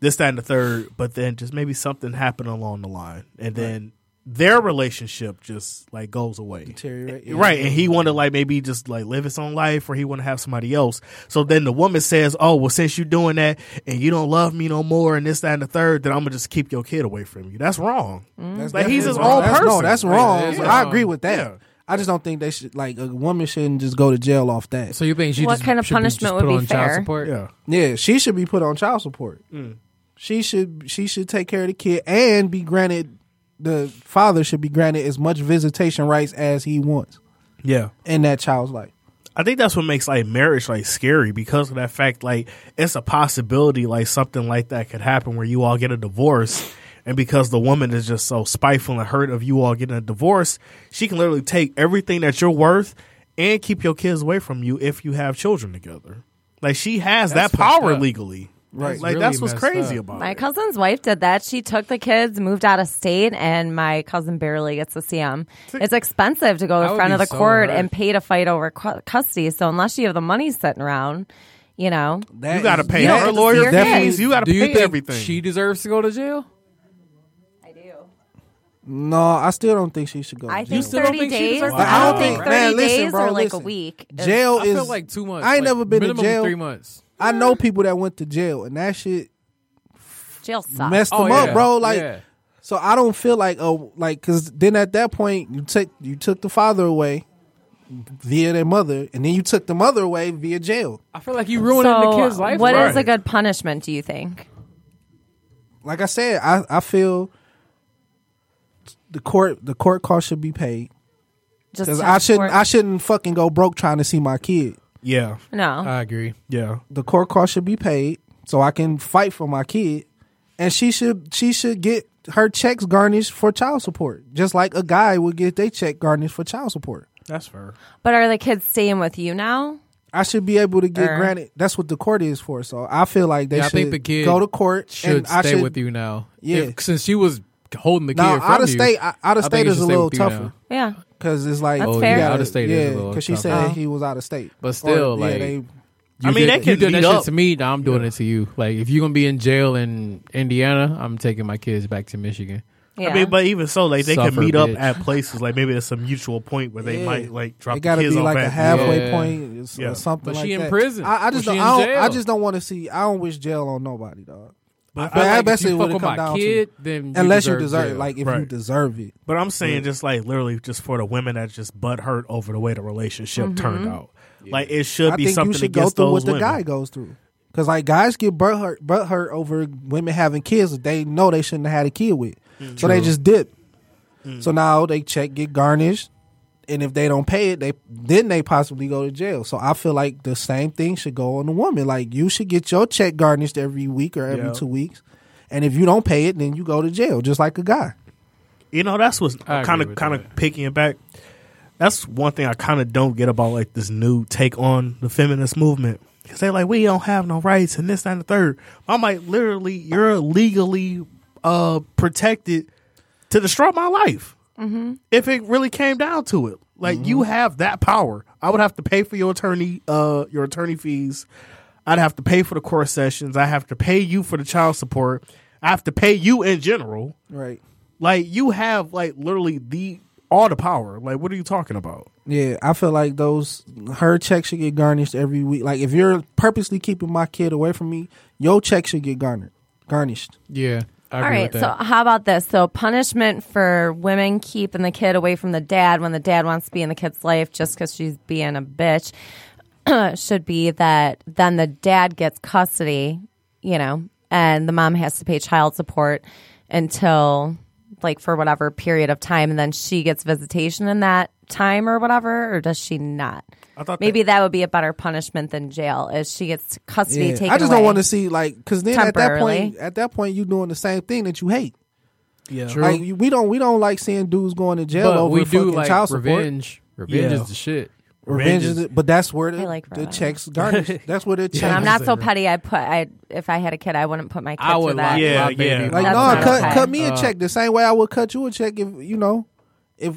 Speaker 3: this that and the third, but then just maybe something happened along the line, and then their relationship just like goes away.
Speaker 4: Deteriorate, yeah.
Speaker 3: Right, and he wanted like maybe just like live his own life, or he want to have somebody else. So then the woman says, "Oh, well, since you're doing that and you don't love me no more, and this, that, and the third, then I'm gonna just keep your kid away from you." That's wrong.
Speaker 4: That's
Speaker 3: Like, Mm-hmm. he's
Speaker 4: definitely
Speaker 3: his
Speaker 4: wrong.
Speaker 3: own
Speaker 4: That's- No,
Speaker 3: person.
Speaker 4: that's
Speaker 3: Like,
Speaker 4: wrong.
Speaker 2: it is
Speaker 4: I
Speaker 2: wrong.
Speaker 4: agree with that.
Speaker 3: Yeah.
Speaker 4: I just don't think they should like a woman shouldn't just go to jail off that.
Speaker 2: So you think she
Speaker 5: What
Speaker 2: just
Speaker 5: kind of
Speaker 2: should be- just
Speaker 5: punishment
Speaker 2: put
Speaker 5: would be
Speaker 2: on child
Speaker 5: fair?
Speaker 2: support?
Speaker 3: Yeah,
Speaker 4: Yeah, she should be put on child support.
Speaker 3: Mm.
Speaker 4: She should she should take care of the kid and be granted the father should be granted as much visitation rights as he wants
Speaker 3: yeah.
Speaker 4: in that child's life.
Speaker 3: I think that's what makes like marriage like scary because of that fact. Like it's a possibility like something like that could happen where you all get a divorce, and because the woman is just so spiteful and hurt of you all getting a divorce, she can literally take everything that you're worth and keep your kids away from you if you have children together. Like she has
Speaker 2: That's
Speaker 3: that power
Speaker 2: messed up.
Speaker 3: legally.
Speaker 2: That's
Speaker 3: Like
Speaker 2: really
Speaker 3: that's what's
Speaker 2: messed
Speaker 3: crazy
Speaker 2: up.
Speaker 3: about
Speaker 5: My
Speaker 3: it.
Speaker 5: cousin's wife did that. She took the kids, moved out of state, and my cousin barely gets to see them. It's expensive to go
Speaker 2: I
Speaker 5: to
Speaker 2: would
Speaker 5: front of
Speaker 2: be
Speaker 5: the
Speaker 2: so
Speaker 5: court
Speaker 2: hurt.
Speaker 5: and pay to fight over cu- custody. So unless you have the money sitting around, you know,
Speaker 4: That
Speaker 3: You got to
Speaker 4: is-
Speaker 3: pay
Speaker 5: Yeah,
Speaker 3: her
Speaker 5: it's
Speaker 3: lawyer
Speaker 5: definitely-
Speaker 3: fees. You got to
Speaker 2: Do you
Speaker 3: pay
Speaker 2: think
Speaker 3: everything.
Speaker 2: she deserves to go to jail?
Speaker 5: I do.
Speaker 4: No, I still don't think she should go. to
Speaker 5: I
Speaker 4: jail.
Speaker 5: think
Speaker 2: still don't
Speaker 5: thirty
Speaker 2: think she
Speaker 5: days.
Speaker 2: deserves
Speaker 4: But I
Speaker 5: I
Speaker 4: don't
Speaker 5: don't
Speaker 4: think-
Speaker 5: think thirty
Speaker 4: man, listen,
Speaker 5: days
Speaker 4: bro,
Speaker 5: or like
Speaker 4: listen.
Speaker 5: a week. It's-
Speaker 4: jail
Speaker 2: I
Speaker 4: is
Speaker 2: feel like two months.
Speaker 4: I ain't
Speaker 2: like,
Speaker 4: never been to
Speaker 2: minimum
Speaker 4: jail.
Speaker 2: Three months.
Speaker 4: I know people that went to jail and that shit
Speaker 5: Jail sucks.
Speaker 4: messed
Speaker 2: Oh,
Speaker 4: them
Speaker 2: yeah.
Speaker 4: up, bro. Like
Speaker 2: yeah.
Speaker 4: So I don't feel like oh like because then at that point you took you took the father away via their mother, and then you took the mother away via jail.
Speaker 2: I feel like you ruining
Speaker 5: so
Speaker 2: the kid's life.
Speaker 5: what
Speaker 2: bro.
Speaker 5: is a good punishment? Do you think?
Speaker 4: Like I said, I I feel the court the court cost should be paid
Speaker 5: Just
Speaker 4: because
Speaker 5: to
Speaker 4: I shouldn't I
Speaker 5: support-
Speaker 4: shouldn't fucking go broke trying to see my kid.
Speaker 3: yeah,
Speaker 5: no.
Speaker 2: I agree.
Speaker 3: yeah.
Speaker 4: The court cost should be paid so I can fight for my kid, and she should she should get her checks garnished for child support, just like a guy would get their check garnished for child support.
Speaker 3: That's fair.
Speaker 5: But are the kids staying with you now?
Speaker 4: I should be able to get
Speaker 5: Or-
Speaker 4: granted. That's what the court is for. So I feel like they
Speaker 2: Yeah, I
Speaker 4: should
Speaker 2: think the kid
Speaker 4: go to court.
Speaker 2: Should
Speaker 4: and
Speaker 2: stay
Speaker 4: I should,
Speaker 2: with you now.
Speaker 4: Yeah.
Speaker 2: If- since she was holding the kid
Speaker 4: Now
Speaker 2: from
Speaker 4: out of
Speaker 2: you,
Speaker 4: state, I- out
Speaker 2: I
Speaker 4: of
Speaker 2: think
Speaker 4: state
Speaker 2: it
Speaker 4: is
Speaker 2: should
Speaker 4: a
Speaker 2: stay
Speaker 4: little
Speaker 2: with you now.
Speaker 4: tougher
Speaker 5: Yeah.
Speaker 4: because it's like
Speaker 5: That's Oh, fair. yeah,
Speaker 2: out of state is a
Speaker 4: Yeah,
Speaker 2: little
Speaker 4: because she said
Speaker 2: tougher.
Speaker 4: he was out of state,
Speaker 2: But still,
Speaker 4: Or, yeah,
Speaker 2: like-
Speaker 4: they,
Speaker 2: You
Speaker 3: I mean,
Speaker 2: did-
Speaker 3: that
Speaker 2: you did
Speaker 3: can
Speaker 2: that
Speaker 3: lead
Speaker 2: shit
Speaker 3: up-
Speaker 2: to me. Now I'm doing it to you. Like if you're gonna be in jail in Indiana, I'm taking my kids back to Michigan.
Speaker 5: Yeah.
Speaker 3: I mean, but even so, like they can
Speaker 2: Suffer,
Speaker 3: meet
Speaker 2: bitch.
Speaker 3: up at places. Like maybe there's a mutual point where they
Speaker 4: Yeah.
Speaker 3: might like drop
Speaker 4: it
Speaker 3: the
Speaker 4: got to be
Speaker 3: kids off
Speaker 4: like a
Speaker 3: at.
Speaker 4: halfway
Speaker 2: Yeah.
Speaker 4: point or, s-
Speaker 3: Yeah.
Speaker 4: or something.
Speaker 2: But
Speaker 4: like
Speaker 2: she in
Speaker 4: that.
Speaker 2: prison.
Speaker 4: I, I
Speaker 2: But
Speaker 4: just
Speaker 2: she
Speaker 4: don't,
Speaker 2: in
Speaker 4: I, don't, I
Speaker 2: jail.
Speaker 4: just don't want to see. I don't wish jail on nobody, dog.
Speaker 2: I
Speaker 4: But
Speaker 2: feel
Speaker 4: I
Speaker 2: like
Speaker 4: bet
Speaker 2: if you
Speaker 4: it
Speaker 2: fuck
Speaker 4: would've
Speaker 2: with
Speaker 4: come
Speaker 2: my
Speaker 4: down to-
Speaker 2: kid, then
Speaker 4: Unless you deserve
Speaker 2: jail.
Speaker 4: it, like if you
Speaker 3: Right.
Speaker 4: deserve it.
Speaker 3: But I'm saying just like literally just for the women that just butt hurt over the way the relationship turned out. Like it should
Speaker 4: Mm-hmm. I
Speaker 3: be
Speaker 4: think
Speaker 3: something
Speaker 4: you should go
Speaker 3: against
Speaker 4: through
Speaker 3: those
Speaker 4: what the
Speaker 3: women.
Speaker 4: guy goes through. Cause like guys get butt hurt, butt hurt over women having kids that they know they shouldn't have had a kid with,
Speaker 3: Mm.
Speaker 4: so they just dip. So now they check get garnished, and if they don't pay it, they then they possibly go to jail. So I feel like the same thing should go on the woman. Like you should get your check garnished every week or every
Speaker 3: Yeah.
Speaker 4: two weeks, and if you don't pay it, then you go to jail, just like a guy.
Speaker 3: You know, that's what's
Speaker 2: I agree
Speaker 3: kind of
Speaker 2: with
Speaker 3: kind of
Speaker 2: that.
Speaker 3: picking it back. That's one thing I kind of don't get about like this new take on the feminist movement. Cause they like we don't have no rights and this that, and the third. I'm like literally you're legally uh protected to destroy my life. if it really came down to it. Like you
Speaker 2: Mm-hmm.
Speaker 3: have that power. I would have to pay for your attorney, uh, your attorney fees. I'd have to pay for the court sessions. I have to pay you for the child support. I have to pay you in general.
Speaker 4: Right.
Speaker 3: Like you have like literally the all the power. Like what are you talking about?
Speaker 4: Yeah, I feel like those her check should get garnished every week. Like if you're purposely keeping my kid away from me, your check should get garnered, garnished.
Speaker 2: yeah. I agree
Speaker 5: All right.
Speaker 2: with
Speaker 5: So
Speaker 2: that.
Speaker 5: how about this? So punishment for women keeping the kid away from the dad when the dad wants to be in the kid's life just because she's being a bitch should be that then the dad gets custody, you know, and the mom has to pay child support until like for whatever period of time, and then she gets visitation in that time or whatever, or does she not?
Speaker 3: I thought
Speaker 5: Maybe that would be a better punishment than jail, is she gets custody
Speaker 4: Yeah.
Speaker 5: taken.
Speaker 4: I just don't
Speaker 5: away.
Speaker 4: want to see like because then at that point,
Speaker 5: Temporarily.
Speaker 4: at that point, you doing the same thing that you hate.
Speaker 3: yeah.
Speaker 2: True.
Speaker 4: Like you- we don't we don't like seeing dudes going to jail
Speaker 2: but
Speaker 4: over
Speaker 2: we do
Speaker 4: fucking
Speaker 2: like
Speaker 4: child support.
Speaker 2: revenge. Revenge
Speaker 3: Yeah.
Speaker 2: is the shit.
Speaker 4: Revenge is,
Speaker 3: Revenge
Speaker 4: but that's where the,
Speaker 5: I like
Speaker 4: the
Speaker 5: revenge.
Speaker 4: checks garnished. that's where the checks.
Speaker 5: And I'm not so petty. I put I if I had a kid, I wouldn't put my kid
Speaker 2: I
Speaker 5: through
Speaker 2: would
Speaker 5: that.
Speaker 2: like
Speaker 3: Yeah,
Speaker 2: my baby.
Speaker 3: yeah.
Speaker 4: Like
Speaker 5: That's
Speaker 4: no,
Speaker 5: not
Speaker 4: cut
Speaker 5: okay.
Speaker 4: cut me a
Speaker 2: Uh,
Speaker 4: check the same way I would cut you a check if you know if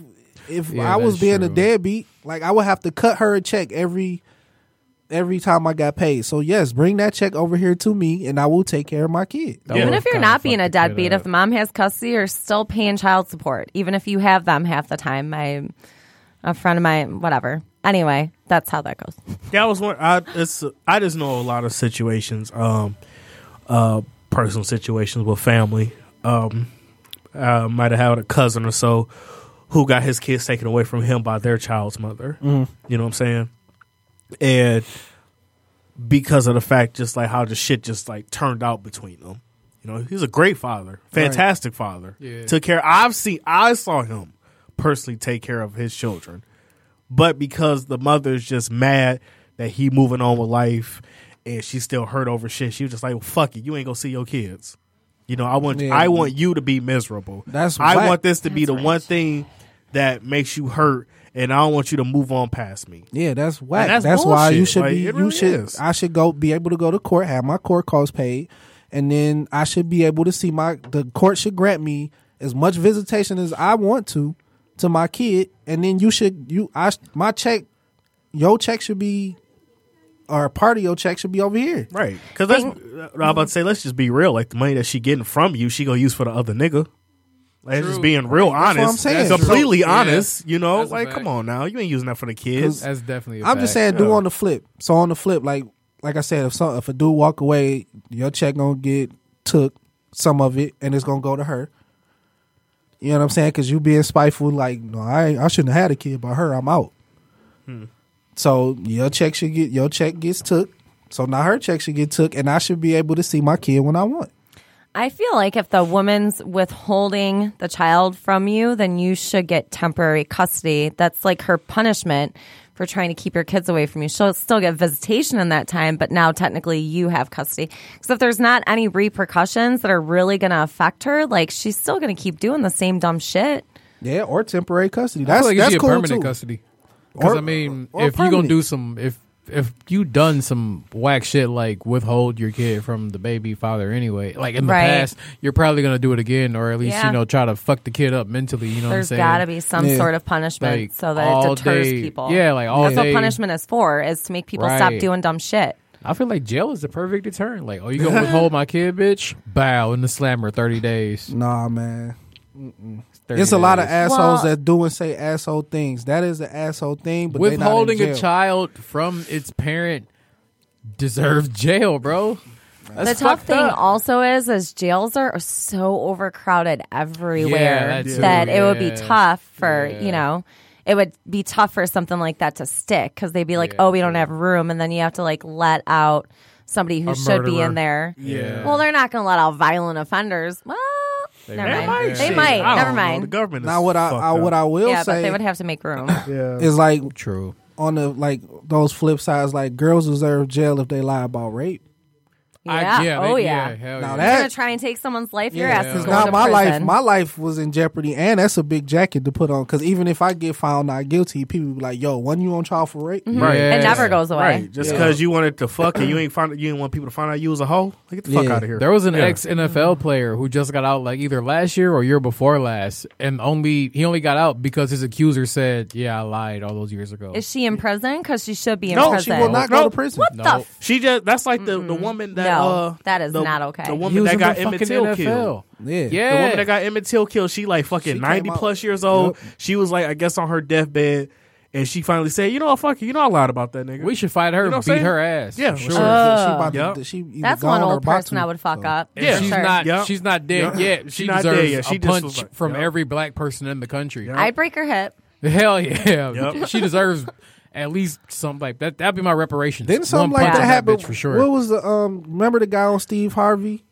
Speaker 4: if
Speaker 2: Yeah,
Speaker 4: I was
Speaker 2: that's
Speaker 4: being a
Speaker 2: true.
Speaker 4: deadbeat, like I would have to cut her a check every every time I got paid. So yes, bring that check over here to me, and I will take care of my kid.
Speaker 2: That
Speaker 5: Even
Speaker 2: would've
Speaker 5: if you're
Speaker 2: kinda
Speaker 5: not being a
Speaker 2: fucked the kid
Speaker 5: deadbeat,
Speaker 2: up.
Speaker 5: if the mom has custody, you're still paying child support, even if you have them half the time. My a friend of mine, whatever. Anyway, that's how that goes.
Speaker 3: Yeah, I was one. I it's I just know a lot of situations, um, uh, personal situations with family. Um, I might have had a cousin or so who got his kids taken away from him by their child's mother. You know what I'm saying? And because of the fact, just like how the shit just like turned out between them. You know, he's a great father, fantastic father.
Speaker 2: Yeah.
Speaker 3: Took care. I've seen. I saw him personally take care of his children but because the mother's just mad that he moving on with life and she's still hurt over shit, she was just like, well, "Fuck it, you ain't gonna see your kids." You know, I want
Speaker 4: Yeah.
Speaker 3: I want you to be miserable.
Speaker 4: That's
Speaker 3: I
Speaker 4: whack.
Speaker 3: want this to be
Speaker 5: That's
Speaker 3: the
Speaker 5: right.
Speaker 3: one thing that makes you hurt, and I don't want you to move on past me.
Speaker 4: Yeah, that's whack.
Speaker 3: that's
Speaker 4: That's, why you
Speaker 3: bullshit.
Speaker 4: should
Speaker 3: Like,
Speaker 4: be.
Speaker 3: it
Speaker 4: you
Speaker 3: really
Speaker 4: should.
Speaker 3: is.
Speaker 4: I should go be able to go to court, have my court costs paid, and then I should be able to see my. The court should grant me as much visitation as I want to to my kid, and then you should. You, I, sh- my check, your check should be, or a part of your check should be over here.
Speaker 3: Right? Because that's uh, I'm about to say. Let's just be real. Like the money that she getting from you, she gonna use for the other nigga. Like it's just
Speaker 2: True.
Speaker 3: being real
Speaker 4: what
Speaker 3: honest,
Speaker 4: I'm saying.
Speaker 3: completely
Speaker 2: That's true.
Speaker 3: honest. You know,
Speaker 2: That's a
Speaker 3: like
Speaker 2: fact.
Speaker 3: come on now, you ain't using that for the kids.
Speaker 2: That's definitely. i
Speaker 4: I'm just saying,
Speaker 3: yeah.
Speaker 4: do on the flip. So on the flip, like like I said, if some if a dude walk away, your check gonna get took some of it, and it's gonna go to her. You know what I'm saying? Because you being spiteful, like no, I ain't- I shouldn't have had a kid by her. I'm out.
Speaker 2: Hmm.
Speaker 4: So your check should get your check gets took. So now her check should get took, and I should be able to see my kid when I want.
Speaker 5: I feel like if the woman's withholding the child from you, then you should get temporary custody. That's like her punishment for trying to keep your kids away from you. She'll still get visitation in that time, but now technically you have custody. Because if there's not any repercussions that are really going to affect her, like she's still going to keep doing the same dumb shit.
Speaker 4: Yeah, or temporary custody.
Speaker 2: I
Speaker 4: That's
Speaker 2: feel like
Speaker 4: that's
Speaker 2: you should
Speaker 4: cool
Speaker 2: get permanent
Speaker 4: too.
Speaker 2: custody. Because
Speaker 4: Or-
Speaker 2: I mean,
Speaker 4: or
Speaker 2: if you gonna
Speaker 4: permanent.
Speaker 2: do some, if if you done some whack shit like withhold your kid from the baby father anyway, like in the
Speaker 5: Right.
Speaker 2: past, you're probably gonna do it again, or at least
Speaker 5: Yeah.
Speaker 2: you know try to fuck the kid up mentally. You know
Speaker 5: There's
Speaker 2: what I'm saying?
Speaker 5: got to be some
Speaker 4: Yeah.
Speaker 5: sort of punishment
Speaker 2: Like,
Speaker 5: so that
Speaker 2: all
Speaker 5: it deters
Speaker 2: day-
Speaker 5: people.
Speaker 2: yeah, like, all
Speaker 5: That's
Speaker 2: day-
Speaker 5: what punishment is for, is to make people stop
Speaker 2: Right.
Speaker 5: doing dumb shit.
Speaker 2: I feel like jail is the perfect deterrent. Like, oh, you gonna withhold my kid, bitch? Bow in the slammer, thirty days.
Speaker 4: Nah, man.
Speaker 2: 30
Speaker 4: It's a lot of
Speaker 2: days.
Speaker 4: assholes
Speaker 5: Well-
Speaker 4: that do and say asshole things. That is the asshole thing. But they not in
Speaker 2: withholding a
Speaker 4: jail.
Speaker 2: child from its parent deserves jail, bro.
Speaker 5: the
Speaker 2: That's
Speaker 5: tough
Speaker 2: fucked
Speaker 5: thing
Speaker 2: up.
Speaker 5: also is is jails are so overcrowded everywhere
Speaker 2: that too,
Speaker 5: that it would be
Speaker 2: yeah.
Speaker 5: tough for
Speaker 2: Yeah.
Speaker 5: you know it would be tough for something like that to stick because they'd be like
Speaker 2: Yeah,
Speaker 5: oh we don't have room and then you have to like let out somebody who
Speaker 2: A
Speaker 5: should be
Speaker 2: murderer.
Speaker 5: in there
Speaker 2: Yeah.
Speaker 5: well they're not going to let out violent offenders well
Speaker 2: They
Speaker 5: never
Speaker 2: might.
Speaker 5: mind
Speaker 2: Yeah.
Speaker 5: they
Speaker 2: Shit,
Speaker 5: might
Speaker 3: I don't
Speaker 5: never
Speaker 3: know. The
Speaker 5: mind
Speaker 3: government is
Speaker 4: Now what I,
Speaker 3: fucked
Speaker 4: I
Speaker 3: up.
Speaker 4: what I will
Speaker 5: yeah but
Speaker 4: say
Speaker 5: they would have to make room
Speaker 4: is like
Speaker 2: True.
Speaker 4: on the like those flip sides, like girls deserve jail if they lie about rape.
Speaker 5: yeah.
Speaker 2: they-
Speaker 5: oh yeah,
Speaker 2: hell
Speaker 4: Now
Speaker 2: yeah.
Speaker 5: You're
Speaker 4: that-
Speaker 5: gonna try and take someone's life. Your ass is
Speaker 4: because
Speaker 5: going
Speaker 4: now
Speaker 5: to
Speaker 4: my life,
Speaker 5: prison.
Speaker 4: my life was in jeopardy, and that's a big jacket to put on. Because even if I get found not guilty, people be like, "Yo, wasn't you on trial for rape?"
Speaker 3: Right.
Speaker 5: it never goes away.
Speaker 3: Right, just because you wanted to fuck and you ain't find you didn't want people to find out you was a hoe. Like, get the fuck
Speaker 4: Yeah.
Speaker 3: out of here.
Speaker 2: There was an ex
Speaker 5: Mm-hmm.
Speaker 2: NFL player who just got out like either last year or year before last, and only he only got out because his accuser said, "Yeah, I lied all those years ago."
Speaker 5: Is she in prison? Because she should be in
Speaker 3: No, she
Speaker 5: prison.
Speaker 3: will
Speaker 4: Will not go
Speaker 3: Nope.
Speaker 4: to prison.
Speaker 5: What the
Speaker 2: Nope.
Speaker 5: f-
Speaker 3: she just that's like the, the woman that
Speaker 5: No,
Speaker 3: uh
Speaker 5: that is
Speaker 3: the-
Speaker 5: not okay.
Speaker 3: The
Speaker 2: He
Speaker 3: woman
Speaker 2: was
Speaker 3: that
Speaker 2: in
Speaker 3: got
Speaker 2: the
Speaker 3: Emmett
Speaker 2: fucking
Speaker 3: Till
Speaker 2: NFL.
Speaker 3: killed.
Speaker 4: Yeah.
Speaker 2: Yeah,
Speaker 3: The woman that got Emmett Till killed, she like fucking
Speaker 4: came
Speaker 3: ninety
Speaker 4: out-
Speaker 3: plus years old. She was like, I guess, on her deathbed, and she finally said, "You know what? Fuck you. You know I lied about that nigga."
Speaker 2: we should fight her,
Speaker 3: You know what
Speaker 2: and
Speaker 3: I'm
Speaker 2: beat
Speaker 3: saying?
Speaker 2: her ass.
Speaker 3: Yeah,
Speaker 2: for
Speaker 3: for
Speaker 2: sure.
Speaker 3: sure.
Speaker 4: she about to,
Speaker 3: Yep.
Speaker 4: she either
Speaker 5: That's one
Speaker 4: gone or
Speaker 5: old
Speaker 4: about
Speaker 5: person
Speaker 4: to.
Speaker 5: I would fuck
Speaker 4: So,
Speaker 5: up.
Speaker 2: And
Speaker 3: Yeah.
Speaker 5: for
Speaker 2: she's
Speaker 5: sure.
Speaker 2: not.
Speaker 3: Yeah.
Speaker 2: She's not dead
Speaker 3: Yeah.
Speaker 2: yet. She
Speaker 3: She not dead
Speaker 2: deserves
Speaker 3: yet. She
Speaker 2: a
Speaker 3: just was
Speaker 2: punch
Speaker 3: like-
Speaker 2: from
Speaker 3: Yeah.
Speaker 2: every black person in the country.
Speaker 5: I'd break her hip.
Speaker 2: Hell yeah,
Speaker 3: Yep.
Speaker 2: she deserves at least something like that. That'd be my reparations.
Speaker 4: Didn't something
Speaker 2: One
Speaker 4: like
Speaker 2: punch on
Speaker 4: that happen
Speaker 2: bitch for sure.
Speaker 4: What was the um? Remember the guy on Steve Harvey,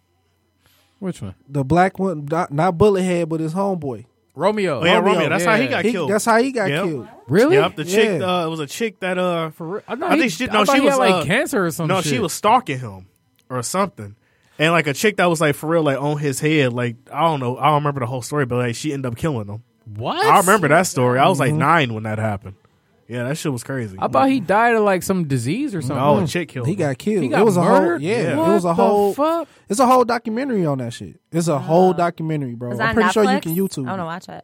Speaker 2: Which one?
Speaker 4: the black one, not, not Bullethead, but his homeboy.
Speaker 2: Romeo.
Speaker 3: Oh, yeah, Romeo. That's how he got
Speaker 4: He-
Speaker 3: killed.
Speaker 4: that's how he got
Speaker 3: Yep.
Speaker 4: killed.
Speaker 2: Really?
Speaker 3: Yep, the chick.
Speaker 4: Yeah.
Speaker 3: Uh, it was a chick that uh. For real?
Speaker 2: I, know
Speaker 3: I
Speaker 2: he-
Speaker 3: think she.
Speaker 2: I
Speaker 3: No,
Speaker 2: thought
Speaker 3: she
Speaker 2: he
Speaker 3: was
Speaker 2: had, like
Speaker 3: uh,
Speaker 2: cancer or something.
Speaker 3: No, she was stalking him or something. And like a chick that was like for real, like on his head, like I don't know, I don't remember the whole story, but like she ended up killing him.
Speaker 2: What?
Speaker 4: Mm-hmm.
Speaker 3: I remember that story. I was like nine when that happened. Yeah, that shit was crazy.
Speaker 2: I thought he died of like some disease or
Speaker 3: No,
Speaker 2: something. Oh,
Speaker 3: a chick killed
Speaker 4: Mm-hmm. He
Speaker 3: him.
Speaker 4: got killed.
Speaker 2: he got
Speaker 4: it was
Speaker 2: murdered.
Speaker 4: a whole yeah.
Speaker 2: What
Speaker 4: It was a
Speaker 2: the
Speaker 4: whole
Speaker 2: fuck. Uh,
Speaker 4: It's a whole documentary on that shit. It's a whole documentary, bro.
Speaker 5: Is that
Speaker 4: I'm pretty
Speaker 5: on
Speaker 4: sure you
Speaker 5: Netflix?
Speaker 4: can YouTube.
Speaker 5: I
Speaker 4: it.
Speaker 5: want to watch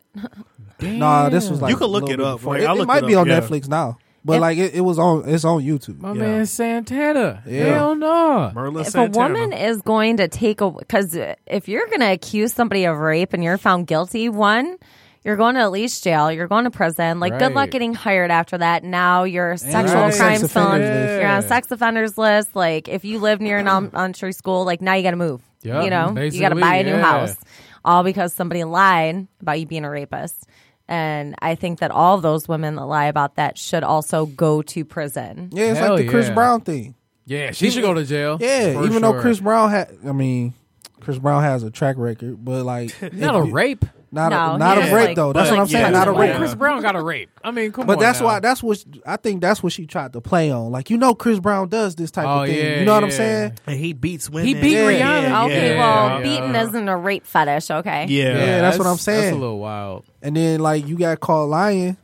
Speaker 5: it.
Speaker 4: Nah, this was
Speaker 2: Damn.
Speaker 4: like
Speaker 3: You can
Speaker 4: a
Speaker 3: look
Speaker 4: little
Speaker 3: it
Speaker 4: bit
Speaker 3: up.
Speaker 4: before.
Speaker 3: Like,
Speaker 4: it,
Speaker 3: I
Speaker 4: it
Speaker 3: looked
Speaker 4: might
Speaker 3: it
Speaker 4: be
Speaker 3: up,
Speaker 4: on
Speaker 3: yeah.
Speaker 4: Netflix now, but
Speaker 5: If-
Speaker 4: like it, it was on. It's on YouTube.
Speaker 2: my
Speaker 3: Yeah.
Speaker 2: man Santana.
Speaker 4: Yeah.
Speaker 2: Hell no.
Speaker 3: Merlin
Speaker 5: If a
Speaker 3: Santana.
Speaker 5: woman is going to take a, because if you're going to accuse somebody of rape and you're found guilty, one, you're going to at least jail. You're going to prison. Like, good
Speaker 2: Right.
Speaker 5: luck getting hired after that. Now you're a sexual
Speaker 4: on a sex
Speaker 5: crime crimes
Speaker 4: offenders
Speaker 5: felon.
Speaker 2: list.
Speaker 5: You're on
Speaker 2: Yeah.
Speaker 5: a sex offenders list. Like, if you live near an elementary school, like now you got to move.
Speaker 2: Yeah,
Speaker 5: you know, you got to
Speaker 2: basically,
Speaker 5: buy a new
Speaker 2: yeah.
Speaker 5: house, all because somebody lied about you being a rapist. And I think that all those women that lie about that should also go to prison.
Speaker 4: Yeah, it's
Speaker 2: Hell
Speaker 4: like the Chris
Speaker 2: yeah.
Speaker 4: Brown thing.
Speaker 2: Yeah, she should go to jail.
Speaker 4: Yeah,
Speaker 2: for
Speaker 4: even though
Speaker 2: sure.
Speaker 4: Chris Brown had, I mean, Chris Brown has a track record, but like
Speaker 2: not a
Speaker 4: if you-
Speaker 2: rape.
Speaker 4: not
Speaker 5: No,
Speaker 4: a, not a
Speaker 5: he
Speaker 4: rape
Speaker 5: was like-
Speaker 4: though. That's
Speaker 3: But,
Speaker 4: what I'm saying.
Speaker 3: yeah,
Speaker 4: Not a
Speaker 2: Why
Speaker 4: rape.
Speaker 3: yeah.
Speaker 2: Chris Brown got a rape. I mean, come on.
Speaker 4: But that's
Speaker 2: now.
Speaker 4: why that's what I think that's what she tried to play on. Like you know, Chris Brown does this type
Speaker 2: Oh,
Speaker 4: of thing.
Speaker 2: yeah,
Speaker 4: you know what I'm
Speaker 2: yeah.
Speaker 4: saying?
Speaker 3: and he beats women.
Speaker 2: He beat
Speaker 4: Yeah,
Speaker 2: Rihanna.
Speaker 3: yeah,
Speaker 5: Okay,
Speaker 2: yeah,
Speaker 5: well,
Speaker 2: yeah.
Speaker 5: beaten isn't a rape fetish, okay?
Speaker 3: Yeah.
Speaker 4: Yeah. that's what I'm
Speaker 2: That's
Speaker 4: saying.
Speaker 2: a little wild.
Speaker 4: And then like you got called lying,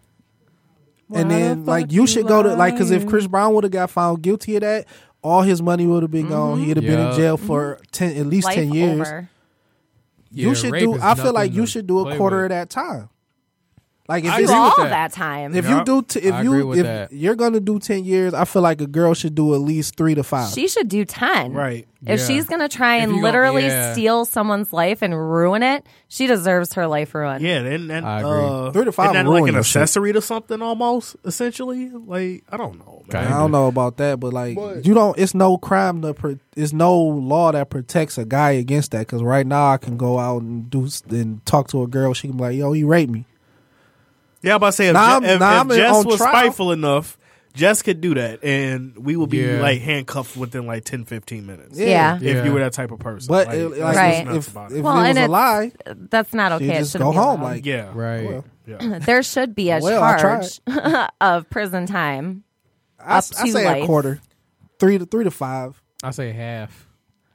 Speaker 4: and
Speaker 2: Why
Speaker 4: then
Speaker 2: the
Speaker 4: like
Speaker 2: fuck
Speaker 4: you
Speaker 2: you
Speaker 4: should go to like because if Chris Brown would have got found guilty of that, all his money would have been gone. He'd have been in
Speaker 2: Yeah.
Speaker 4: jail for ten at least
Speaker 5: Mm-hmm. Life
Speaker 4: ten years.
Speaker 5: over.
Speaker 4: You
Speaker 2: Yeah,
Speaker 4: should
Speaker 2: rape
Speaker 4: do.
Speaker 2: is
Speaker 4: I feel like
Speaker 2: nothing
Speaker 4: you
Speaker 2: to
Speaker 4: should do a
Speaker 2: play
Speaker 4: quarter
Speaker 2: with.
Speaker 4: of that time. Like if
Speaker 2: I
Speaker 4: it's
Speaker 2: agree
Speaker 5: all
Speaker 2: with
Speaker 5: that.
Speaker 2: that.
Speaker 5: time.
Speaker 4: If
Speaker 3: Yeah.
Speaker 4: you do, t- if
Speaker 2: I agree
Speaker 4: you
Speaker 2: with
Speaker 4: if
Speaker 2: that.
Speaker 4: you're gonna do ten years, I feel like a girl should do at least three to five.
Speaker 5: she should do 10.
Speaker 3: Right.
Speaker 5: If
Speaker 2: Yeah.
Speaker 5: she's going to try
Speaker 2: If
Speaker 5: and
Speaker 2: you go-
Speaker 5: literally
Speaker 2: yeah.
Speaker 5: steal someone's life and ruin it, she deserves her life ruined.
Speaker 3: Yeah, then that
Speaker 2: I
Speaker 3: uh,
Speaker 2: agree.
Speaker 4: Three to five
Speaker 3: isn't that
Speaker 4: ruin
Speaker 3: like an
Speaker 4: your shit.
Speaker 3: accessory to something almost essentially. Like I don't know, man.
Speaker 2: Okay.
Speaker 4: I don't know about that, but like you don't. It's no crime to. Pro- it's no law that protects a guy against that. Because right now I can go out and do s- and talk to a girl. She can be like, "Yo, he raped me."
Speaker 3: Yeah, I'm about to say if,
Speaker 4: Nah, I'm-
Speaker 3: Je- if,
Speaker 4: nah,
Speaker 3: if
Speaker 4: I'm in-
Speaker 3: Jess
Speaker 4: on
Speaker 3: was
Speaker 4: trial.
Speaker 3: spiteful enough, Jess could do that, and we would be
Speaker 2: Yeah.
Speaker 3: like handcuffed within like 10, 15 minutes.
Speaker 5: Yeah.
Speaker 3: If
Speaker 2: Yeah.
Speaker 3: you were that type of person,
Speaker 4: But
Speaker 3: like,
Speaker 4: it,
Speaker 3: that's
Speaker 4: like,
Speaker 3: what's
Speaker 5: Right.
Speaker 3: nuts
Speaker 4: if, if,
Speaker 3: about
Speaker 4: if
Speaker 3: it.
Speaker 5: Well,
Speaker 4: it was
Speaker 5: and
Speaker 4: a
Speaker 5: it's-
Speaker 4: lie,
Speaker 5: That's not okay.
Speaker 4: she
Speaker 5: It
Speaker 4: just
Speaker 5: shouldn't
Speaker 4: go
Speaker 5: be
Speaker 4: home.
Speaker 5: allowed.
Speaker 4: Like,
Speaker 3: yeah,
Speaker 2: Right.
Speaker 4: Well,
Speaker 3: yeah.
Speaker 5: there should be a
Speaker 4: Well, I
Speaker 5: charge of prison time.
Speaker 4: I,
Speaker 5: Up
Speaker 4: s- I
Speaker 5: to
Speaker 4: say
Speaker 5: life.
Speaker 4: a quarter, three to three to five.
Speaker 2: I say half.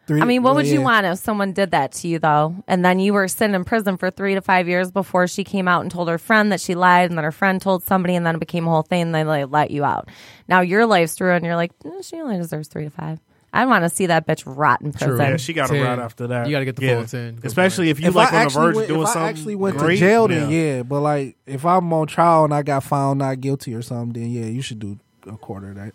Speaker 4: Three
Speaker 5: I mean, what
Speaker 4: well,
Speaker 5: would you
Speaker 4: yeah.
Speaker 5: want if someone did that to you, though? And then you were sitting in prison for three to five years before she came out and told her friend that she lied, and then her friend told somebody, and then it became a whole thing, and they like, let you out. Now your life's ruined. You're like, "Eh, she only deserves three to five. I want to see that bitch rot in prison.
Speaker 3: Yeah, she got to
Speaker 2: Ten.
Speaker 3: ride after that.
Speaker 2: You gotta get the
Speaker 3: yeah.
Speaker 2: full ten. Good
Speaker 3: especially if you
Speaker 4: If
Speaker 3: like on
Speaker 4: I
Speaker 3: the
Speaker 4: actually
Speaker 3: verge
Speaker 4: went,
Speaker 3: of doing
Speaker 4: if I
Speaker 3: something.
Speaker 4: actually went
Speaker 3: great,
Speaker 4: to jail, then yeah. But like, if I'm on trial and I got found not guilty or something, then yeah, you should do a quarter of that.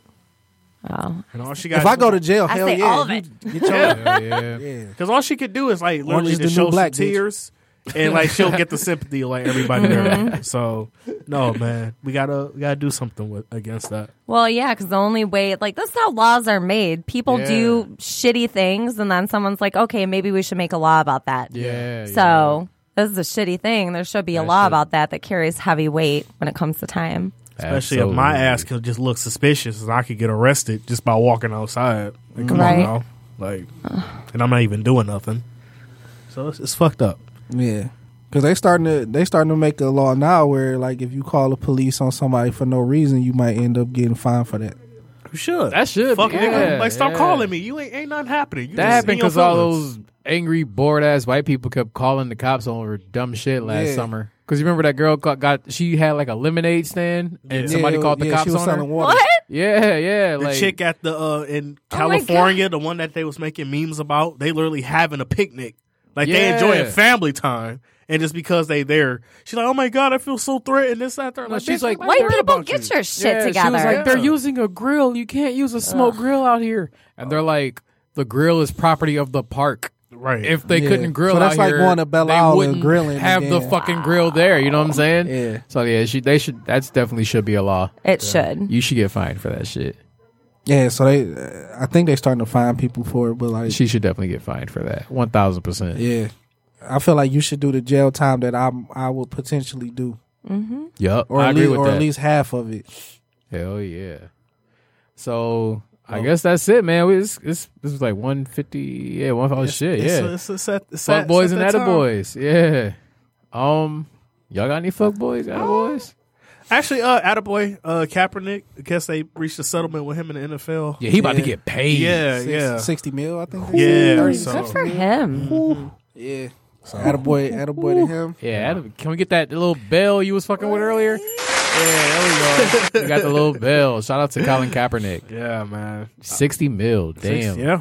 Speaker 5: Oh.
Speaker 3: And all she got
Speaker 4: If I go to jail,
Speaker 5: I
Speaker 4: hell
Speaker 5: say
Speaker 4: yeah,
Speaker 5: all of
Speaker 4: you
Speaker 5: it.
Speaker 4: get your-
Speaker 2: Yeah, yeah.
Speaker 4: yeah.
Speaker 3: Because all she could do is like
Speaker 4: Orange
Speaker 3: literally
Speaker 4: is the
Speaker 3: just
Speaker 4: new
Speaker 3: show
Speaker 4: black,
Speaker 3: some
Speaker 4: bitch.
Speaker 3: tears, and like she'll get the sympathy of like everybody
Speaker 4: Mm-hmm.
Speaker 3: there. So no, man, we gotta we gotta do something with against that.
Speaker 5: Well, yeah, because the only way, like, that's how laws are made. People
Speaker 2: Yeah.
Speaker 5: do shitty things, and then someone's like, okay, maybe we should make a law about that.
Speaker 2: Yeah,
Speaker 5: So this is a shitty thing. There should be a law
Speaker 2: should-
Speaker 5: about that that carries heavy weight when it comes to time.
Speaker 3: Especially if my ass could just look suspicious and I could get arrested just by walking outside. Like, come
Speaker 5: Right.
Speaker 3: on now, like, and I'm not even doing nothing. So it's, it's fucked up.
Speaker 4: Yeah, because they starting to they starting to make a law now where like if you call the police on somebody for no reason, you might end up getting fined for that.
Speaker 3: You should.
Speaker 2: That should
Speaker 3: Fuck
Speaker 2: be-
Speaker 3: nigga.
Speaker 2: yeah,
Speaker 3: Like stop
Speaker 2: yeah.
Speaker 3: calling me. You ain't ain't nothing happening. You
Speaker 2: That
Speaker 3: just in
Speaker 2: happened
Speaker 3: your
Speaker 2: because all
Speaker 3: feelings.
Speaker 2: those angry, bored ass white people kept calling the cops over dumb shit last
Speaker 4: Yeah.
Speaker 2: summer. Because you remember that girl got, got she had like a lemonade stand and
Speaker 3: Yeah.
Speaker 2: somebody
Speaker 4: Yeah,
Speaker 2: called the
Speaker 4: yeah,
Speaker 2: cops
Speaker 4: she was
Speaker 2: on her.
Speaker 4: selling water.
Speaker 2: Yeah, yeah.
Speaker 3: The
Speaker 2: like,
Speaker 3: chick at the uh in
Speaker 5: Oh my
Speaker 3: California, the one that they was making memes about, they literally having a picnic. Like they
Speaker 2: Yeah.
Speaker 3: enjoying family time. And just because they there, she's like, Oh my god, I feel so threatened, this, that, third.
Speaker 2: No, she's like,
Speaker 5: White people, get your shit
Speaker 2: yeah, She
Speaker 5: together.
Speaker 2: was like, they're
Speaker 3: Yeah.
Speaker 2: using a grill. You can't use a smoke grill out here. And they're like, the grill is property of the park.
Speaker 3: Right.
Speaker 2: If they
Speaker 4: Yeah.
Speaker 2: couldn't grill
Speaker 4: So that's
Speaker 2: out
Speaker 4: like
Speaker 2: here,
Speaker 4: going to Belle
Speaker 2: they
Speaker 4: Isle and
Speaker 2: wouldn't
Speaker 4: grilling
Speaker 2: have the
Speaker 4: again.
Speaker 2: fucking grill there. You know what I'm saying?
Speaker 4: Yeah.
Speaker 2: So yeah, she, they should. That's definitely should be a law.
Speaker 5: It should.
Speaker 2: You should get fined for that shit.
Speaker 4: Yeah, so they uh, I think they starting to find people for it, but like
Speaker 2: She should definitely get fined for that. One thousand percent.
Speaker 4: yeah, I feel like you should do the jail time that I I would potentially do,
Speaker 2: Yup.
Speaker 4: or
Speaker 2: I
Speaker 4: at
Speaker 2: agree
Speaker 4: least
Speaker 2: with
Speaker 4: or
Speaker 2: that.
Speaker 4: at least half of it.
Speaker 2: Hell yeah. So I guess that's it, man. We this this, this was like one fifty. Yeah, one. Oh shit.
Speaker 3: It's-
Speaker 2: yeah.
Speaker 3: it's- it's at- it's
Speaker 2: fuck
Speaker 3: at-
Speaker 2: boys
Speaker 3: it's
Speaker 2: and
Speaker 3: at that
Speaker 2: atta
Speaker 3: time.
Speaker 2: boys. Yeah. Um, y'all got any fuck boys, atta boys?
Speaker 3: Actually, uh Attaboy, uh Kaepernick, I guess they reached a settlement with him in the NFL.
Speaker 2: Yeah, he about
Speaker 4: Yeah.
Speaker 2: to get paid.
Speaker 3: Yeah,
Speaker 4: Six-
Speaker 3: yeah.
Speaker 4: sixty mil, I think.
Speaker 3: Yeah.
Speaker 5: Good
Speaker 3: So
Speaker 5: for him.
Speaker 4: Yeah, attaboy, attaboy to him.
Speaker 2: Yeah, Atta- can we get that little bell you was fucking with earlier? Yeah, there we go. You got the little bell. Shout out to Colin Kaepernick.
Speaker 3: Yeah, man.
Speaker 2: 60 mil. Damn.
Speaker 3: Yeah.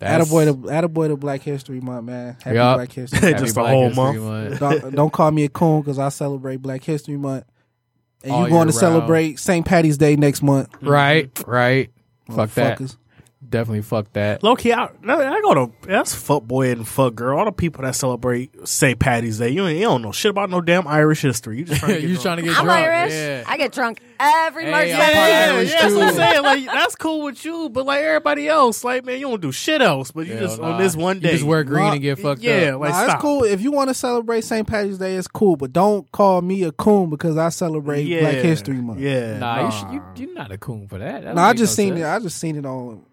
Speaker 2: That's-
Speaker 4: Attaboy to Attaboy to Black History Month, man. Happy
Speaker 2: Yup.
Speaker 4: Black History.
Speaker 2: Happy
Speaker 3: Just a
Speaker 2: Black
Speaker 3: whole
Speaker 2: History
Speaker 3: month.
Speaker 4: don't, don't call me a coon because I celebrate Black History Month, and
Speaker 2: All
Speaker 4: you going to
Speaker 2: year
Speaker 4: celebrate St. Patty's Day next month.
Speaker 2: Mm, Right, right. Fuck that.
Speaker 4: motherfuckers.
Speaker 2: Definitely fuck that.
Speaker 3: Low key, I, no, I go to that's fuck boy and fuck girl. All the people that celebrate St. Patty's Day, you, ain't, you don't know shit about no damn Irish history. You just trying to get
Speaker 2: you
Speaker 3: drunk.
Speaker 2: trying to get
Speaker 5: I'm
Speaker 2: drunk.
Speaker 5: Irish.
Speaker 2: Yeah.
Speaker 5: I get drunk every
Speaker 2: Hey,
Speaker 5: March.
Speaker 2: I'm
Speaker 5: seventeenth.
Speaker 2: part
Speaker 3: Yeah,
Speaker 2: Irish
Speaker 3: yeah, that's what I'm
Speaker 2: too.
Speaker 3: saying. Like that's cool with you, but like everybody else, like man, you don't do shit else. But you
Speaker 2: Hell
Speaker 3: just
Speaker 2: nah.
Speaker 3: on this one day,
Speaker 2: You just wear green
Speaker 4: Nah,
Speaker 2: and get fucked
Speaker 3: yeah,
Speaker 2: up.
Speaker 3: like
Speaker 4: Nah,
Speaker 3: stop.
Speaker 4: it's cool if you want to celebrate St. Patty's Day. It's cool, but don't call me a coon because I celebrate
Speaker 3: Yeah,
Speaker 4: Black History Month.
Speaker 3: Yeah,
Speaker 2: Nah, You should, you, you're not a coon for that. that
Speaker 4: No, I
Speaker 2: don't make
Speaker 4: just
Speaker 2: no
Speaker 4: seen
Speaker 2: sense.
Speaker 4: it. I just seen it on,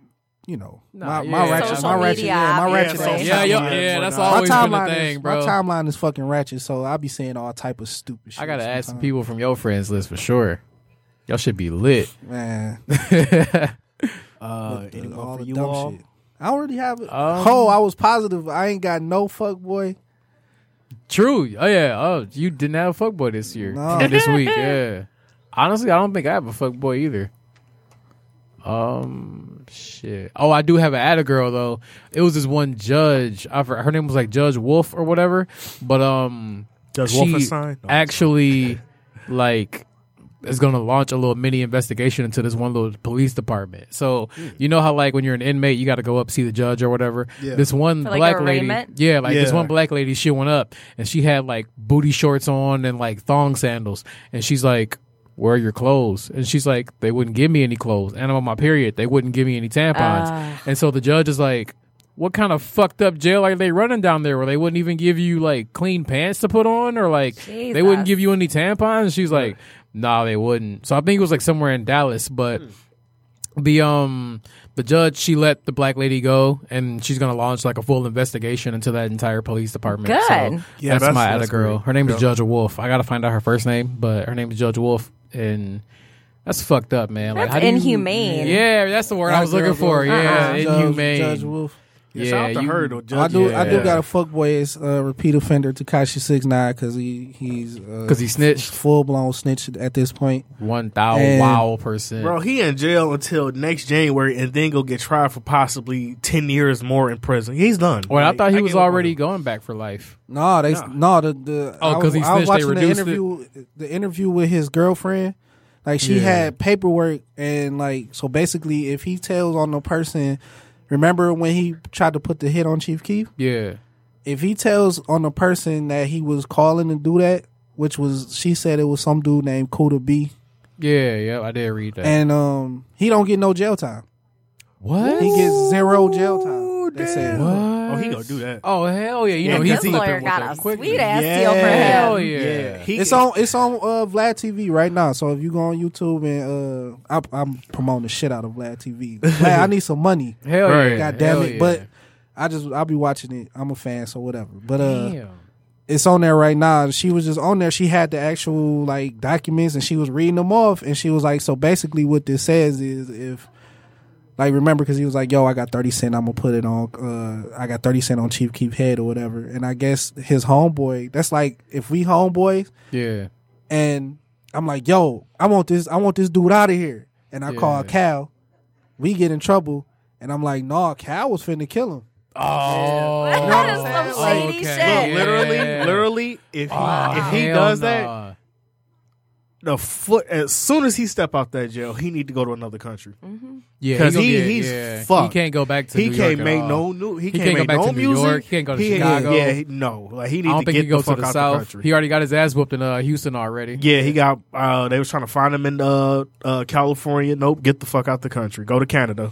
Speaker 4: you know,
Speaker 2: Nah,
Speaker 4: my, my
Speaker 2: yeah.
Speaker 4: ratchet,
Speaker 2: Social
Speaker 4: my ratchet,
Speaker 5: media,
Speaker 4: yeah, my
Speaker 5: yeah,
Speaker 4: ratchet.
Speaker 5: social
Speaker 4: ass.
Speaker 2: Yeah,
Speaker 3: Sometimes
Speaker 2: yeah,
Speaker 3: you
Speaker 2: yeah.
Speaker 3: gotta
Speaker 2: That's
Speaker 3: put it on.
Speaker 2: always
Speaker 4: my
Speaker 2: been a
Speaker 4: timeline
Speaker 2: thing,
Speaker 4: is,
Speaker 2: bro.
Speaker 4: My timeline is fucking ratchet, so I be saying all type of stupid shit.
Speaker 2: I gotta ask some
Speaker 4: sometimes.
Speaker 2: people from your friends list for sure. Y'all should be lit.
Speaker 4: man.
Speaker 3: Uh,
Speaker 4: the-
Speaker 3: anyone
Speaker 4: all
Speaker 3: Uh, for
Speaker 4: the
Speaker 3: you
Speaker 4: dumb
Speaker 3: all?
Speaker 4: shit. I don't really have it.
Speaker 2: Um,
Speaker 4: oh, I was positive. I ain't got no fuck boy.
Speaker 2: True. Oh yeah. Oh, you didn't have a fuckboy this year.
Speaker 4: No.
Speaker 2: Or this week. Yeah. Honestly, I don't think I have a fuckboy either. Um, shit. Oh, I do have an Atta girl though. It was this one judge. I for, her name was like Judge Wolf or whatever. But um,
Speaker 3: Judge
Speaker 2: she
Speaker 3: Wolfenstein? No,
Speaker 2: actually like is going to launch a little mini investigation into this one little police department. So you know how like when you're an inmate, you got to go up see the judge or whatever. This one
Speaker 5: For, like,
Speaker 2: black lady,
Speaker 5: arraignment?
Speaker 2: yeah, like this
Speaker 3: Yeah.
Speaker 2: one black lady, she went up and she had like booty shorts on and like thong sandals, and she's like. Where are your clothes? And she's like, they wouldn't give me any clothes. And I'm on my period. They wouldn't give me any tampons. And so the judge is like, what kind of fucked up jail are they running down there where they wouldn't even give you like clean pants to put on or like they wouldn't
Speaker 5: Jesus.
Speaker 2: give you any tampons? She's like, nah, they wouldn't. So I think it was like somewhere in Dallas, but the um the judge she let the black lady go and she's gonna launch like a full investigation into that entire police department.
Speaker 5: Good.
Speaker 2: So
Speaker 3: Yeah,
Speaker 2: that's,
Speaker 3: that's-
Speaker 2: my
Speaker 3: that's
Speaker 2: other girl.
Speaker 3: great.
Speaker 2: Her name
Speaker 3: Yeah.
Speaker 2: is Judge Wolf. I gotta find out her first name, but her name is Judge Wolf and that's fucked up, man.
Speaker 5: That's
Speaker 2: how do you-
Speaker 5: inhumane.
Speaker 2: yeah, that's the word I was looking for. Yeah,
Speaker 5: Uh-uh.
Speaker 2: inhumane.
Speaker 4: Judge, Judge Wolf.
Speaker 3: Yeah, shout out to her though, Judge.
Speaker 4: I do. I do
Speaker 2: yeah.
Speaker 4: got a fuckboy as uh, repeat offender Takashi Six Nine because he he's
Speaker 2: because he snitched
Speaker 4: full blown snitch at this point.
Speaker 2: one thousand
Speaker 4: And-
Speaker 2: wow percent.
Speaker 3: Bro, he in jail until next January, and then go get tried for possibly ten years more in prison. He's done.
Speaker 2: Well, I
Speaker 3: Like,
Speaker 2: thought he was
Speaker 3: get what-
Speaker 2: already going back for life.
Speaker 4: No, they no the the
Speaker 2: Oh,
Speaker 4: I
Speaker 2: 'cause he
Speaker 4: was- I
Speaker 2: snitched, they
Speaker 4: was watching the
Speaker 2: reduced it.
Speaker 4: interview the interview with his girlfriend. Like she
Speaker 2: Yeah.
Speaker 4: had paperwork and like so basically if he tells on the person remember when he tried to put the hit on Chief Keef?
Speaker 2: Yeah,
Speaker 4: If he tells on the person that he was calling to do that, which was she said it was some dude named Kuda B
Speaker 2: yeah, yeah. I did read that.
Speaker 4: and um he don't get no jail time.
Speaker 2: what?
Speaker 4: He gets zero jail time. They said.
Speaker 2: what?
Speaker 3: Oh, he gonna do that.
Speaker 2: Oh hell yeah! You know
Speaker 3: Yeah,
Speaker 2: he's
Speaker 5: This
Speaker 3: he
Speaker 5: lawyer
Speaker 2: flipping
Speaker 5: got
Speaker 2: with
Speaker 5: a
Speaker 2: it quick.
Speaker 5: sweet ass deal for him.
Speaker 2: Hell yeah.
Speaker 3: He,
Speaker 4: It's on it's on uh, Vlad TV right now. So if you go on YouTube and uh, I, I'm promoting the shit out of Vlad TV. Vlad, I need some money.
Speaker 2: Hell yeah!
Speaker 3: Right.
Speaker 4: God damn
Speaker 2: hell
Speaker 4: it!
Speaker 2: yeah.
Speaker 4: But I just I'll be watching it. I'm a fan, so whatever. But uh,
Speaker 2: Damn.
Speaker 4: it's on there right now. She was just on there. She had the actual like documents, and she was reading them off. And she was like, so basically, what this says is if. Like remember, because he was like, "Yo, I got thirty cent. I'm gonna put it on. Uh, I got thirty cent on Chief Keep Head or whatever." And I guess his homeboy. That's like if we homeboys,
Speaker 2: yeah,
Speaker 4: and I'm like, yo, I want this, I want this dude out of here. And I call
Speaker 2: Yeah.
Speaker 4: Cal. We get in trouble, and I'm like, nah, Cal was finna kill him.
Speaker 2: oh,
Speaker 5: That is some shady
Speaker 2: okay.
Speaker 5: shit.
Speaker 2: Yeah. Ah,
Speaker 3: literally, literally, if he, if he
Speaker 2: Hell
Speaker 3: does that,
Speaker 2: nah.
Speaker 3: the foot as soon as he step out that jail, he need to go to another country.
Speaker 2: yeah,
Speaker 3: 'Cause
Speaker 2: gonna
Speaker 3: he-
Speaker 2: get-
Speaker 3: he's
Speaker 2: yeah.
Speaker 3: fucked.
Speaker 2: He can't go back to.
Speaker 3: he
Speaker 2: New
Speaker 3: can't
Speaker 2: York at
Speaker 3: make
Speaker 2: all.
Speaker 3: no new. He,
Speaker 2: He
Speaker 3: can't,
Speaker 2: can't go
Speaker 3: make
Speaker 2: back
Speaker 3: no
Speaker 2: to New
Speaker 3: music.
Speaker 2: York. He can't go to
Speaker 3: He-
Speaker 2: Chicago.
Speaker 3: Yeah, he- no, like he need
Speaker 2: I don't
Speaker 3: to
Speaker 2: think
Speaker 3: get
Speaker 2: he goes
Speaker 3: the
Speaker 2: to
Speaker 3: fuck
Speaker 2: the
Speaker 3: out the
Speaker 2: south.
Speaker 3: country.
Speaker 2: he already got his ass whooped in uh, Houston already.
Speaker 3: yeah, he got. Uh, they was trying to find him in uh, uh, California. Nope, get the fuck out the country. Go to Canada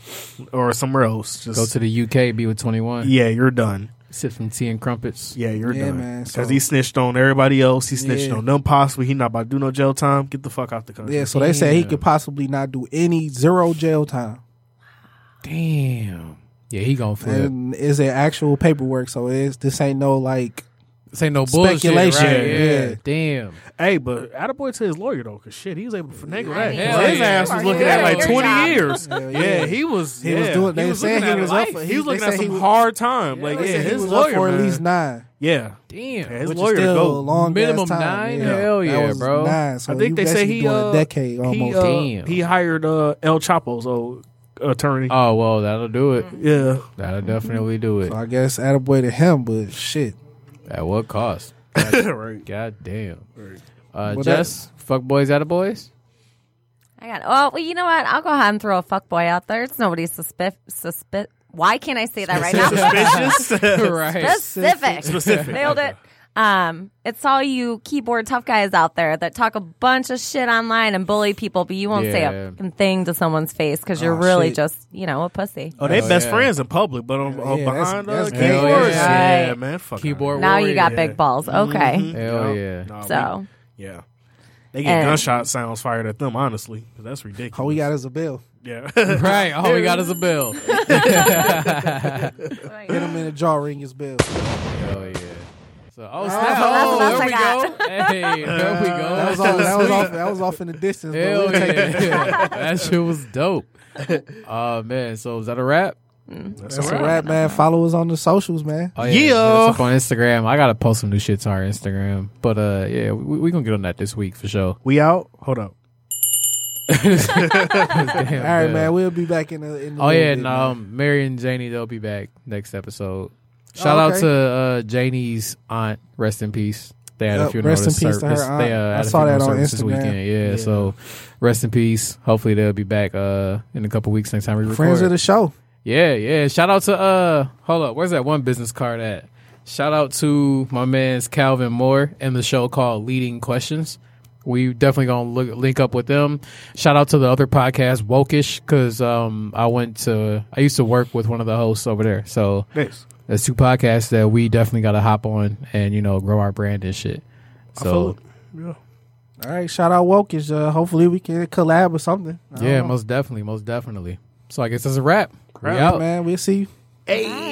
Speaker 3: or somewhere else. Just
Speaker 2: Go to the UK, be with twenty one.
Speaker 3: yeah, you're done.
Speaker 2: Sip some tea and crumpets.
Speaker 3: Yeah, you're
Speaker 4: Yeah,
Speaker 3: done.
Speaker 4: man,
Speaker 3: Because
Speaker 4: so-
Speaker 3: he snitched on everybody else. He snitched
Speaker 4: Yeah.
Speaker 3: on them. Possibly he not about to do no jail time. Get the fuck out the country.
Speaker 4: Yeah, so they said he
Speaker 2: Damn.
Speaker 4: could possibly not do any zero jail time.
Speaker 2: Damn. Yeah, he gonna flip.
Speaker 4: And it's an actual paperwork, so it's this ain't no like
Speaker 2: Say no bullshit.
Speaker 4: Speculation,
Speaker 2: right? Yeah.
Speaker 4: yeah.
Speaker 2: Damn.
Speaker 3: Hey, but attaboy to his lawyer though, cause shit, he was able to finagle that.
Speaker 2: Hell
Speaker 3: His
Speaker 2: yeah.
Speaker 3: ass was
Speaker 2: Party
Speaker 3: looking at
Speaker 2: at
Speaker 3: like
Speaker 2: your
Speaker 3: twenty
Speaker 5: job.
Speaker 3: years.
Speaker 4: Yeah,
Speaker 3: Yeah,
Speaker 4: yeah.
Speaker 3: he was.
Speaker 4: He was
Speaker 3: yeah,
Speaker 4: doing- they
Speaker 3: looking
Speaker 4: said he
Speaker 3: at
Speaker 4: was
Speaker 3: life.
Speaker 4: up for-
Speaker 3: He,
Speaker 4: he-
Speaker 3: was looking
Speaker 4: they
Speaker 3: at
Speaker 4: said
Speaker 3: some
Speaker 4: he was-
Speaker 3: hard time. like
Speaker 4: They
Speaker 3: yeah,
Speaker 4: said he
Speaker 3: his
Speaker 4: was up
Speaker 3: lawyer
Speaker 4: for at
Speaker 3: man.
Speaker 4: least nine.
Speaker 3: Yeah,
Speaker 2: Damn.
Speaker 3: Yeah, his
Speaker 4: which is
Speaker 3: lawyer to
Speaker 4: still
Speaker 3: go.
Speaker 4: a long
Speaker 2: Minimum
Speaker 4: ass time.
Speaker 2: nine? Hell
Speaker 4: that
Speaker 2: yeah,
Speaker 4: was
Speaker 2: bro.
Speaker 4: Nine, so
Speaker 3: I think
Speaker 4: you
Speaker 3: they say
Speaker 4: basically
Speaker 3: he
Speaker 4: doing
Speaker 3: uh,
Speaker 4: a decade
Speaker 3: He,
Speaker 4: almost.
Speaker 3: uh,
Speaker 2: Damn.
Speaker 3: he hired uh, El Chapo's old attorney.
Speaker 2: Oh well, that'll do it.
Speaker 3: yeah,
Speaker 2: That'll definitely do it.
Speaker 4: so I guess attaboy to him, but shit.
Speaker 2: At what cost?
Speaker 3: right.
Speaker 2: God damn. Uh,
Speaker 4: Well, that-
Speaker 2: Jess, fuck boys out of boys.
Speaker 5: I got. Oh, well, you know what? I'll go ahead and throw a fuckboy out there. It's nobody's suspicious. Suspi- Why can't I say that right now?
Speaker 2: right.
Speaker 5: Specific. Nailed it. Um, it's all you keyboard tough guys out there that talk a bunch of shit online and bully people, but you won't say
Speaker 2: Yeah.
Speaker 5: a fucking thing to someone's face because you're
Speaker 4: Oh,
Speaker 5: really
Speaker 4: shit.
Speaker 5: just, you know, a pussy.
Speaker 3: Oh, they
Speaker 2: Oh,
Speaker 3: best
Speaker 2: yeah.
Speaker 3: friends in public, but on, on
Speaker 4: Yeah, that's-
Speaker 3: behind
Speaker 4: that's
Speaker 3: uh,
Speaker 4: gay.
Speaker 3: keyboards.
Speaker 2: Hell
Speaker 5: yeah.
Speaker 3: yeah, man, fuck
Speaker 2: Keyboard
Speaker 5: Now you got
Speaker 3: Oh, yeah. Mm-hmm.
Speaker 5: big balls. Okay.
Speaker 2: Hell yeah.
Speaker 5: So
Speaker 3: yeah, they get
Speaker 5: And-
Speaker 3: gunshot sounds fired at them. Honestly, 'cause that's ridiculous.
Speaker 4: All Oh, we got is a bill.
Speaker 3: yeah,
Speaker 2: Right. All we got is a bill.
Speaker 4: Hit him in the jaw, ring his bell.
Speaker 2: Hell yeah. So, oh,
Speaker 4: that's
Speaker 2: snap.
Speaker 4: the
Speaker 2: Oh,
Speaker 5: best
Speaker 2: there
Speaker 5: I
Speaker 2: we
Speaker 5: got.
Speaker 2: go. Hey, there we go.
Speaker 4: That was off. That was off. That was off in the distance. but
Speaker 2: Hell
Speaker 4: we'll take it.
Speaker 2: yeah. that shit was dope. Oh, man. So, is that a wrap?
Speaker 3: that's
Speaker 4: That's
Speaker 3: all
Speaker 4: a
Speaker 3: right.
Speaker 4: wrap, man. Follow us on the socials, man.
Speaker 2: Oh, yeah.
Speaker 3: Yeah.
Speaker 2: hit us up on Instagram. I got to post some new shit to our Instagram. But, uh, yeah, we, we going to get on that this week for sure.
Speaker 3: We out. Hold up.
Speaker 2: Damn,
Speaker 4: All right,
Speaker 2: yeah.
Speaker 4: man. We'll be back in the. In the
Speaker 2: Oh
Speaker 4: little
Speaker 2: yeah,
Speaker 4: bit,
Speaker 2: and
Speaker 4: man.
Speaker 2: um, Mary and Janie they'll be back next episode. Shout
Speaker 4: Oh,
Speaker 2: out
Speaker 4: okay.
Speaker 2: to uh, Janie's aunt, rest in peace. They had a
Speaker 4: Yep,
Speaker 2: funeral
Speaker 4: rest in
Speaker 2: this
Speaker 4: peace to her
Speaker 2: service-
Speaker 4: aunt.
Speaker 2: They, uh,
Speaker 4: I
Speaker 2: had a
Speaker 4: saw that
Speaker 2: funeral
Speaker 4: on
Speaker 2: service this
Speaker 4: Instagram.
Speaker 2: weekend. Yeah, so rest in peace. Hopefully they'll be back uh in a couple weeks next time we record.
Speaker 4: friends of the show.
Speaker 2: yeah, yeah. Shout out to uh, hold up, where's that one business card at? Shout out to my man's Calvin Moore and the show called Leading Questions. We definitely gonna look, link up with them. Shout out to the other podcast, Wokish, because um, I went to I used to work with one of the hosts over there. So
Speaker 3: Thanks.
Speaker 2: there's two podcasts that we definitely gotta hop on and you know grow our brand and shit. So
Speaker 3: Yeah.
Speaker 4: All right, shout out Wokish. Uh, hopefully we can collab or something. I don't
Speaker 2: yeah,
Speaker 4: know.
Speaker 2: most definitely, most definitely. So I guess that's a wrap. We
Speaker 4: All right,
Speaker 2: out.
Speaker 4: man. We'll see you.
Speaker 3: Hey.